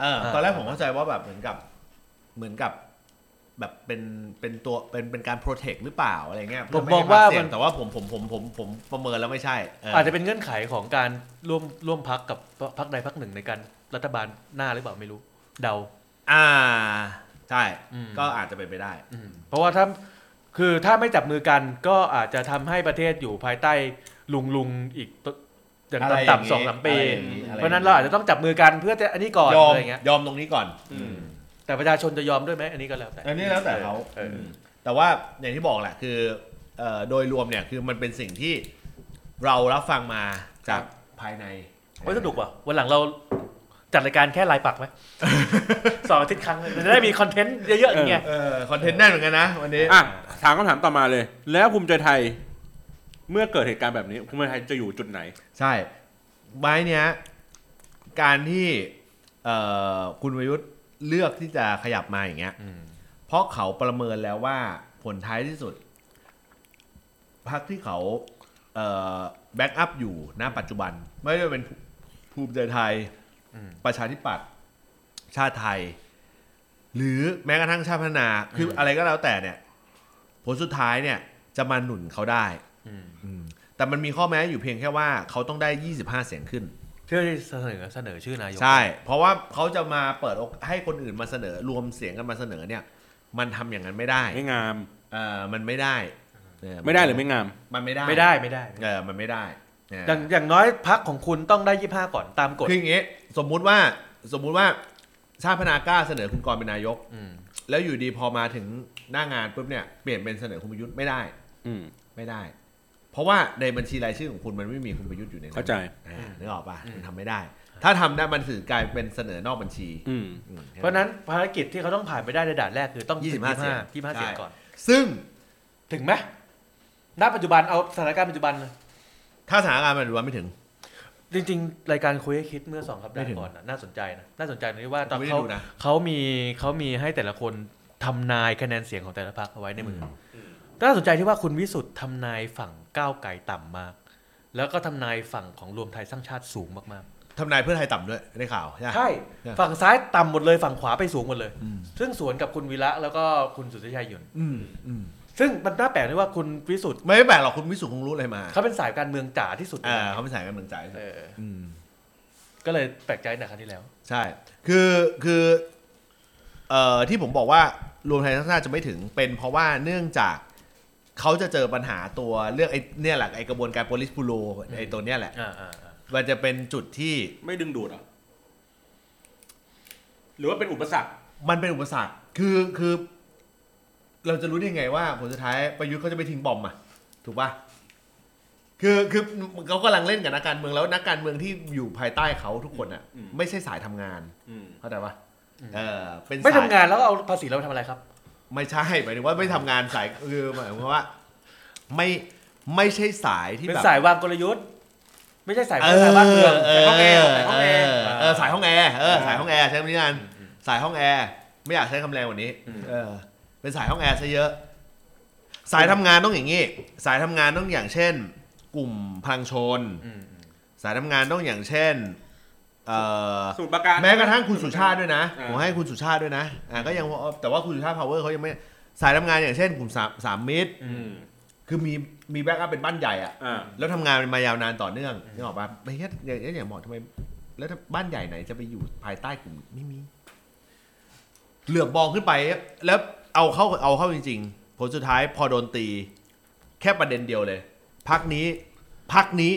เออ
อ่า
ตอนแรกผมเข้าใจว่าแบบเหมือนกับเหมือนกับ แบบเป็นเป็นตัวเป็นเป็นการโปรเทคหรือเปล่าอะไรเงี้ย
ผม
เพื่
มอง
ให้คว
ว่า
เสี่ย
มัน
แต่ว่าผมผมผมผมผมประเมินแล้วไม่ใช่เอออ
อาจจะเป็นเงื่อนไขของการร่วมร่วมพักกับพักใดพักหนึ่งในการรัฐบาลหน้าหรือเปล่าไม่รู้เดา
อ่า ใช่
อืม
ก็อาจจะเป็นไปได้
เพราะว่าถ้าคือถ้าไม่จับมือกันก็อาจจะทำให้ประเทศอยู่ภายใต้ลุงลุงๆอีกตอย่าง
อะไรอย่างนี้
ต่ำๆสองสามปี
อะไรอย่างนี้อะไรอย่างนี้
เพราะฉะนั้นเราอาจจะต้องจับมือกันเพื่อจะอันนี้ก่อน
ยอม
อะไรอย่างเงี้ย
ยอมตรงนี้ก่อน
อืม
แต่ประชาชนจะยอมด้วยไหมอันนี้ก็แล้วแต่
อันนี้แล้วแต่เขา
ออ
มแต่ว่าอย่างที่บอกแหละคือเอ่อโดยรวมเนี่ยคือมันเป็นสิ่งที่เรารับฟังมาจากภายใน
เฮ้ยสนุกว่ะวันหลังเราจัดรายการแค่ลายปัก ไหม สองอาทิตย์ครั้งเลยมันจะได้มีคอนเทนต์เยอะๆอย่างเงี้ย
เออคอนเทนต์แน่นเหมือนกันนะวันนี้
อ่ะถามคำถามต่อมาเลย แล้วภูมิใจไทย เมื่อเกิดเหตุการณ์แบบนี้ภูมิใจไทยจะอยู่จุดไหน
ใช่ไม้เนี้ยการที่เอ่อคุณวรยุทธ์เลือกที่จะขยับมาอย่างเงี้ย เพราะเขาประเมินแล้วว่าผลท้ายที่สุดพรรคที่เขาแบ็กอัพอยู่ณปัจจุบัน ไม่ว่าเป็นภูภูมิใจไทย ประชาธิปัตย์ชาติไทย หรือแม้กระทั่งชาติพัฒนา คืออะไรก็แล้วแต่เนี่ย ผลสุดท้ายเนี่ย จะมาหนุนเขาได้
อืม
อืมแต่มันมีข้อแม้อยู่เพียงแค่ว่าเขาต้องได้ 25 เสียงขึ้น
ที่เสนอเสนอชื่อนายก
ใช่ เพราะว่าเขาจะมาเปิดโอกให้คนอื่นมาเสนอรวมเสียงกันมาเสนอเนี่ย มันทำอย่างนั้นไม่ได้
ไม่งาม
เออมันไม่ได้เออน
ไม่ได้หรือไม่งาม
มันไม่ได้
ไม่ได้ไม่ได้
เออมันไม่ได้เ
อย่างอย่างน้อยพักของคุณต้องได้ยี่ห้าก่อนตามกฎ
คืออย่างงี้สมมุติว่าสมมุติว่าชาติพฒนากล้าเสนอคุณกรณ์เป็นนายก
ม
แล้วอยู่ดีพอมาถึงหน้างานปุ๊บเนี่ยเปลี่ยนเป็นเสนอคุณประยุทธ์ไม่ได้
อืม
ไม่ได้ เพราะว่าในบัญชีรายชื่อของคุณมันไม่มีคุณประยุทธ์อยู่ในนั้น
เข้าใจ
อ่านึกออกปะมันทำไม่ได้ ถ้าทำได้มันถือกลายเป็นเสนอนอกบัญชี
อืม
อืม
เพราะฉะนั้นภารกิจที่เขาต้องผ่านไปได้ในด่านแรกคือต้อง
25เสียง
ยี่ห้า
ใช่
เสียงก่อน
ซึ่ง
ถึงไหมณปัจจุบันเอาสถานการณ์ปัจจุบันเลย
ถ้าสถานการณ์มันดูว่าไม่ถึง
จริง ๆ รายการคุยให้คิดเมื่อสองสัปดา
ไม่ถึ
ห์
ง
ก่อนน่ะน่าสนใจนะน่าสนใจตรงที่ว่าตอน
ไม่ได้
เขา
ดูนะ
เขามีเขามีให้แต่ละคนทำนายคะแนนเสียงของแต่ละพรรคเอาไว้ในมืออน่าสนใจที่ว่าคุณวิสุทธ์ทำนายฝั่งก้าวไกลต่ำมาก แล้วก็ทำนายฝั่งของรวมไทยสร้างชาติสูงมาก
ทำนายเพื่อไทยต่ำด้วยได้ข่าวใช่ไหม
ๆใช่
ใช่
ฝั่งซ้ายต่ำหมดเลยฝั่งขวาไปสูงหมดเลย
อืม
ซึ่งสวนกับคุณวีระแล้วก็คุณสุทธิชัยหยุ่น
อืมอืม
ซึ่งมันน่าแปลกที่ว่าคุณวิสุทธ์
ไม่ได้แปลกหรอกคุณวิสุทธ์คงรู้อะไรมา
เขาเป็นสายการเมืองจ๋าที่สุด
เออเขาเป็นสายการเมืองใจ
เออ
อืม
ก็เลยแปลกใจหนักครั้งที่แล้ว
ใช่ คือ คือ เอ่อ ที่ผมบอกว่ารวมไทยสร้างชาติจะไม่ถึง เป็นเพราะว่าเนื่องจากเขาจะเจอปัญหาตัวเรื่องไอ้เนี่ยแหละไอ้กระบวนการ police bureau ไอ้ตัวเนี้ยแหละ
อ่าอ่าอ่า
มันจะเป็นจุดที่
ไม่ดึงดูดเหรอ หรือว่าเป็นอุปสรรค
มันเป็นอุปสรรค คือ คือ เราจะรู้ได้ยังไงว่าผลสุดท้ายประยุทธ์เขาจะไปทิ้งบอมบ์อ่ะ ถูกปะคือ คือเขากำลังเล่นกับนักการเมืองแล้วนักการเมืองที่อยู่ภายใต้เขาทุกคนอ่ะ
อืม
ไม่ใช่สายทำงาน
อืม
เข้าใจปะเออ เป็น
ไม่
สาย
ทำงานแล้วก็เอาภาษีเราไปทำอะไรครับ
ไม่ใช่หมายถึงว่าไม่ทำงานสายคือหมายความว่า ไม่ไม่ใช่สายที่
เป็น
แบบ
สายวางกลยุทธ์ ไม่ใช่สาย
เอ
เพื่อสายบ้านเมือง
เอ
สาย
อ
ห้องแอร์สายห้องแอร์
เออสายห้องแอร์เออสายห้องแอร์ใช้คำนี้นันสายห้องแอร์ไม่อยากใช้คำแรงกว่านี้
อืม
เออ เป็นสายห้องแอร์ซะเยอะ สายทำงานต้องอย่างนี้ สายทำงานต้องอย่างเช่น กลุ่มพลังชน
อืม
สายทำงานต้องอย่างเช่นเอ่อ
สมุดประการ
แม้กระทั่งคุณสุชาติด้วยนะ
อ่า
ผมให้คุณสุชาติด้วยนะ อ่าก็ยังว่าแต่ว่าคุณสุชาติพาวเวอร์เขายังไม่สายทำงานอย่างเช่นกลุ่มสามสามมิตร
อืม
คือมีมีแบ็กอัพเป็นบ้านใหญ่อะ
อ่า
แล้วทำงานมายาวนานต่อเนื่องนึกออกปะไม่ใช่อย่างอย่างอย่างหมอทำไม แล้วถ้าบ้านใหญ่ไหนจะไปอยู่ภายใต้กลุ่มไม่มี เหลือบมองขึ้นไป แล้วเอาเข้าเอาเข้าจริงๆผลสุดท้ายพอโดนตี แค่ประเด็นเดียวเลยพักนี้พักนี้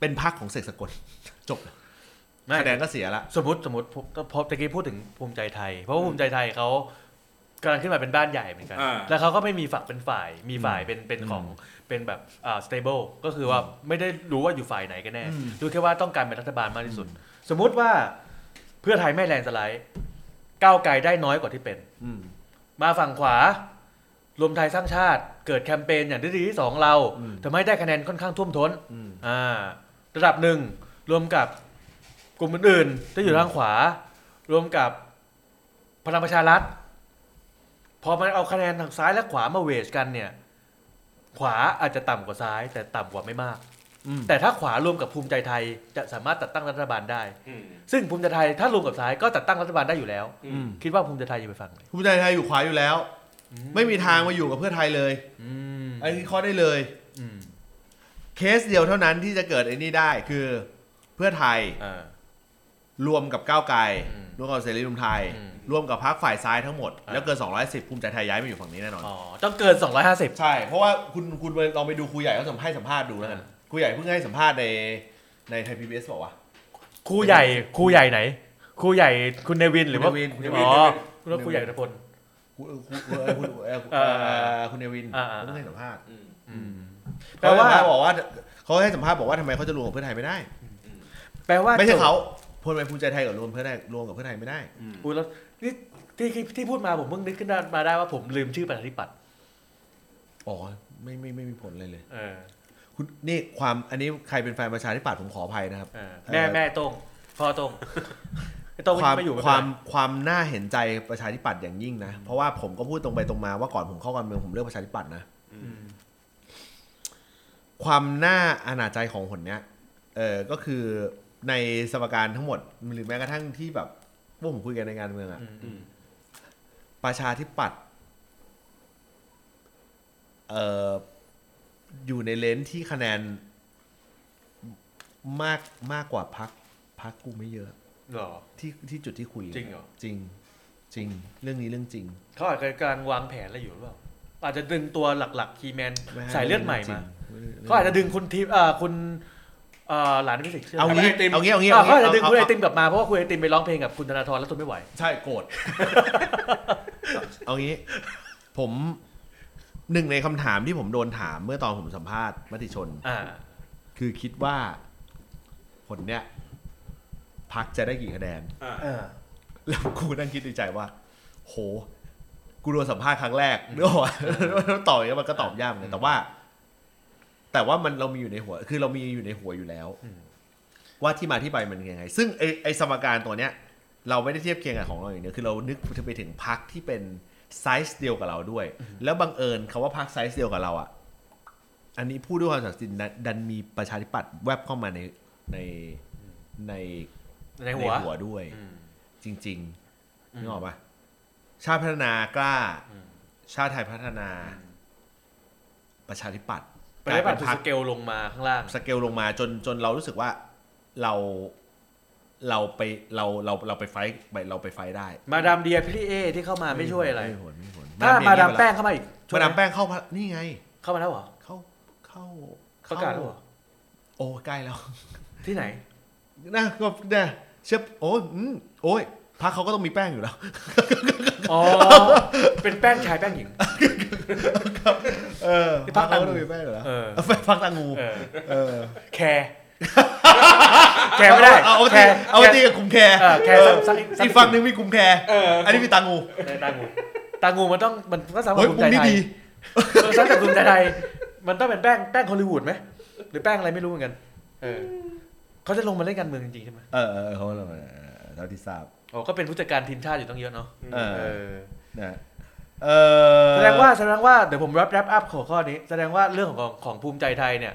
เป็นพักของเสกสกล จบ
ไม่
คะแนนก็เสียละ
สมมติสมมติผมก็พบตะกี้พูดถึงภูมิใจไทย เพราะว่าภูมิใจไทยเขากำลังขึ้นมาเป็นบ้านใหญ่เหมือนกัน
อ่า
แล้วเขาก็ไม่มีฝักเป็นฝ่าย มีฝ่ายเป็นเป็น
อืม
ของเป็นแบบอ่า stable ก็คือว่าไม่ได้รู้ว่าอยู่ฝ่ายไหนกันแน่
อืม
รู้แค่ว่าต้องการเป็นรัฐบาลมากที่สุด สมมุติว่าเพื่อไทยไม่แลนด์สไลด์ก้าวไกลได้น้อยกว่าที่เป็น
อืม
มาฝั่งขวา รวมไทยสร้างชาติ เกิดแคมเปญอย่างที่ดีที่สองเรา
อืม
ทำให้ได้คะแนนค่อนข้างท่วมท้น
อืม
อ่า ระดับหนึ่งรวมกับกลุ่มอื่นๆที่อยู่ทางขวา รวมกับพลังประชารัฐ พอมันเอาคะแนนทางซ้ายและขวามาเวชกันเนี่ย ขวาอาจจะต่ำกว่าซ้าย แต่ต่ำกว่าไม่มาก
อืม
แต่ถ้าขวารวมกับภูมิใจไทยจะสามารถจัดตั้งรัฐบาลได้
อืม
ซึ่งภูมิใจไทยถ้ารวมกับซ้ายก็จัดตั้งรัฐบาลได้อยู่แล้ว
อืม
คิดว่าภูมิใจไทยจะไปฝั่งไหน
ภูมิใจไทยอยู่ขวาอยู่แล้ว ไม่มีทางมาอยู่กับเพื่อไทยเลย
อืม
อันนี้ข้อได้เลย
อืม
เคสเดียวเท่านั้นที่จะเกิดไอ้นี่ได้คือเพื่อไทย
อ่า
รวมกับก้าวไกล
อืม
รวมกับเสรีรวมไทย
อืม
รวมกับพรรคฝ่ายซ้ายทั้งหมด
อ่า
แล้วเกิน 210 ภูมิใจไทยย้ายมาอยู่ฝั่งนี้แน่นอน
อ๋อ ต้องเกิน 250
ใช่ เพราะว่าคุณคุณลองไปดูครูใหญ่เขาสัมภาษณ์สัมภาษณ์ดูแล้วกัน
อ่า
ครูใหญ่เพิ่งให้สัมภาษณ์ในในไทยพีบีเอสบอกว่าว
ครูใหญ่ครูใหญ่ไหนครูใหญ่คุณเนวินหรือว่า
คุณเนวินคุณเนวิ
อ๋
น
อคุณว่าครูใหญ่ธพล
คุณคุณเอ่อคุณเอ่อคุณเอ่อคุณเนวิน
อ่าอ่า
เขาเพิ่งให้สัมภาษณ์
อืม
แปลว่าบอกว่าเขาให้สัมภาษณ์บอกว่าทำไมเขาจะรวมกับเพื่อไทยไม่ได้
แปลว่า
ไม่ใช่เขาพลไปภูมิใจไทยกับรวมเพื่อไทยรวมกับเพื่อไทยไม่ได้
อืม
อุ๊ยแล้วนี่ที่ที่ที่พูดมาผมเพิ่งนึกขึ้นได้มาได้ว่าผมลืมชื่อประชาธิปัตย์
อ๋อไม่ไม่ไม่มีผลเลยเลย
เออ
คุณนี่ความอันนี้ใครเป็นแฟนประชาธิปัตย์ผมขออภัยนะครับ
เออแม่
เออ
แม่โต้งพ่อโต้งไอ้โต้ง
ความ
ไม่อยู่ไม่
ค
เป็นไร
วามความน่าเห็นใจประชาธิปัตย์อย่างยิ่งนะ เพราะว่าผมก็พูดตรงไปตรงมาว่าก่อนผมเข้าการเมืองผมเลือกประชาธิปัตย์นะ
อื
อื
ม
ม
ความน่าอนาจใจของคนเนี้ยเออก็คือในสมการทั้งหมดหรือแม้กระทั่งที่แบบพวกผมคุยกันในการเมืองอะ
อืม
อืม
ประชาธิปัตย์เอออยู่ในเลนส์ที่คะแนน มากมากกว่าพักพักกูไม่เยอะ
หรอ
ที่ที่จุดที่คุยกัน
จริงเหรอ
จริง จริง เรื่องนี้เรื่องจริง
เขาอาจจะกำลังวางแผนอะไรอยู่หรือเปล่าอาจจะดึงตัวหลักๆคีแมน
ไให้
สายเลือดใหม่มา
รื่องจริง
เขาอาจจะดึงคุณทีเอ่อคุณเอ่อหลานพิสิกชื่อ
เอา
อะไร
งี้
ไอติม
เอางี้เอางี้
อ่ะเขาอาจจะดึงคุณไอติ
เาม
กลับมาเพราะว่าคุณไอติมไปร้องเพลงกับคุณธนาธรแล้วทนไม่ไหว
าใช่โกรธ เอางี้ ผมหนึ่งในคำถามที่ผมโดนถามเมื่อตอนผมสัมภาษณ์มติชน
อ่า
คือคิดว่าผลเนี้ยพักจะได้กี่คะแนน
อ่า
เออ
แล้วกูนั่งคิดในใจว่า โห กูโดนสัมภาษณ์ครั้งแรกเนกอะแล้วต่ออย่างเงี้ยมันก็ตอบยากเหมือนกันแต่ว่า แต่ว่ามันเรามีอยู่ในหัว คือเรามีอยู่ในหัวอยู่แล้ว
อืม
ว่าที่มาที่ไปมันยังไง ซึ่งไอไอสมการตัวเนี้ย เราไม่ได้เทียบเคียงกับของเราอย่างเดียวคือเรานึกไปถึงพักที่เป็นไซส์เดียวกับเราด้วย แล้วบังเอิญคาว่าพักไซส์เดียวกับเราอ่ะ อันนี้พูดด้วยความศักดิ์สิทธิ์นะดันมีประชาธิปัตย์แวบเข้ามาในในใน
ในหัว
ด้วย
อืม
จริง
อื
ๆ
ม
นึกออกปะชาติพัฒนากล้า
อืม
ชาติไทยพัฒนาประชาธิปัตย์
ไปได้
ก
แบบ
ลาย
ส
เป็น
เกลลงมาข้างล่าง
พรรคสเกลลงมาจนจนเรารู้สึกว่าเราเราไปเราเราเราไปไฟท์ไปเราไปไฟท์ได้
มาดามเดียพี่เอที่เข้ามาไม่ช่วยอะไร
ไม่ผลไม่ผล
ถ้ามาดามแป้งเข้ามาอีกช่ว
มาย
ไห
ดามแป้งเข้าพรรคนี่ไง
เข้ามาแล้วเหรอ
เข้าเข้า
ประกาศแล้วเหรอ
โอ้ใกล้แล้ว
ที่ไหน
นะก็นะเชื่อโอ้ยอืมโอ้ยพรรคเขาก็ต้องมีแป้งอยู่แล้ว
อ๋อ เป็นแป้งชายแป้งหญิง
เออ
ที่
พ
พ
ร
ร
รค
รค
เขาก็
ตางู
ต้องมีแป้งอยู่แล้ว
เออ
เออพรรคตางู
เออ
เออ
แคร์ แคร์ไม่ได้
เอาเอา
แค
ตี
ร์
เอาตี
แคร์
กับกลุ่มแคร์
เออแคร์สักสักสัก
อีกฝั่งหนึ่งมีกลุ่มแคร์อันนี้มีตางู
เออตางูตางูมันต้องมันก็สามาร
เฮ้
ถ
ย
ภู
ก
มิ
ลุ่ม
ใจ
นี้
ไทย
ดี
เออสามารถภูมิใจไทยมันต้องเป็นแป้งแป้งฮอลลีวูดไหมหรือแป้งอะไรไม่รู้เหมือนกัน เออเขาจะลงมาเล่นการเมืองจริงๆใช่ไหม
เออเออเขาเราเออเท่าที่ทราบ
อ๋อก็เป็นผู้จัดการทีมชาติอยู่ต้องเยอะเนาะ
เออ
เออ
นะเออ
แสดงว่าแสดงว่าเดี๋ยวผมรับแรปอัพของข้อนี้ แสดงว่าเรื่องของของภูมิใจไทยเนี่ย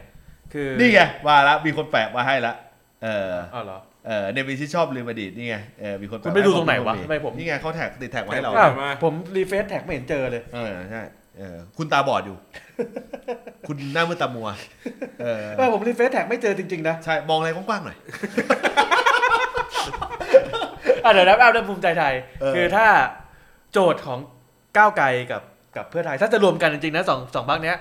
คือ
นี่ไงมาละมีคนแปะมาให้ละเออ
อ๋อเหรอ
เออในวิที่ชอบลืมอดีตนี่ไงเออมีคนแปะ
คุณไปดู
า
ตรงไหนวะ
ผ
ทำไมผม
นี่ไงเขาแท็กติดแท็กไว้ให้เรา
แท็
อ้าก วผมรีเฟซแท็กไม่เห็นเจอเลย
เออใช่เออคุณตาบอดอยู่ คุณหน้ามืดตามัวเออ
เออผมรีเฟซแท็กไม่เจอจริงๆนะ
ใช่มองอะไรกว้างๆหน่อย
อ่ะเดี๋ยวรับแรปอัพเรื่องภูมิใจไทย
เออ
คือถ้าโจทย์ของก้าวไกลกับกับเพื่อไทย ถ้าจะรวมกันจริงๆนะสองสองพักเนี้ย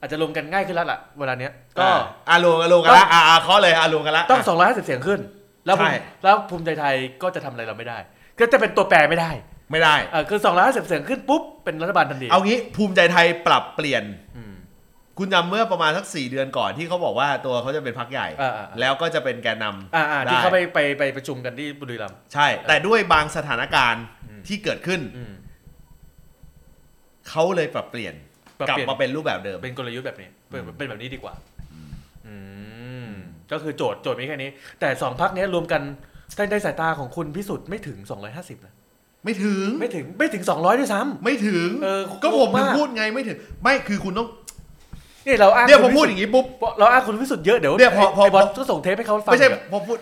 อาจจะรวมกันง่ายขึ้นแล้วล่ะเวลาเนี้ยก็
อ่ะอารมณ์อารมณ์กันละอ่าอ่าเคาะเลยอารมณ์กันละ
ต้อง 250 เสียงขึ้น แล้วภูมิ
ใช่
แล้วภูมิใจไทยก็จะทำอะไรเราไม่ได้ ก็จะเป็นตัวแปรไม่ได้
ไม่ได้
เออคือ250เสียงขึ้นปุ๊บเป็นรัฐบาลทันที
เอางี้ภูมิใจไทยปรับเปลี่ยน
อืม
คุณจำเมื่อประมาณสักสี่เดือนก่อนที่เขาบอกว่าตัวเขาจะเป็นพักใหญ่
อ่าอ่าอ่า
แล้วก็จะเป็นแกนน
อ่าอ่า
ำ
ที่เขาไป
ได้
ไปไปประชุมกันที่บุรีรัมย์
ใช่ แต่ด้วยบางสถานการณ์ที่เกิดขึ้น เขาเลยปรับเปลี่ยน
ปรับ
กลับ
เปลี่ยน
มาเป็นรูปแบบเดิม
เป็นกลยุทธ์แบบนี้เป็นเป็นแบบนี้ดีกว่าอืมก็คือโจทย์โจทย์มีแค่นี้ แต่สองพักนี้ยรวมกันใต้ใต้สายตาของคุณพิสุทธิ์ไม่ถึง 250นะ
ไม่ถึง
ไม่ถึงไม่ถึง 200 ด้วยซ้
ไม่ถึง
เออ
ก็ผมถึง
มาก
พูดไงไม่ถึง ไม่คือคุณต้อง
ำนี่เราอ้าง
เนี่ยผมพูด
คุ
อ
ณพิสุทธิ์
ย่างนี้ปุ๊บ
เราอ้างคุณพิสุทธิ์เยอะเดี๋ยว
เนี่ยพอพอ
ไบอล
พอ
ก็ส่งเทปให้เขาฟัง
ไม่ใช่
เดี๋ยว
ผมพูด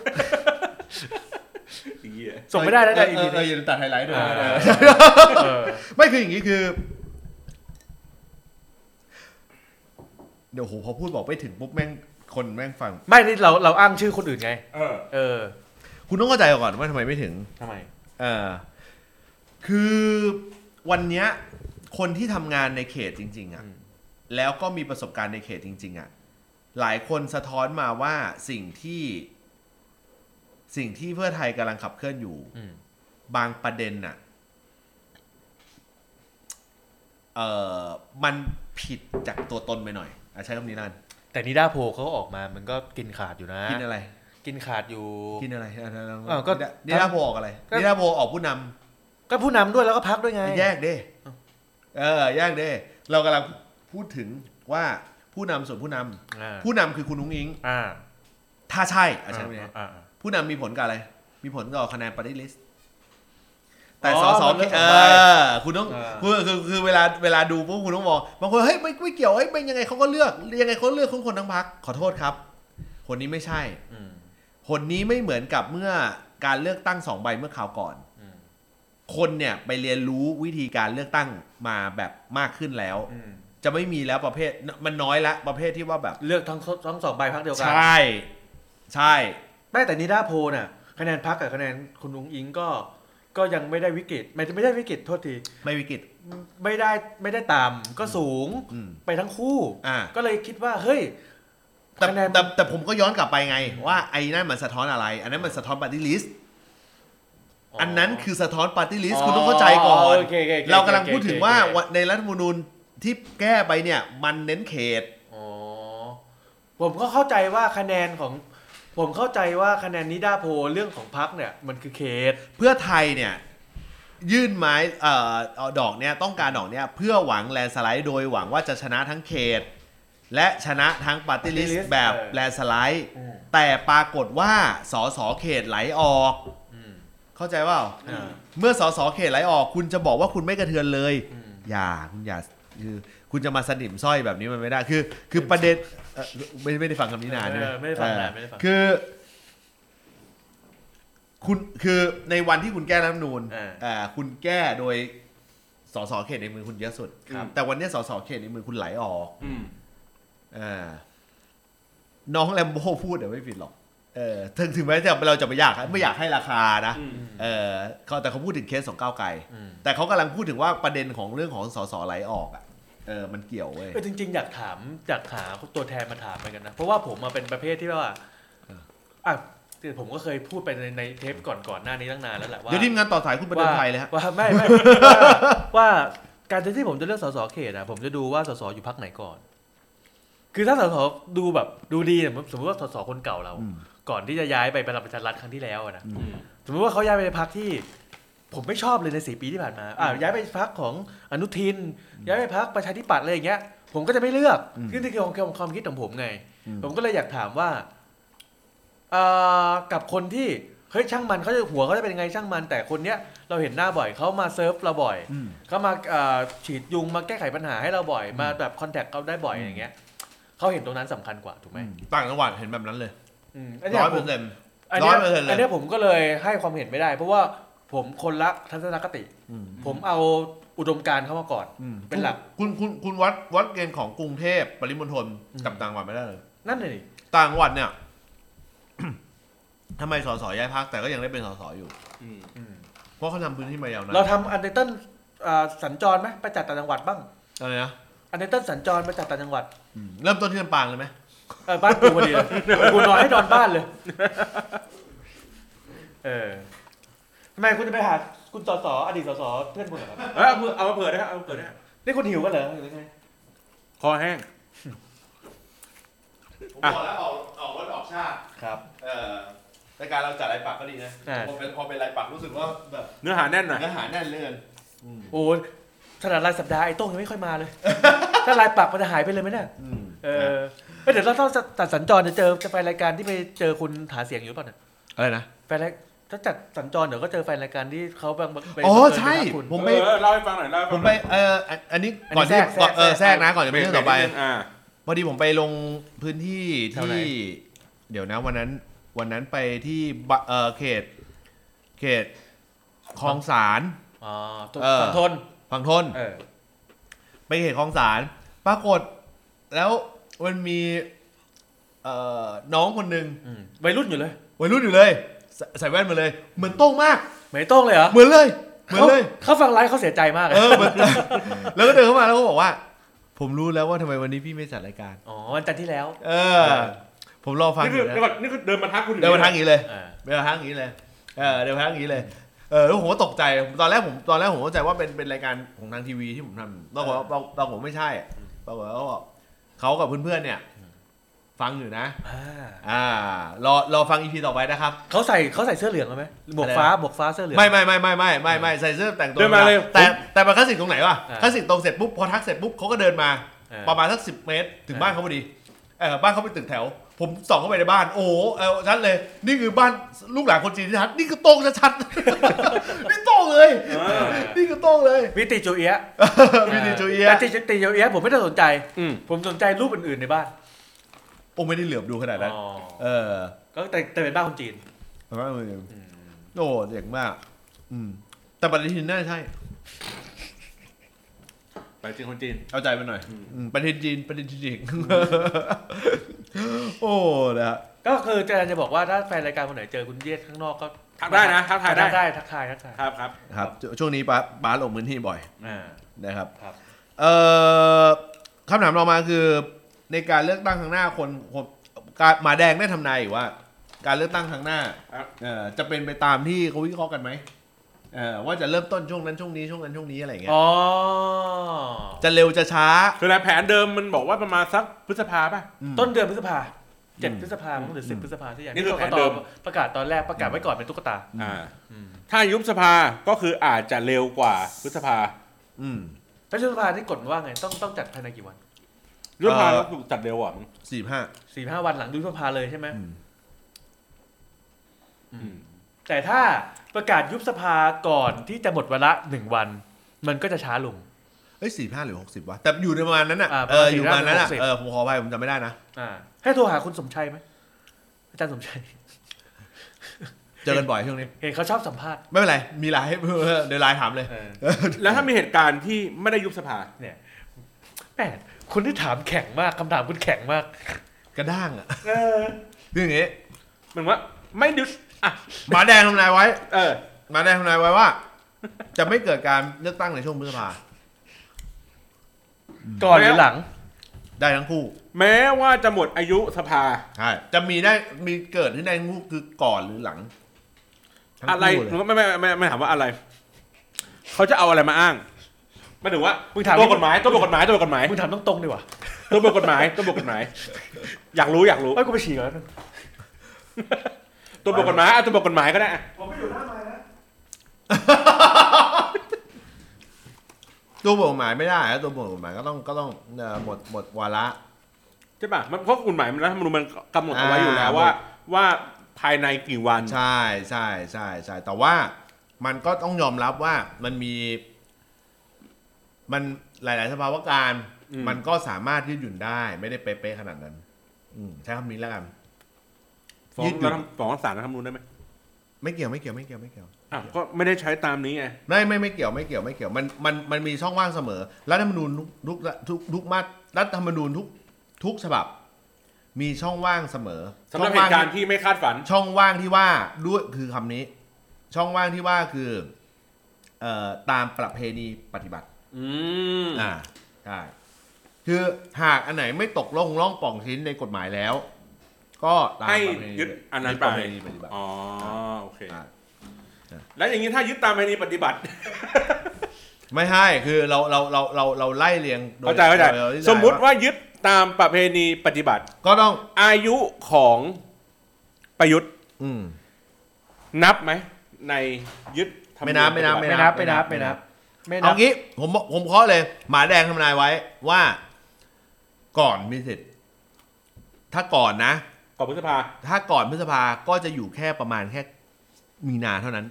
เหี้ย
ส่งไม่ได้แล้ว
เอ
นะ
อ
อี
เอ
พี
อเออ
นี้
อย่าลืมตัดไฮไลท์ด้วย
อ่า
เออ
เออ
ไม่คืออย่างนี้คือเดี๋ยวโหพอพูดบอกไม่ถึงปุ๊บแม่งคนแม่งฟัง
ไม่นี่เราเราอ้างชื่อคนอื่นไง
เออ
เออ
คุณต้องเข้าใจก่อนว่าทำไมไม่ถึง
ทำไม
เออคือวันเนี้ยคนที่ทำงานในเขตจริง ๆอะ่ะ
อืม
แล้วก็มีประสบการณ์ในเขตจริง ๆอะ่ะหลายคนสะท้อนมาว่าสิ่งที่ สิ่งที่เพื่อไทยกำลังขับเคลื่อนอยู่
อืม
บางประเด็นน่ะเออมันผิดจากตัวตนไปหน่อยอะใช้คำนี้นั่น
แต่นิด้าโพลเขาออกมามันก็กินขาดอยู่นะ
กินอะไร
กินขาดอยู่
กินอะไรอ่ะแล้วแล้ว
อ้าวก็
นิดาโพออกอะไร
ก็
นิดาโพออกผู้นำ
ก็ผู้นำด้วยแล้วก็พักด้วยไง
แยกเด้เออ แยกเด้เรากำลังพูดถึงว่าผู้นำส่วนผู้นำ
อ่า
ผู้นำคือคุณนุ้งอิง
อ่า
ถ้าใช่อาจารย์เนี่ย
อ่าอ่า
ผู้นำมีผลกับอะไร มีผลกับคะแนนปาริลิสแต่
อ๋
ส
อ
ส
มันเลือก
เอ
สองใบ
อคุณต้อง
อ่า
คือคือคือเวลาเวลาดูปุ๊บคุณต้องมองบางคนเฮ้ยไม่ไม่เกี่ยวเฮ้ยเป็นยังไงเขาก็เลือกยังไงเขาเลือกคนคนทั้งพักขอโทษครับ คนนี้ไม่ใช่
อืม
คนนี้ไม่เหมือนกับเมื่อการเลือกตั้งสองใบเมื่อคราวก่อน
อืม
คนเนี่ยไปเรียนรู้วิธีการเลือกตั้งมาแบบมากขึ้นแล้ว
อืม
จะไม่มีแล้วประเภทมันน้อยละประเภทที่ว่าแบบ
เลือกทั้งทั้งสองใบพักเดียวกั
ใช่ ใช่
ไม่แต่นิด้าโพลน่ะคะแนนพักกับคะแนนคุณอุงอิงก็ ก็ยังไม่ได้วิกฤตไม่ไม่ได้วิกฤตโทษที
ไม่วิกฤต
ไม่ได้ไม่ได้ต่ำก็สูง
อืม
ไปทั้งคู่
อ่า
ก็เลยคิดว่าเฮ้ย
แต่
คะแนน
แต่แต่ผมก็ย้อนกลับไปไง ว่าไอ้นั่นมันสะท้อนอะไร อันนั้นมันสะท้อนปาร์ตี้ลิสต์อันนั้นคือสะท้อนปาร์ตี้ลิสต์คุณต้องเข้าใจก่อน
โเคโอคโอค
เรากำลังพูดถึงว่า
โอเคโอเค
ในรัฐธรรมนูญที่แก้ไปเนี่ย มันเน้นเขต
อ๋อผมก็เข้าใจว่าคะแนนของ ผมเข้าใจว่าคะแนนนิดาโพลเรื่องของพักเนี่ย มันคือเขต
เพื่อไทยเนี่ย ยื่นไม้เอ่อเอาดอกเนี่ยต้องการดอกเนี่ยเพื่อหวังแลนด์สไลด์โดยหวังว่าจะชนะทั้งเขต และชนะทั้งปาร์ตี้ลิส
Party list
ต์แบบ
เออ
แลนด์สไลด์
อืม
แต่ปรากฏว่าสสเขตไหลออก
อืม
เข้าใจเปล่า
อ่า
เมื่อสสเขตไหลออกคุณจะบอกว่าคุณไม่กระเทือนเลย
อืม
อย่าคุณอย่าคือคุณจะมาสนิมสร้อยแบบนี้มันไม่ได้คือ คือประเด็นเอ่อไม่ไม่ได้ฟังคำนี้นานใช่ไหม
เออไม่ได้ฟังนานไม่ได้ฟัง
เออคือ คุณคือในวันที่คุณแก้รัฐธรรมนูญ
อ่า
อ่าคุณแก้โดยสสเขตในมือคุณเยอะสุด
ครับ
แต่วันเนี้ยสสเขตในมือคุณไหลออก
อืม
อ่าน้องแลมโบ้พูดเดี๋ยวไม่ผิดหรอกเออถึงถึงแม้จะเราจะไม่อยากให้ไม่อยากให้ราคานะ
อืม
เออเขาแต่เขาพูดถึงเคสของก้าวไกล
อืม
แต่เขากำลังพูดถึงว่าประเด็นของเรื่องของสสไหลออกอ่ะ เออ มันเกี่ยวเว้ย
เออจริงๆ อยากถามอยากหาตัวแทนมาถามเหมือนกันนะ เพราะว่าผมมาเป็นประเภทที่ว่าอ่ะคือผมก็เคยพูดไปในในเทปก่อนก่อนๆหน้านี้ตั้งนานแล้วแหละว่า
เดี๋ยวทีมงานต่อสายคุณประเดิมไทยเลยฮะ
ว่าไม่ไม่ ว่าว่าการที่ผมจะเลือกสสเขตอะผมจะดูว่าสสอยู่พักไหนก่อน คือถ้าสสดูแบบดูดีเนี่ยสมมติว่าสสคนเก่าเรา
อืม
ก่อนที่จะย้ายไปพลังประชารัฐครั้งที่แล้วอะนะ
อืม
สมมติว่าเขาย้ายไปในพักที่ ผมไม่ชอบเลยในสี่ปีที่ผ่านมาอ่า
อืม
ย้ายไปพักของอนุทิน ย้ายไปพักประชาธิปัตย์อะไรอย่างเงี้ย ผมก็จะไม่เลือก
อืม
นี่คือความความคิดของผมไง
อืม
ผมก็เลยอยากถามว่าเอ่อกับคนที่เฮ้ยช่างมันเขาจะหัวเขาจะเป็นยังไงช่างมัน แต่คนเนี้ยเราเห็นหน้าบ่อยเขามาเซิร์ฟเราบ่อย
อืม
เขามาเอ่อฉีดยุงมาแก้ไขปัญหาให้เราบ่อย มาแบบคอนแทคเขาได้บ่อย
อืม
อย่างเงี้ยเขาเห็นตรงนั้นสำคัญกว่าถูกไหม
ต่างจังหวัดเห็นแบบนั้นเลย
อืมอันเนี้ย
ร้อย
ผ
เปอ
ม
ร์เซ็นต์
อันเนี้ย
100%เลย
อันเนี้ยผมก็เลยให้ความเห็นไม่ได้ เพราะว่าผมคนละทัศนคติ ผมเอาอุดมการณ์เข้ามาก่อน เป็นหลัก
คุณคุณคุณวัดวัดเกณฑ์ของกรุงเทพปริมณฑลกับต่างจังหวัดไม่ได้เลย
นั่นเลย
ต่างจังหวัดเนี่ย ทำไมสสย้ายพักแต่ก็ยังได้เป็นสสอยู่
อืม
เพราะเขาทำพื้นที่มายาวนาน
เราทำอันเดอร์ตันอ่าสัญจรไหมไปจัดต่างจังหวัดบ้าง
อะไรนะ
อันเดอร์ตันสัญจรไปจัดต่างจังหวัด
อืมเริ่มต้นที่ลำปางเลยไหม
เออบ้านกูพอดีเลยกูนอนให้นอนบ้านเลยเออทำไมคุณจะไปหาคุณสสอดีตสสเพื่อนมึงเหรอครับ
เอยเอาเผื่อเอามาเผื่อได้ฮะเอามาเผื่อได้ฮะ
นี่คุณหิวกันเหรอหรือไง
คอแห้ง
ผมบอกแล้วออกออกวัดออกชาติ
ครับ
เอ่อรายการเราจัดลายปักก็ดีนะ
อ่า
พอเป็นพอเป็นลายปักรู้สึกว่าแบบ
เนื้อหาแน่นหน่อย
เนื้อหาแน่นเหลือเกิน
โอ้ยขนาดรายสัปดาห์ไอ้โต้งยังไม่ค่อยมาเลย ถ้ารายปากมันจะหายไปเลยไหมเนี่ย เออเอ้ยเดี๋ยวเราต้องจัดสัญจรจะเจอจะไปรายการที่ไปเจอคุณหาเสียงอยู่หรือเปล่าเนี่ย
อะไรนะ
ไปรายถ้าจัดสัญจรเดี๋ยวก็เจอแฟนรายการที่เขาบางบางไป
อ๋อ
บังเญ
ใช่
ไปหาคุณ
ผม
เอ
ไป
อเออเล่าให้ฟังหน่อยเล่าให้
ผ
ฟัง
ม
ห
ไป
น่อย
เอออันอันนี้ก่อนที่
แทรกแทรก
เออ
แท
แท
ร
ร
ก
กนะก่อนจะไปเรื่องต่อไป
อ่า
พอดีผมไปลงพื้นที่
แถวไหน
ที่ เดี๋ยวนะวันนั้นวันนั้นไปที่บะเออเขต เขตคลองสาร
อ๋อทน
เออ
ทน
ฝั่งทน
เออ
ไปเขตคลองสารปรากฏแล้วมันมีเอ่อน้องคนหนึ่ง
อืมวัยรุ่นอยู่เลย
วัยรุ่นอยู่เลยใส่ใส่แว่นมาเลย เหมือนโต้งมาก
เหมยโต้งเลยเหรอ
เหมือนเลย เหมือนเลย
เขาฟังไลฟ์เขาเสียใจมากเลย
เออเหมือน แล้วก็เดินเข้ามาแล้วก็บอกว่า ผมรู้แล้วว่าทำไมวันนี้พี่ไม่จัดรายการ
อ๋อวันจันทร์ที่แล้ว
เออ ผมรอฟัง
นี่
อ
คือยู่
นะ
เดี๋ยวก่อนนี่คือเดินมาทักคุณอยู่
เดินมาทางอย่างนี้เลย
เออ
เดินมาทางอย่างนี้เลยเออเดินมาทางอย่างนี้เลยเออแล้วผมก็ตกใจตอนแรกผมตอนแรกผมเข้าใจว่าเป็นเป็นรายการของทางทีวีที่ผมทำปรากฏว่าปรากฏไม่ใช่ปรากฏว่าเขาบอกเขากับเพื่อนๆเนี่ย ฟังอยู่นะ
อ่า
อ่ารอรอฟังอีพีต่อไปนะครับ
เขาใส่เขาใส่เสื้อเหลืองไหมหมวกฟ้าหมวกฟ้าเสื้อเหลือง
ไม่ไม่ไม่ไม่ไม่ไม่ไม่ใส่เสื้อแต่งตัว
เดินมาเลย
แต่แต่มาคลาสสิกตรงไหนวะ
อ่า
คลาสสิกตรงเสร็จปุ๊บพอทักเสร็จปุ๊บเขาก็เดินมา
เออ
ประมาณสักสิบเมตร ถึง
อ่า
บ้านเขาพอดีเออบ้านเขาเป็นตึกแถว ผมส่องเข้าไปในบ้าน โอ้โหเออชัดเลย นี่คือบ้านลูกหลานคนจีนที่ชัดนี่คือโต้งชัดๆ นี่โต้งเลย
เออ
นี่คือโต้งเลย
วิติจูเอียะ
วินิจจุเอีย
แต่ติติจูเอียะผมไม่ได้สนใจ
อืม
ผมสนใจรูปอื่นๆในบ้าน
โอ้ไม่ได้เหลือบดูขนาดนั้น
อ๋อ
เออ
ก็แต่แต่เป็นบ้านคนจีน
ประมาณนั้นโอ้เจ๋งมาก อืม แต่ปฏิทินน่าจะใช่
ไปจริงคนจีน
เอาใจมันหน่อย
อืม
อืมประเทศจีนประเทศจีน โอ โอ้นะฮะ
ก็คืออาจารย์จะบอกว่าถ้าแฟนรายการคนไหนเจอคุณเยศข้างนอกก็
ทักได้นะทักทายได้
ได้ทักทายทักทาย
ครับครับ
ครับช่วงนี้ป้าป้าลงพื้นที่บ่อย
อ่า
นะครับ
ครับ
เอ่อคำถามต่อมาคือในการเลือกตั้งครั้งหน้าคนคนการหมาแดงได้ทำนายอีกว่า การเลือกตั้งครั้งหน้า
ครับ
เอ่อจะเป็นไปตามที่เขาวิเคราะห์กันไหมเอ่อว่าจะเริ่มต้นช่วงนั้นช่วงนี้ช่วงนั้นช่วงนี้อะไรอย่างเงี้ย
อ๋อ
จะเร็วจะช้า
คือในแผนเดิมมันบอกว่าประมาณสักพฤษภาป่ะ
ต้นเดือนพฤษภาเจ็ด
อืม
พฤษภาหรือสิ
อื
บ
ม
พฤษภาสักอย่าง
นี่คือ
ที่กก
แผน
ต
เดิม
ประกาศตอนแรกประกาศไว้ก่อนเป็นตุ๊กตา
อ่า
อืม
ถ้ายุบสภาก็คืออาจจะเร็วกว่าพฤษภา
อืม
แล้วพฤษภาที่กฎว่าไงต้องต้องจัดภายในกี่วัน
ยุบสภา
เอ่อ
ก็ถูกจัดเร็วกว่ามั้ง
สี่ห้า
สี่ห้าวันหลังยุบสภาเลยใช่ไหม
อืม
อืม
แต่ถ้าประกาศยุบสภาก่อนที่จะหมดวาระหนึ่งวัน มันก็จะช้าลง
เอ้ยสี่ห้าหรือหกสิบวะแต่อยู่ในประมาณนั้นอ่ะ
อ่า
เอออยู่ประมาณนั้นอ่ะ
45
เออผมขออภัยผมจำไม่ได้นะ
อ่า ให้โทรหาคุณสมชัยไหมอาจารย์สมชัย
เจอกันบ่อยช่วงนี้
เห็นเขาชอบสัมภาษณ์
ไม่เป็นไรมีไลน์ให้เพื่ อนเดี๋ยวไลน์ถามเลย
เออ
แล้วถ้ามีเหตุการณ์ที่ไม่ได้ยุบสภา
แหมคนที่ถามแข็งมากคำถามคุณแข็งมาก
กระด้างอ่ะ
เออ
คืออย่างงี้
เหมือนว่าไม่ยุบอ่ะ
หมาแดงทำนายไว้
เออ
มาได้ทำนายไว้ว่า จะไม่เกิดการเลือกตั้งในช่วงพฤษภา
ก่อนหรือหลัง
ได้ทั้งคู่
แม้ว่าจะหมดอายุสภา
ใช่จะมีได้มีเกิดขึ้นได้ทั้งคู่คือก่อนหรือหลังทั้ง
อะไร
คู่เลย
ไม่ไม่ไม่ไม่ไม่ถามว่าอะไร เขาจะเอาอะไรมาอ้างหมายถึงว่า
มึงถาม
ตัวกฎหมายตัวบทกฎหมายตัวบทกฎหมาย
มึงถามตรงๆดีกว่า
ตัวบทกฎหมายตัวบทกฎหมาย อยากรู้อยากรู้
เอ้ยกูไปฉี่ก่อนแล้ว
ตัวบทกฎหมายอ่ะตัวบทกฎหมายก็ได้อ่ะ
ตัวบทกฎหมายไม่ได้นะตัวบทกฎหมายก็ต้องก็ต้องเอ่อหมดหมดวาระ
ใช่ป่ะมันเพราะกฎหมายมันรัฐธรรมนูญมันกำหนดเอาไว้อยู่แล้ว
อ่า
ว่า ว่าภายในกี่วัน
ใช่ใช่ใช่ใช่แต่ว่ามันก็ต้องยอมรับว่ามันมี มันหลาย ๆ สภาวะการณ์
อืม
มันก็สามารถยืดหยุ่นได้ ไม่ได้เป๊ะๆขนาดนั้น อืมใช้คำนี้แล้วกัน
ฟ้อง
ยืดหยุ่น
รัฐธรรมฟ้องศาลรัฐธรรมนูญได้ไหม
ไม่เกี่ยวไม่เกี่ยวไม่เกี่ยวไม่เกี่ยว
อ่ะก็ไม่ได้ใช้ตามนี้ไง
ไม่ไม่ไม่เกี่ยวไม่เกี่ยวไม่เกี่ยวมันมันมันมีช่องว่างเสมอรัฐธรรมนูญทุกทุกทุกทุกมาตรัฐธรรมนูญทุกทุกฉบับ มีช่องว่างเสมอ
สำหรับเห
ช่องว่าง
ตุการณ์ที่ไม่คาดฝัน
ช่องว่างที่ว่าด้วยคือคำนี้ ช่องว่างที่ว่าคือเอ่อตามประเพณีปฏิบัติ
อืม
อ่าใช่คือหากอันไหนไม่ตกล่องร่องปล่องชิ้นในกฎหมายแล้ว ก็ตาม
ให้
ประเพณี
ยึดอันนั้น
ยึด
ไป
ประเพณีปฏิบัติ
อ๋อโอเค
อ่ะ
แล้วอย่างนี้ถ้ายึดตามประเพณีปฏิบัติ
ไม่ให้คือเราเราเราเราเราไล่เรียงโดย
เข้าใจเข้าใจ
โดยที่
สมมุติว่ายึดตามประเพณีปฏิบัติ
ก็ต้อง
อายุของประยุทธ์
อืม
นับไหม ในยึดธรร
ไม่นับไม่นับ
ปฏิ
ไม่
ติ
นับไม่นับไม่นับไม่นั
เอางี้ผมบอกผมเคาะเลย หมาแดงทำนายไว้ว่า ก่อนมีสิทธิ์ถ้าก่อนนะ
ก่อนพฤษภา
ถ้าก่อนพฤษภาก็จะอยู่แค่ประมาณแค่มีนาเท่านั้น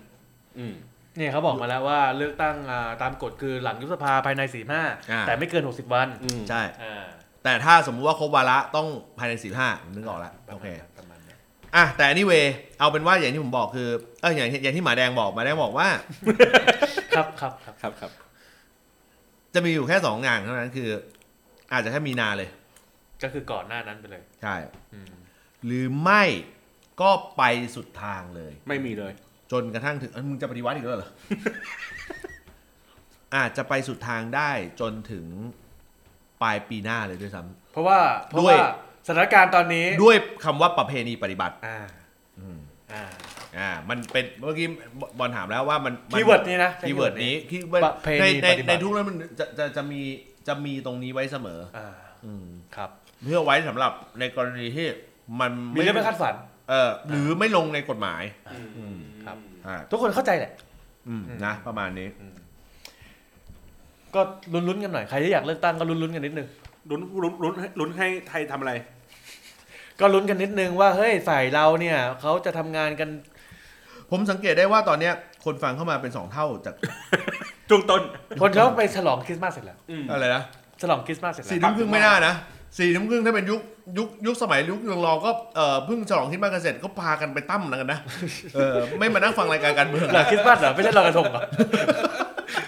อืม
เนี่ยเขาบอกมาแล้วว่าเลือกตั้งอ่าตามกฎคือหลังยุบสภาภายในสี่ห้า
อ่า
แต่ไม่เกินหกสิบวัน
อืม
ใช่
อ่า
แต่ถ้าสมมุติว่าครบวาระต้องภายในสี่ห้านึกออกแล้ว
ประ
โอ
มาณ
เค
นั้นประมาณนั้น
อ่ะแต่นี่เวเอาเป็นว่าอย่างที่ผมบอกคือเอออย่างอย่างที่หมาแดงบอกหมาแดงบอกว่า
ครับครับครับ
ครับครับ
จะมีอยู่แค่สองอย่างเท่านั้นคือ อาจจะแค่มีนาเลย
ก็คือก่อนหน้านั้นไปเลย
ใช่
อืม
หรือไม่ก็ไปสุดทางเลย
ไม่มีเลย
จนกระทั่งถึงเอ้ยมึงจะปฏิวัติอีกแล้วเหรอ อาจจะไปสุดทางได้จนถึงปลายปีหน้าเลยด้วยซ้
เพราะว่าเพราะ
ด้วย
ว่าสถานการณ์ตอนนี้
ำด้วยคำว่าประเพณีปฏิบัติ
อ่า
อืม
อ่า
อ่า มันเป็นเมื่อกี้บอลถามแล้วว่ามันมัน
คีย์เวิร์ดนี้นะ
คีย์เวิร์ดนี้คีย์เวิร์ด
ประเพณี
ในใน
ปฏิบัติ
ในทุกเรื่องมันจะจะจะมีจะมีตรงนี้ไว้เสมอ
อ่า
อืม
ครับ
เพื่อไว้สำหรับในกรณีที่มัน
มีเรื่องไม่คาดฝัน
เออหรือไม่ลงในกฎหมาย
อืม
ครับ
อ่า
ทุกคนเข้าใจแหละ
อืมนะประมาณนี้
ก็ลุ้นๆกันหน่อยใครที่อยากเลือกตั้งก็ลุ้นๆกันนิดนึง
ลุ้นลุ้นลุ้นลุ้นให้ไทยทำอะไร
ก็ลุ้นกันนิดนึงว่าเฮ้ยฝ่ายเราเนี่ยเขาจะทำงานกัน
ผมสังเกตได้ว่าตอนเนี้ยคนฟังเข้ามาเป็นสองเท่าจาก
จุงต้น
คนเขาไปฉลองคริสต์มาสเสร็จแล้ว
อืม
อะไรนะ
ฉลองคริสต์มาสเสร็จ
สี่ทุ่
แล้ว
มครึ่งไม่น่านะสี่ทุ่มครึ่งถ้าเป็นยุคยุคยุคสมัยยุครองรอก็เอ่อเพิ่งฉลองที่บ้านเกษตรก็พากันไปตั้มแล้วกันนะเออไม่มานั่งฟังรายการการเมือง
หลัง
นะ
คริสต์มาสเหรอไม่ใช่ลอยกระทงเหรอ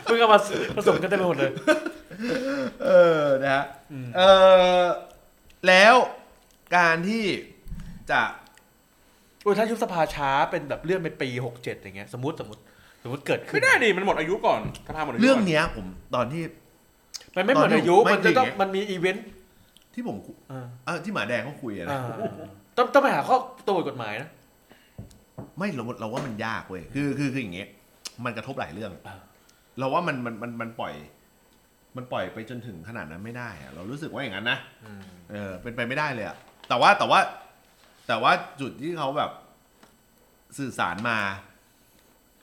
เพิ่งเอามาผสมกันได้ไปหมดเลย
เออนะฮะเออแล้วการที่ จะ
โอ้ยถ้ายุบสภาช้าเป็นแบบเลื่อนไปปีหกเจ็ดอย่างเงี้ยสมมติสมมติสมมติเกิดขึ้น
ไม่ได้ดิมันหมดอายุก่อนสภาหมดอายุก่น
เรื่องเนี้ยผมตอนที่
มันไม่หมดอายุมันจะต้องมันมีอีเวนต์
ที่ผมคุ
อ่า
เอ่อที่หมาแดงเขาคุยอะนะ
อ่าต้องต้องไปหาข้อตัวบทกฎหมายนะ
ไม่เราเราว่ามันยากเว้ยคือคือคืออย่างเงี้ยมันกระทบหลายเรื่อง
อ่า
เราว่ามันมันมันมันปล่อย มันปล่อยไปจนถึงขนาดนั้นไม่ได้อะเรารู้สึกว่าอย่างนั้นนะ
อืม
เออเป็นไปไม่ได้เลยอะแต่ว่าแต่ว่า แต่ว่าจุดที่เขาแบบสื่อสารมา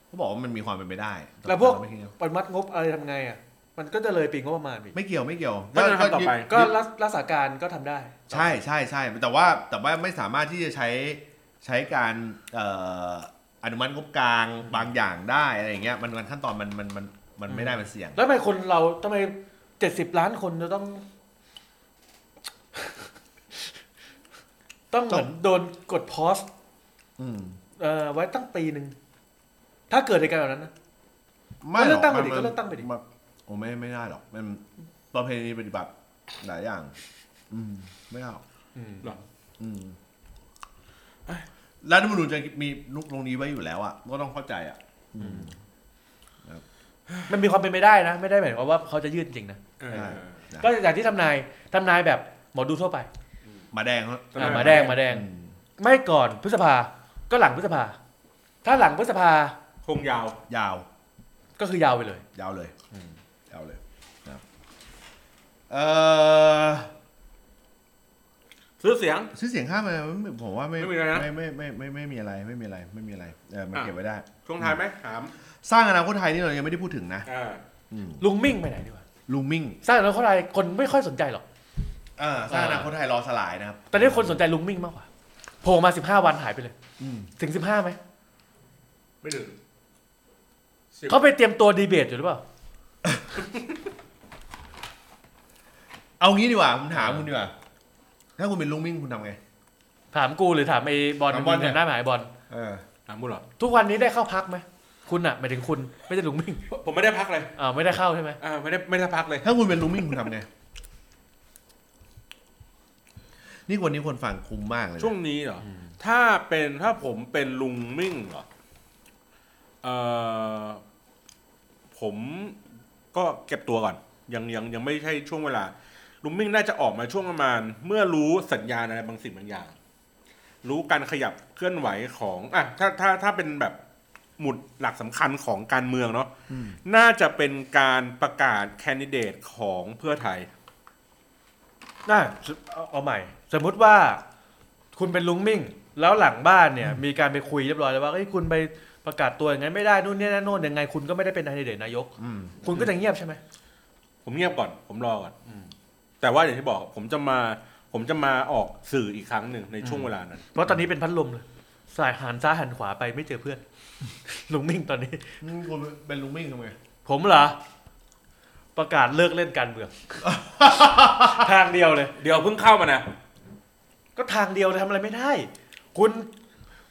เขาบอกว่ามันมีความเป็นไปได้
แล้วพวก
ต่ไม่เกี่ย
ปริมัดงบอะไรทำไงอ่ะมันก็จะเลยปีงบประมาณอีก
ไม่เกี่ยวไม่เกี่ยว
ก็จะทำต่อไป
ก็รัฐรักษาการก็ทำได้
ใช่ใช่ใช่แต่ว่าแต่ว่าไม่สามารถที่จะใช้ใช้การเอ่ออนุมัติงบกลางบางอย่างได้อะไรอย่างเงี้ยมันมันขั้นตอนมันมันมันมันไม่ได้มันเสี่ยง
แล้วทำไมคนเราทำไมเจ็ดสิบล้านคนจะต้อง ต้องเหมือนโดนกดพอส
อืม
เอ่อไว้ตั้งปีหนึ่ง ถ้าเกิดเหตุการณ์แบบนั้นนะ
ไม่หรอก
ก็
มั
เลือกตั้งไปดิ
น
ก็เลือกตั้งไปดิ
มันโอ้ไม่ไม่ได้หรอกมันประเพณีปฏิบัติหลายอย่าง อืมไม่ได้หรอก
หรอ
อืมรัฐธรรมนูญจะมีนุกตรงนี้ไว้อยู่แล้วอ่ะก็ต้องเข้าใจอ่ะ
มันมีความเป็นไปได้นะ ไม่ได้หมายความว่าเขาจะยื่นจริงนะ
เออ
ใช่ นะ
ก็อย่างที่ทำนายทำนายแบบหมอดูทั่วไป
หมาแดงเขา
ทำนาย
อ่ะ
แบบ
หมาแดง
ห
ห
มา
มา
แด
แด
ง
ง ไม่ก่อนพฤษภา ก็หลังพฤษภา ถ้าหลังพฤษภา
คงยาว
ยาว
ก็คือยาวไปเลย
ยาวเลยยาวเลยนะเอ่อ
ซื้อเสียง
ชื่อเสียงข้ามอะไรผมว่าไม่
ไม่มีอะไรนะ
ไม่ไม่ไม่ไม่ไม่มีอะไรไม่มีอะไรไม่มีอะไรเออมันเก็บไว้ได้
ช่วงท้ายไหมถาม
สร้างอนาคตไทยนี่เรายังไม่ได้พูดถึงนะ
อ่า
ลุงมิ่งไปไหนดีกว่า
ลูมิ่ง
สร้างแล้วคนอะไรคนไม่ค่อยสนใจหรอก
อ่าสร้างอนาคตไทยรอสลายนะครับ
แต่ได้คนสนใจลุงมิ่งมากกว่าโผล่มาสิบห้าวันหายไปเลย
อืม
ถึงสิบห้าไหม
ไม่ถึงสิบ
เขาไปเตรียมตัวดีเบตอยู่หรือเปล่า
เอางี้ดีกว่าผมถามคุณดีกว่าถ้าคุณเป็นลูมิ่งคุณทำไง
ถามกูหรือถามไอ้บอล
ถามบอลเนี่ย
หน้าหมายบอล
เออ
ถามบุญเหรอ
ทุกวันนี้ได้เข้าพักไหมคุณอะหมายถึงคุณไม่ใช่ลุงมิ่ง
ผมไม่ได้พักเลย
อ่าไม่ได้เข้าใช่ไหม
อ่าไม่ได้ไม่ได้พักเลย
ถ้าคุณเป็นลูมิ่งคุณทำไง นี่วันนี้คนฟังคุ้มมากเลยนะ
ช่วงนี้เหรออถ้าเป็นถ้าผมเป็นลุงมิ่งเหรอเออผมก็เก็บตัวก่อน ยังยังยังไม่ใช่ช่วงเวลา ลุงมิ่งน่าจะออกมาช่วงประมาณ เมื่อรู้สัญญาณอะไรบางสิ่งบางอย่าง รู้การขยับเคลื่อนไหวของอ่ะถ้าถ้าถ้าเป็นแบบหมุดหลักสำคัญของการเมืองเนาะน่าจะเป็นการประกาศแคนดิเดตของเพื่อไทย
น่าเอาเอาใหม่ สมมุติว่าคุณเป็นลุงมิ่ง แล้วหลังบ้านเนี่ย มีการไปคุยเรียบร้อยแล้วว่าเอ้ยคุณไปประกาศตัวอย่างนั้นไม่ได้นู่นนี่นั่นโน่นยังไงคุณก็ไม่ได้เป็นนายเดชนายก
อืม
คุณก็จะเงียบใช่ไหม
ผมเงียบก่อน ผมรอก่อนแต่ว่าอย่างที่บอก ผมจะมา ผมจะมาออกสื่ออีกครั้งหนึ่งในช่วงเวลานั้น
เพราะตอนนี้เป็นพัดลมเลยสายหันซ้ายหันขวาไปไม่เจอเพื่อน ลุงมิ่งตอนนี้
คุณเป็นลุงมิ่งทำไง
ผมเหรอ ประกาศเลิกเล่นการเมือง ทางเดียวเลย
เดี๋ยวเพิ่งเข้ามานะ
ก็ทางเดียวเลยทำอะไรไม่ได้ คุณ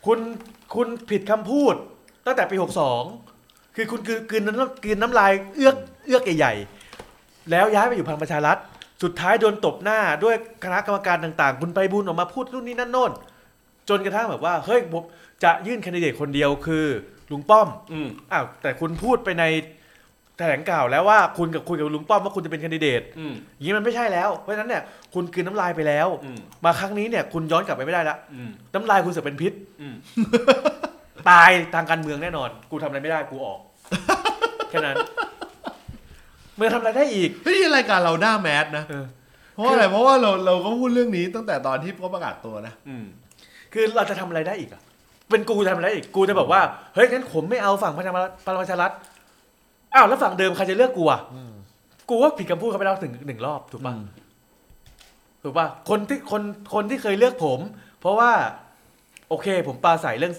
คุณคุณผิดคำพูด ตั้งแต่ปีหกสองคือคุณคือกลืนน้ำกลืนน้ำลายเอื้อกเอื้อกใหญ่ๆแล้วย้ายไปอยู่พลังประชารัฐ สุดท้ายโดนตบหน้าด้วยคณะกรรมการต่างๆ คุณไปบุญออกมาพูดนู่นนี่นั่นโน่น จนกระทั่งแบบว่าเฮ้ยผมจะยื่นแคนดิเดตคนเดียวคือลุงป้อม
อืม
อ้าวแต่คุณพูดไปในแถลงข่าวแล้วว่าคุณกับคุยกับลุงป้อมว่าคุณจะเป็นแคนดิเดต
อืม
อย่างนี้มันไม่ใช่แล้วเพราะฉะนั้นเนี่ยคุณกลืนน้ำลายไปแล้ว
อืม
มาครั้งนี้เนี่ยคุณย้อนกลับไปไม่ได้ละ
อืม
น้ำลายคุณเสือกเป็นพิษ
อืม
ตายทางการเมืองแน่นอน กูทำอะไรไม่ได้กูออก แค่นั้นเมื่อทำอะไรได้อีก
เฮ้ยนี่รายการเราหน้าแมสนะ
เออ
เพราะว่าอะไรเพราะว่าเราเราก็พูดเรื่องนี้ตั้งแต่ตอนที่เขาประกาศตัวนะ
อืม
คือเราจะทำอะไรได้อีกอะเป็นกูจะทำอะไรได้อีกกูจะบอกว่าเฮ้ยงั้นผมไม่เอาฝั่งพลังประชารัฐอ้าวแล้วฝั่งเดิมใครจะเลือกกูอะกูว่าผิดคำพูดเขาไปแล้วถึงหนึ่งรอบถูกปะ ถูกป่ะคนที่คนคนที่เคยเลือกผม เพราะว่า โอเค ผมปราใสเรื่อง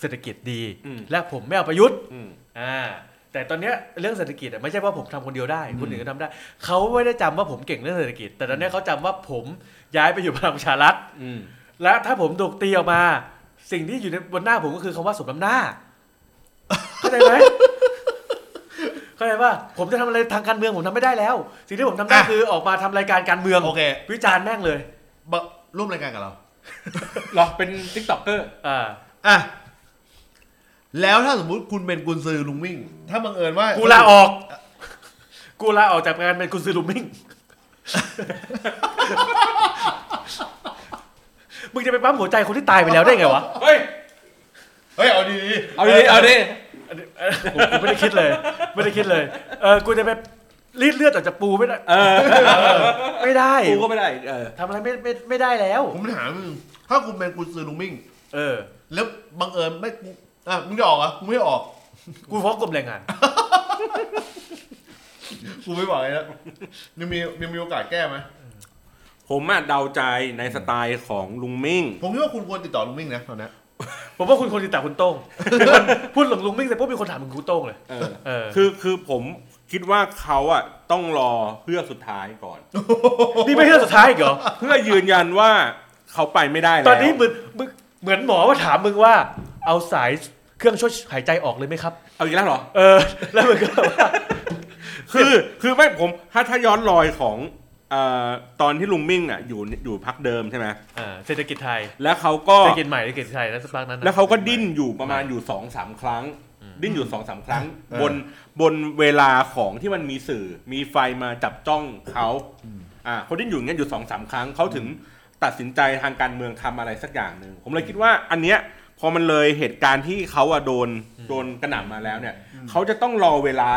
เศรษฐกิจดี
อืม
และผมไม่เอาประยุทธ์
อืม
อ่าแต่ตอนเนี้ยเรื่องเศรษฐกิจอะไม่ใช่ว่าผมทำคนเดียวได้คนอื่นก็ทำได้ เขาไม่ได้จำว่าผมเก่งเรื่องเศรษฐกิจ แต่ตอนเนี้ยเขาจำว่าผมย้ายไปอยู่พลังประชารัฐ
อืม
และถ้าผมโดกตีออกมา สิ่งที่อยู่ในบนหน้าผมก็คือคำว่าสมน้ำหน้าเข้าใจไหม เข้าใจป่ะผมจะทำอะไรทางการเมืองผมทำไม่ได้แล้ว สิ่งที่ผมทำได้
อ่ะ
คือออกมาทำรายการการเมือง
โอเค
วิจารณ์แม่งเลย
บะร่วมรายการกับเรา
หรอเป็นติ๊กต็อกเกอร์
อ่า
อ่ะแล้วถ้าสมมุติคุณเป็นกุนซือลุงมิ่ง ถ้าบังเอิญว่า
กูลาออก กูลาออกจากการเป็นกุนซือลูมิง มึงจะไปปั๊มหัวใจคนที่ตายไปแล้วได้ไงวะ
เฮ้ย
เฮ้ยเอาดีๆ
เอาดิเอาดิ
อันนี้เออกูกูไม่ได้คิดเลย ไม่ได้คิดเลย เออกูจะไปรีดเลือดออกจากปูไม่ได้
เออ
ไม่ได้
กูก็ไม่ได้เออ
ทำอะไรไม่ไม่ไม่ได้แล้ว
ผมถามมึงถ้าคุณเป็นกุนซือลุงมิ่ง
เออ
แล้วบังเอิญไม่กูอ่ะมึงจะออกเหรอ่ะกูไม่ออก
กูฟ้องกรมแรงงาน
กูไม่บอกเลยนะยังมียังมีโอกาสแก้ไหม
ผมอะเดาใจในสไตล์ของลุงมิ่ง
ผมคิดว่าคุณควรติดต่อลุงมิ่งนะตอนเนี้ย
ผมว่าคุณคนติดตามคุณโต้ง พูดหลงลุงมิ่งเสร็จปุ๊บมีคนถามถึงคุณโต้งเลย
เออ
เออ
คือคือผมคิดว่าเขาอะต้องรอเพื่อกสุดท้ายก่อน
นี่ไม่ใช่สุดท้ายอีกเหรอ
เพื่อยืนยันว่าเขาไปไม่ได้แล้ว
ตอนนี้เหมือนมึงเหมือนหมอว่าถามมึงว่า เอาสายเครื่องช่วยหายใจออกเลยไหมครับ
เอาอีกแล้วเหรอ
เออ แล้วมึงก็ แบบว่า
คือคือไม่ผมถ้าถ้าย้อนรอยของเอ่อตอนที่ลุงมิ่งอ่ะอยู่อยู่พักเดิมใช่ไหม
อ่าเศรษฐกิจไทย
แล้วเขาก็
เศรษฐกิจใหม่เศรษฐกิจไทยแล้วสักพักนั้นน่ะ
แล้วเขาก็ดิ้นอยู่ประมาณอยู่สองสามครั้ง ดิ้นอยู่สองสามครั้ง บนบนเวลาของที่มันมีสื่อมีไฟมาจับจ้องเขาอ่าเขาดิ้นอยู่อย่างเงี้ยอยู่สองสามครั้งเขาถึงตัดสินใจทางการเมืองทำอะไรสักอย่างหนึ่งผมเลยคิดว่าอันเนี้ยพอมันเลยเหตุการณ์ที่เขาอะโดนโดนกระหน่ำมาแล้วเนี่ยเขาจะต้องรอเวลา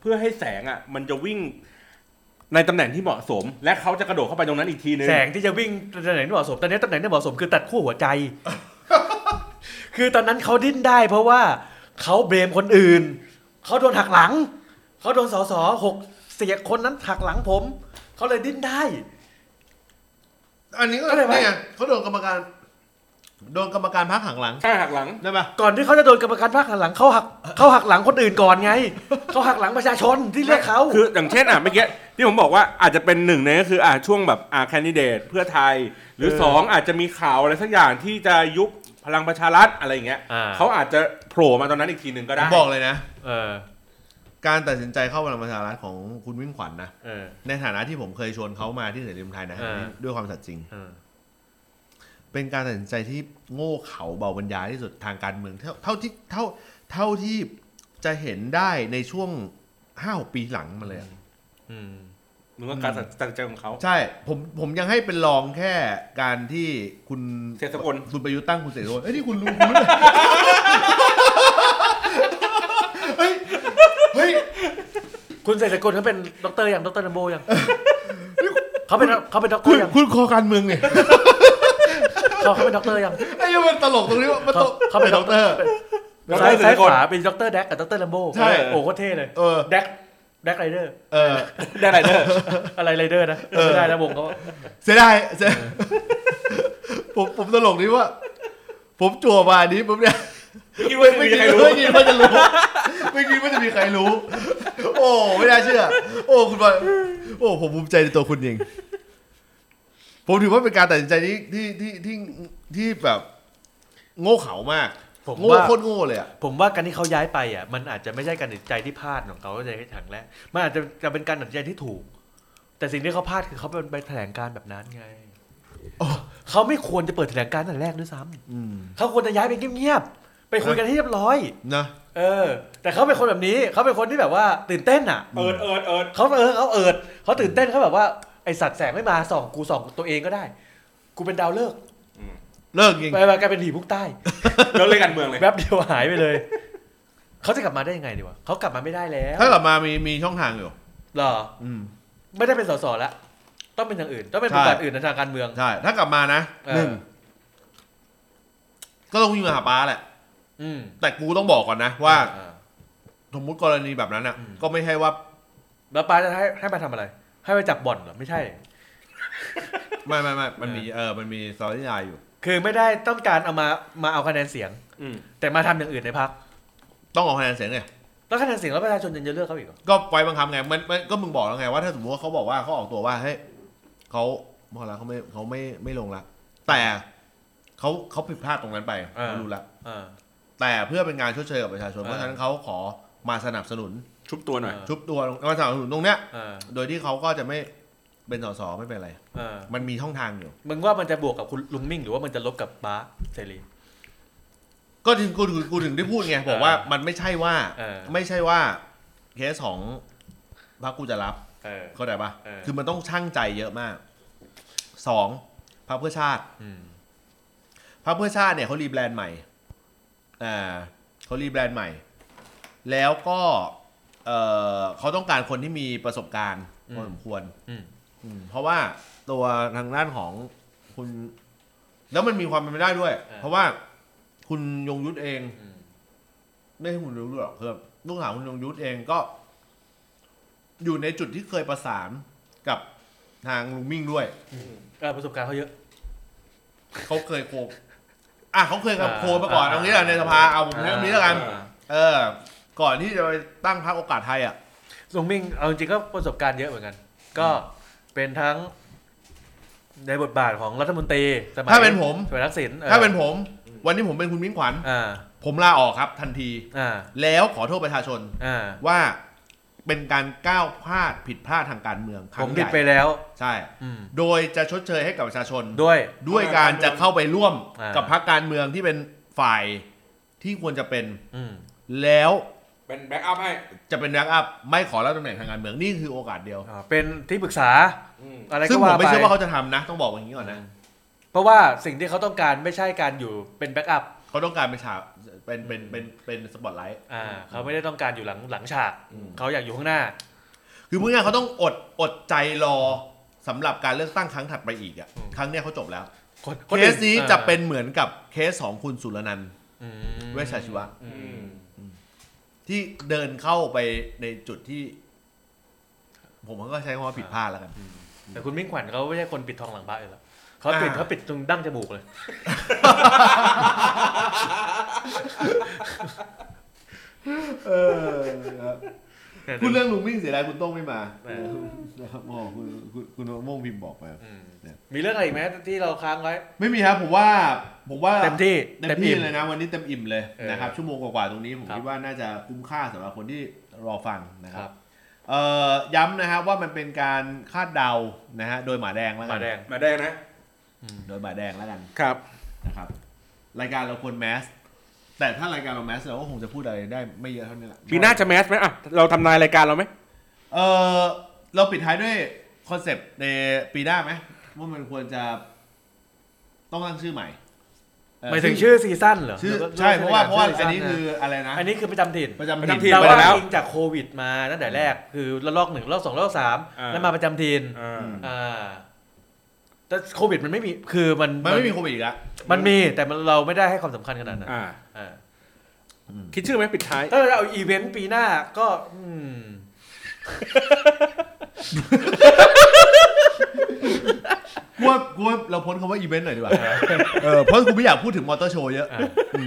เพื่อให้แสงอะมันจะวิ่ง ในตำแหน่งที่เหมาะสม และเขาจะกระโดดเข้าไปตรงนั้นอีกทีนึง
แสงที่จะวิ่งตำแหน่งที่เหมาะสม ตอนนี้ตำแหน่งที่เหมาะสมคือตัดขั้วหัว ใจ คือตอนนั้นเขาดิ้นได้ เพราะว่าเขาเบรมคนอื่น เขาโดนหักหลัง เขาโดนสสหกเสียคนนั้นหักหลังผม เขาเลยดิ้นได้
อันนี้ก็
ก็ได้ไหม
นี่ไงเขาโดนกรรมการโดนกรรมการพักหังหลัง
ใช่หักหลัง
ได้ปะ
ก่อนที่เขาจะโดนกรรมการภาคหันหลังเขาหักเขาหักหลังคนอื่นก่อนไง เขาหักหลังประชาชนที่เลือกเขา
คืออย่างเช่นอ่ะเมื่อกี้ที่ผมบอกว่าอาจจะเป็นหนึ่งในก็คืออ่ะช่วงแบบอ่ะแคนดิเดตเพื่อไทย หรือสองอาจจะมีข่าวอะไรสักอย่างที่จะยุบพลังประชารัฐอะไรอย่างเงี้ย
อ่า
เขาอาจจะโผล่มาตอนนั้นอีกทีหนึ่งก็
ผ
ได้
มบอกเลยนะ
เออ
การตัดสินใจเข้าพลังประชารัฐของคุณวิ่งขวัญนะ
เออ
ในฐานะที่ผมเคยชวนเขามาที่เสรีรวมไทยนะ
อ่า
ด้วยความสัตย์จริง
เออ
เป็นการตัดสินใจที่โง่เขลาเบาบรรยายที่สุดทางการเมือง เท่าเท่าที่เท่าเท่าที่จะเห็นได้ในช่วงห้าหกปีหลังมาเลยอะ
อืม
มันก็การตัดสินใจของเขา
ใช่ผมผมยังให้เป็นรองแค่การที่คุณ
เสกสกล
คุณประยุทธ์ตั้งคุณเสกสกลเอ้ยนี่คุณรู้คุณรู้เลยเฮ้ยเฮ้ย
คุณเสกสกลเขาเป็นด็อกเตอร์ยังด็อกเตอร์นัมโบยังเขาเป็นเขาเป็นด็อกเตอ
คุณ
ร์ยัง
คุณคอการเมือง เนี่ย
เขาเขาเป็นด็อกเตอร์ยัง
ไอ้ยังมันตลกตรงนี้ว่ามัน
เขา
ตลก
เขาเป็น
ด
ด็
อ
อก ก
เต
เต
อ
อ
ร์
ร์
ด็อกเตอ
ซ้า
ร์
ย
เส
ซ้าก ย
ล
ขวาเป็นด็อกเตอร์แดกกับด็อกเตอร์ลัมโบ
ใช่
โอ้โหโคตรเท่เลย
เออ
แดกแดกไรเดอร์
เออ
ได้ไรเด้อ
อะไรไรเดอร์นะไม่ได้แล้ววงเขา
เสียดายเสียผมผมตลกนี้ว่า ผมจั่วมาอันนี้ผมเนี่ย
ไม่คิดว่าจะมีใครรู้
ไม่คิดว่าจะรู้ไม่คิดว่าจะมีใครรู้ โอ้ไม่น่าเชื่อ โอ้คุณบอลโอ้ผมภูมิใจในตัวคุณจริงผมถือว่าเป็นการตัดสินใจที่ที่ที่ที่ที่แบบ โง่เขลามาก
ผม
โง่
ว่า
โคตรโง่เลยอ่ะ
ผมว่าการที่เขาย้ายไปอ่ะมันอาจจะไม่ใช่การตัดสินใจที่พลาดของเขาในถังแรกมันอาจจะจะเป็นการตัดสินใจที่ถูก แต่สิ่งที่เขาพลาดคือเขาเป็นไปแถลงการแบบนั้นไงเขาไม่ควรจะเปิดแถลงการตั้งแต่แรกด้วยซ้ำ
อืม
เขาควรจะย้ายไปเงียบๆไปคุยกันให้เรียบร้อย
นะ
เออ แต่เขาเป็นคนแบบนี้เขาเป็นคนที่แบบว่าตื่นเต้นอ่ะ
เอิดเอิดเอิด
เขาเออเขาเอิดเขาตื่นเต้นเขาแบบว่าไอสัตว์แสงไม่มาส่องกูส่องตัวเองก็ได้ กูเป็นดาวเลิกษ์
เลิกจริง
ไปมากลายเป็นผีพุกใต้
แล้วเลยกันเมืองเลย
แป๊บเดียวหายไปเลย เขาจะกลับมาได้ยังไงดีวะเขากลับมาไม่ได้แล้ว
ถ้ากลับมามีมีช่องทางอยู่
เหรอ
อืม
ไม่ได้เป็นสสแล้ว ต้องเป็นอย่างอื่น ต้องเป็น
ใช่
บทบาทอื่นในทางการเมือง
ใช่ถ้ากลับมานะ
เออ
หนึ่งก็ต้องวิ่งมาหาป้าแหละ
อืม
แต่กูต้องบอกก่อนนะว่า
เออ
สมมุติกรณีแบบนั้นอ่ะ
อืม
ก็ไม่ใช่ว่า
แล้วป้าจะให้ให้มาทำอะไร ให้ไปจับบ่อนเหรอ ไม่ใช่
ไม่ไม่ไม่มันมีเออมันมีซอรี่ไลน์อยู่
คือไม่ได้ต้องการเอามามาเอาคะแนนเสียง
อืม
แต่มาทำอย่างอื่นในพัก
ต้องออกคะแนนเสียงไง
แล้วคะแนนเสียงแล้วประชาชนยังจะเลือกเขาอีกเหรอ
ก็ไว้บังคับไงมันมันก็มึงบอกแล้วไงว่าถ้าสมมติว่าเขาบอกว่าเขาออกตัวว่าเฮ้ยเขาพอแล้วเขาไม่เขาไม่ไม่ลงละแต่เขาเขาผิดพลาดตรงนั้นไปเขารู้ละ
อ่า
แต่เพื่อเป็นการชดเชยกับประชาชนเพราะฉะนั้นเขาขอมาสนับสนุน
ชุบตัวหน่อย
เออ
ชุบตัวมาสนับสนุนตรงเนี้ย
อ่า
โดยที่เขาก็จะไม่ เป็นสสไม่เป็นไร
เออ
มันมีช่องทางอยู่
มึงว่ามันจะบวกกับคุณลุงมิ่ง หรือว่ามันจะลบกับป้าเสรี
ก็ถึงกูถึงกูถึงได้พูดไง บอกว่ามันไม่ใช่ว่า
เออ
ไม่ใช่ว่าเคสของพรรคกูจะรับ
เออ
เข้าใจปะ
เออ
คือมันต้องชั่งใจเยอะมากสองพรรคเพื่อชาติ
อืม
พรรคเพื่อชาติเนี่ยเขารีแบรนด์ใหม่ อ่าเขารีแบรนด์ใหม่ แล้วก็เออเขาต้องการคนที่มีประสบการณ์พอสมควร
อืม
อืมเพราะว่าตัวทางด้านของคุณ แล้วมันมีความเป็นไปได้ด้วย เพราะว่าคุณยงยุทธเอง
อืม
ไม่ใช่คุณยงยุทธหรอกคือลูกสาวคุณยงยุทธเองก็ อยู่ในจุดที่เคยประสานกับทางลุงมิ่งด้วย
เออประสบการณ์เขาเยอะ
เขาเคยโคอ่ะเขาเคยกับ
อ่า
โคมาก่อน
อ่า
ตรงนี้แหละในสภาเอาผมเรื่
อ่า
องนี้แล้วกัน
อ่า
เออ ก่อนที่จะไปตั้งพรรคโอกาสไทยอ่ะ
ลุงมิ่งเอาจริงๆก็ประสบการณ์เยอะเหมือนกัน ก็เป็นทั้งในบทบาทของรัฐมนตรีสมัย
ถ้าเป็นผม
สมัยทักษิณออ
ถ้าเป็นผม วันนี้ผมเป็นคุณมิ่งขวัญ
อ่า
ผมลาออกครับ ทันที
อ่า
แล้วขอโทษประชาชน
อ่า
ว่าเป็นการก้าวพลาดผิดพลาดทางการเมืองค
ผ
รั้
ม
งให
ผิดไป
ญ่
แล้ว
ใช่
อืม
โดยจะชดเชยให้กับประชาชน
ด้วย
ด้วยการจะเข้าไปร่วม
อ่ากั
กับพรรคการเมืองที่เป็นฝ่ายที่ควรจะเป็น
อืม
แล้ว
เป็นแบ็กอัพให้
จะเป็นแบ็กอัพไม่ขอรับตำแหน่งทางการเมืองนี่คือโอกาสเดียว
อ่าเป็นที่ปรึกษาอะไร
ซึ่
ก็
งผ
ว่าม
ไม่
ไป
เชื่อว่าเขาจะทำนะ ต้องบอกอย่างนี้ก่อนนะ
เพราะว่าสิ่งที่เขาต้องการไม่ใช่การอยู่เป็นแบ็กอัพ
เขาต้องการเป็นฉากเป็นเป็นเป็นเป็นสปอตไลท์
อ่าเขาไม่ได้ต้องการอยู่หลังหลังฉาก
อืม
เขาอยากอยู่ข้างหน้า
คือพูดง่ายๆเขาต้องอดอดใจรอสำหรับการเลือกตั้งครั้งถัดไปอีกอ่ะ
อืม
ครั้งเนี้ยเขาจบแล้ว
คน
เคสนี้จะเป็นเหมือนกับเคสของคุณสุรนันท์
อืม
เวชชาชีวะ
อืม
ที่เดินเข้าไปในจุดที่ ผมก็ใช้คำว่าผิดพลาดแล้วกัน
แต่คุณมิ่งขวัญเขาไม่ใช่คนปิดทองหลังพระอยู่แล้วเขาปิด
อ่า
เขาปิดตรงดั้งจมูกเลย
เออคุณเรื่องลุงมิ่งเสียดายคุณโต้องไม่มา
เออ
นะครับอ๋อคุณคุณคุณโม่งพิมพ์บอกไป
อืม
เนี่ย
มีเรื่องอะไรอีกไหมที่เราค้างไว้
ไม่มีครับผมว่า ผมว่า
เต็มที่
เต็มที่
อิ่
เลยนะ วันนี้เต็มอิ่มเลย
เออ
นะครับชั่วโมงกว่าๆตรงนี้ผม
ครับ
คิดว่าน่าจะคุ้มค่าสำหรับคนที่รอฟังนะครับ
ครับ
เอ่อย้ำนะครับว่ามันเป็นการคาดเดานะฮะโดยหมาแดงแล้ว
ห
กั
มาน แดง
มาได้นะ
โดยหมาแดงแล้วกัน
ครับ
นะครับรายการเราควรแมส แต่ถ้ารายการเราแมสเราก็คงจะพูดอะไรได้ไม่เยอะเท่านี้แหละ
ปีหน้าจะแมสไหมอ่ะ เราทำนายรายการเราไหม
เออเราปิดท้ายด้วยคอนเซปต์ในปีหน้าไหมว่ามันควรจะต้องตั้งชื่อใหม่เ
หมายถึงชื่อซีซั่นเหรอ
ชื่อ
หอ
ใช่เพราะว่าเพราะว่า
ชื่
อัน
ซีซั่
นี้คืออะไรนะ
อันนี้คือประจำถิ่น
ประจำ
ประจำถิ่
ถิ่น
น
แต่
ไป
ว่า
แล้ว
อิงจากโควิดมาตั้งแต่แรกคือระลอกหนึ่งระลอกสองระลอกสาม
อ่า
แล้วมาประจำถิ่น
อ่า
ม
อ่าแต่โควิดมันไม่มีคือมัน
มันไม่มีโควิดอีกแล้ว
มันมีแต่มันเราไม่ได้ให้ความสำคัญขนาดนั้น
อ่า
อ่า
คิดชื่อไหมปิดท้าย
ถ้าเราเอาอีเวนต์ปีหน้าก็อืม
กูว่ากูว่าเราพ้นคำว่าอีเวนต์หน่อยดีกว่าเออเพราะกูไม่อยากพูดถึงมอเตอร์โชว์เยอะ
อ่า
อื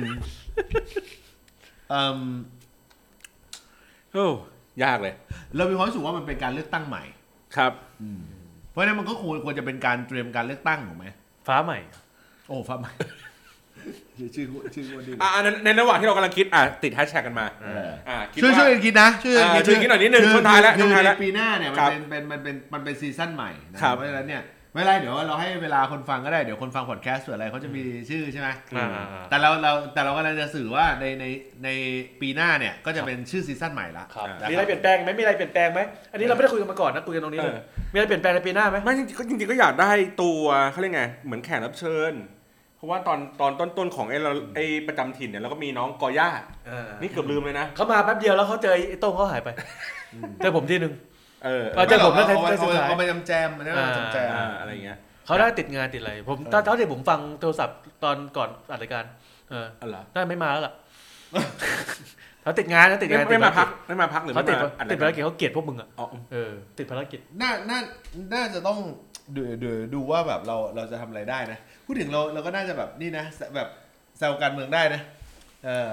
ม
โอ้ยากเลย
เรามีความรู้สึกว่ามันเป็นการเลือกตั้งใหม่
ครับ
เพราะฉะนั้นมันก็ควรควรจะเป็นการเตรียมการเลือกตั้งถูกไหม
ฟ้าใหม่
โอ้ฟ้าใหม่ ชื่อชื่อคนดี
อ่าในในระหว่างที่เรากำลังคิด อ่ะ ติดแฮชแท็กกันมา อ่าคิด
ช่วย
ว่า
ช่วยกันคิดนะช่วยกันคิด
เออช่วยกันคิดหน่อยนิดนึง
คื
ช่วงท้ายแล้ว
คือ
ช่วงท้ายแล้ว
ในปีหน้าเนี่ยมัน
ครับ
เป็นเป็นมันเป็นมันเป็นซีซั่นใหม่นะครับ เพราะฉะนั้นเนี่ยไม่เป็นไรเดี๋ยวเราให้เวลาคนฟังก็ได้เดี๋ยวคนฟังพอดแคสต์ส่วนอะไรเขาจะมีชื่อใช่ไหม
อ่า
แต่เราเราแต่เรากำลังจะสื่อว่าในในในปีหน้าเนี่ยก็จะเป็นชื่อซีซั่นใหม่ละ
ครับ
อ่ามี
มีอะไรเปลี่ยนแปลงไหมมีอะไรเปลี่ยนแปลงไหมอันนี้เราไม่ได้คุยกันมาก่อนนะคุยกันตรงนี้เลยมีอะไรเปลี่ยนแปลงในปีหน้าไหม
ไม่จริงๆก็จริงๆก็อยากได้ตัวเขาเรียกไง เหมือนแขกรับเชิญ เพราะว่าตอนตอนต้นๆของไอ้เราไอ้ประจำถิ่นเนี่ยเราก็มีน้องกอย่า นี่เกือบลืมเลยนะ
เขามาแป๊บเดียวแล้วเขาเจอไอ้โต้งเขาหายไปเจอผมที่หนึ่ง
เออ
เอาจะ ผมแล้วใคร
เอาไป
ใครสุดท้าย
เอาไปจำแจมนะ
อ่า
จำแจม
อ่าอะไรอย่างเงี้ย
เขาได้ติดงานติดอะไรผม
เออ
ตอนเท่าที่ผมฟังโทรศัพท์ตอนก่อนอัดรายการเออ
อ๋อเหรอ
ได้ไม่มา แล้วล่ะ เขาติดงานนะติดงาน
ไม่ไม่มาพักไม่มาพักหรือ
เขา
ไม่
ติด
มาอัน
ติ
นั้
ด
น
ภารกิจเขาเกลียดพวกมึงอ่ะ
อ๋อ
เออติดภารกิจ
น่าน่าน่าจะต้องดูดูดูว่าแบบเราเราจะทำอะไรได้นะพูดถึงเราเราก็น่าจะแบบนี่นะแบบแซวการเมืองได้นะเออ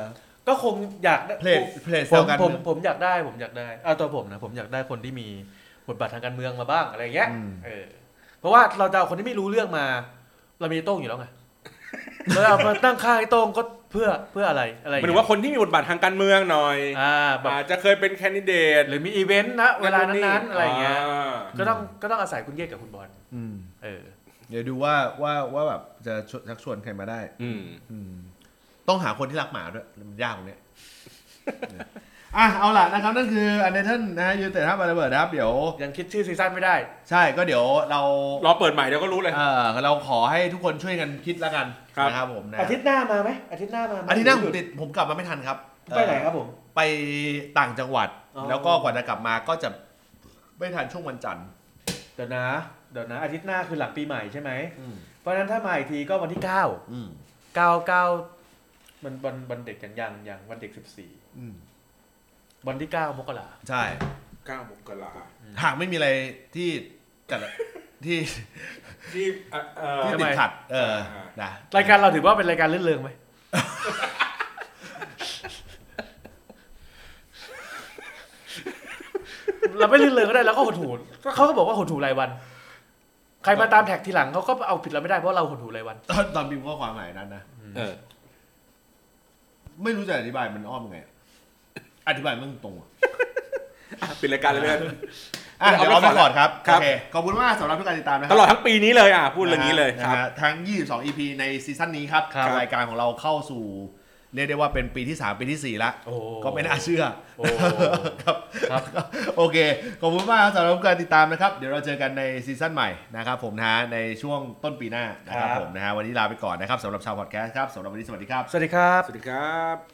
ก็คงอยากได้
เพลทเพลทแซ
ผม
วการ
ผม
เมือง
ผมอยากได้ผมอยากได้เอาตัวผมนะผมอยากได้คนที่มีบทบาททางการเมืองมาบ้างอะไรอย่างเงี้ย
อืม
เออเพราะว่า เราจะเอาคนที่ไม่รู้เรื่องมา เรามีไอ้โต้งอยู่แล้วไงเราเอามาตั้งข้างไอ้โต้งก็ เพื่อเพื่ออะไรอะไร
ห
อย่
มาย
ง
ถึ
เงี้ย
งว่าคนที่มีบทบาททางการเมืองหน่อย
อ่าแบบ
อาจจะเคยเป็นแคนดิเดต
หรือมีอีเวนต์นะเวลานั้นๆอะไรอย่างเงี้ย
า
ก็ต้องก็ต้องอาศัยคุณเยศกับคุณบอล
อืม
เออ
เดี๋ยวดูว่าว่าว่าแบบจะชวนชักชวนใครมาได้
อืม
อืมต้องหาคนที่รักหมาด้วยมันยากตรงเนี้ย อ่ะเอาล่ะนะครับ นั่นคืออันเดนนะฮะยูเต็ดฮับอาร์เบิร์ดนะครับ เดี๋ยว
ยังคิดชื่อซีซั่นไม่ได้
ใช่ก็เดี๋ยวเรา
รอเปิดใหม่เดี๋ยวก็รู้เลย
เออเราขอให้ทุกคนช่วยกันคิดแล้วกัน
ครับ
นะครับผมนะ
อาทิตย์หน้ามาไหมอาทิตย์หน้ามาไหม
อาทิตย์หน้าผมติดผมกลับมาไม่ทันครับ
ไปไหนครับผม
ไปต่างจังหวัด
อ๋อ
แล้วก็กว่าจะกลับมาก็จะไม่ทันช่วงวันจันทร์
เดี๋ยวนะ เดี๋ยวนะ อาทิตย์หน้าคือหลังปีใหม่ใช่ไหม
อืม
เพราะฉะนั้นถ้ามาอีกทีก็วันที่เก้า
อืม
เก้าเก้ามันวันวันเด็กกันยังยังวันเด็กสิบสี่
อืม
วันที่เก้ามกรา
ใช่
เก้ามกรา
หากไม่มีอะไรที่จัดที่
ที่เอ่อเอ่อ
ที่ติดขัด เออ
อ่า
นะ
รายการเราถือว่าเป็นรายการลื่นเริงไหมเราไม่ลื่นเริงก็ได้แล้วก็หดหูเขาก็บอกว่าหดหูรายวัน ใครมาตามแท็กทีหลังเขาก็เอาผิดเราไม่ได้เพราะเราหดหูรายวัน
ตอนตอนพิมพ์ข้อความหมายนั้นนะ
เออ
ไม่รู้จะอธิบายมันอ้อมยังไง อธิบายมันตรงๆอะ
อ่ะปิดรายการเลยเพื่อน
อ่ะ
เอา
เดี๋ยวเอา
ไป
ไป
ก่
ก่
อ
อน นครับ
ครับ
โอเค ขอบคุณมากสำหรับทุกการติดตามนะค
ต
รับ
ลอดทั้งปีนี้เลยอ่ะ พูดเรื่องนี้เลย
นะครับ ฮะทั้ง 22 EP ในซีซั่นนี้ครับ
ครับ
รายการของเราเข้าสู่ เรียกได้ว่าเป็นปีที่ 3 ปีทีสี่4ละ
โอ้
ก็ไม่น่าเชื่อ
โอ้
ครับ
ครับ
โอเค ขอบคุณมากครับสำหรับการติดตามนะครับ เดี๋ยวเราเจอกันในซีซั่นใหม่นะครับผมนะฮะในช่วงต้นปีหน้านะครับ
ครับ
ผมนะฮะวันนี้ลาไปก่อนนะครับสำหรับชาวพอดแคสต์ครับสำหรับวันนี้สวัสดีครับ
สวัสดีครับ
สวัสดีครับ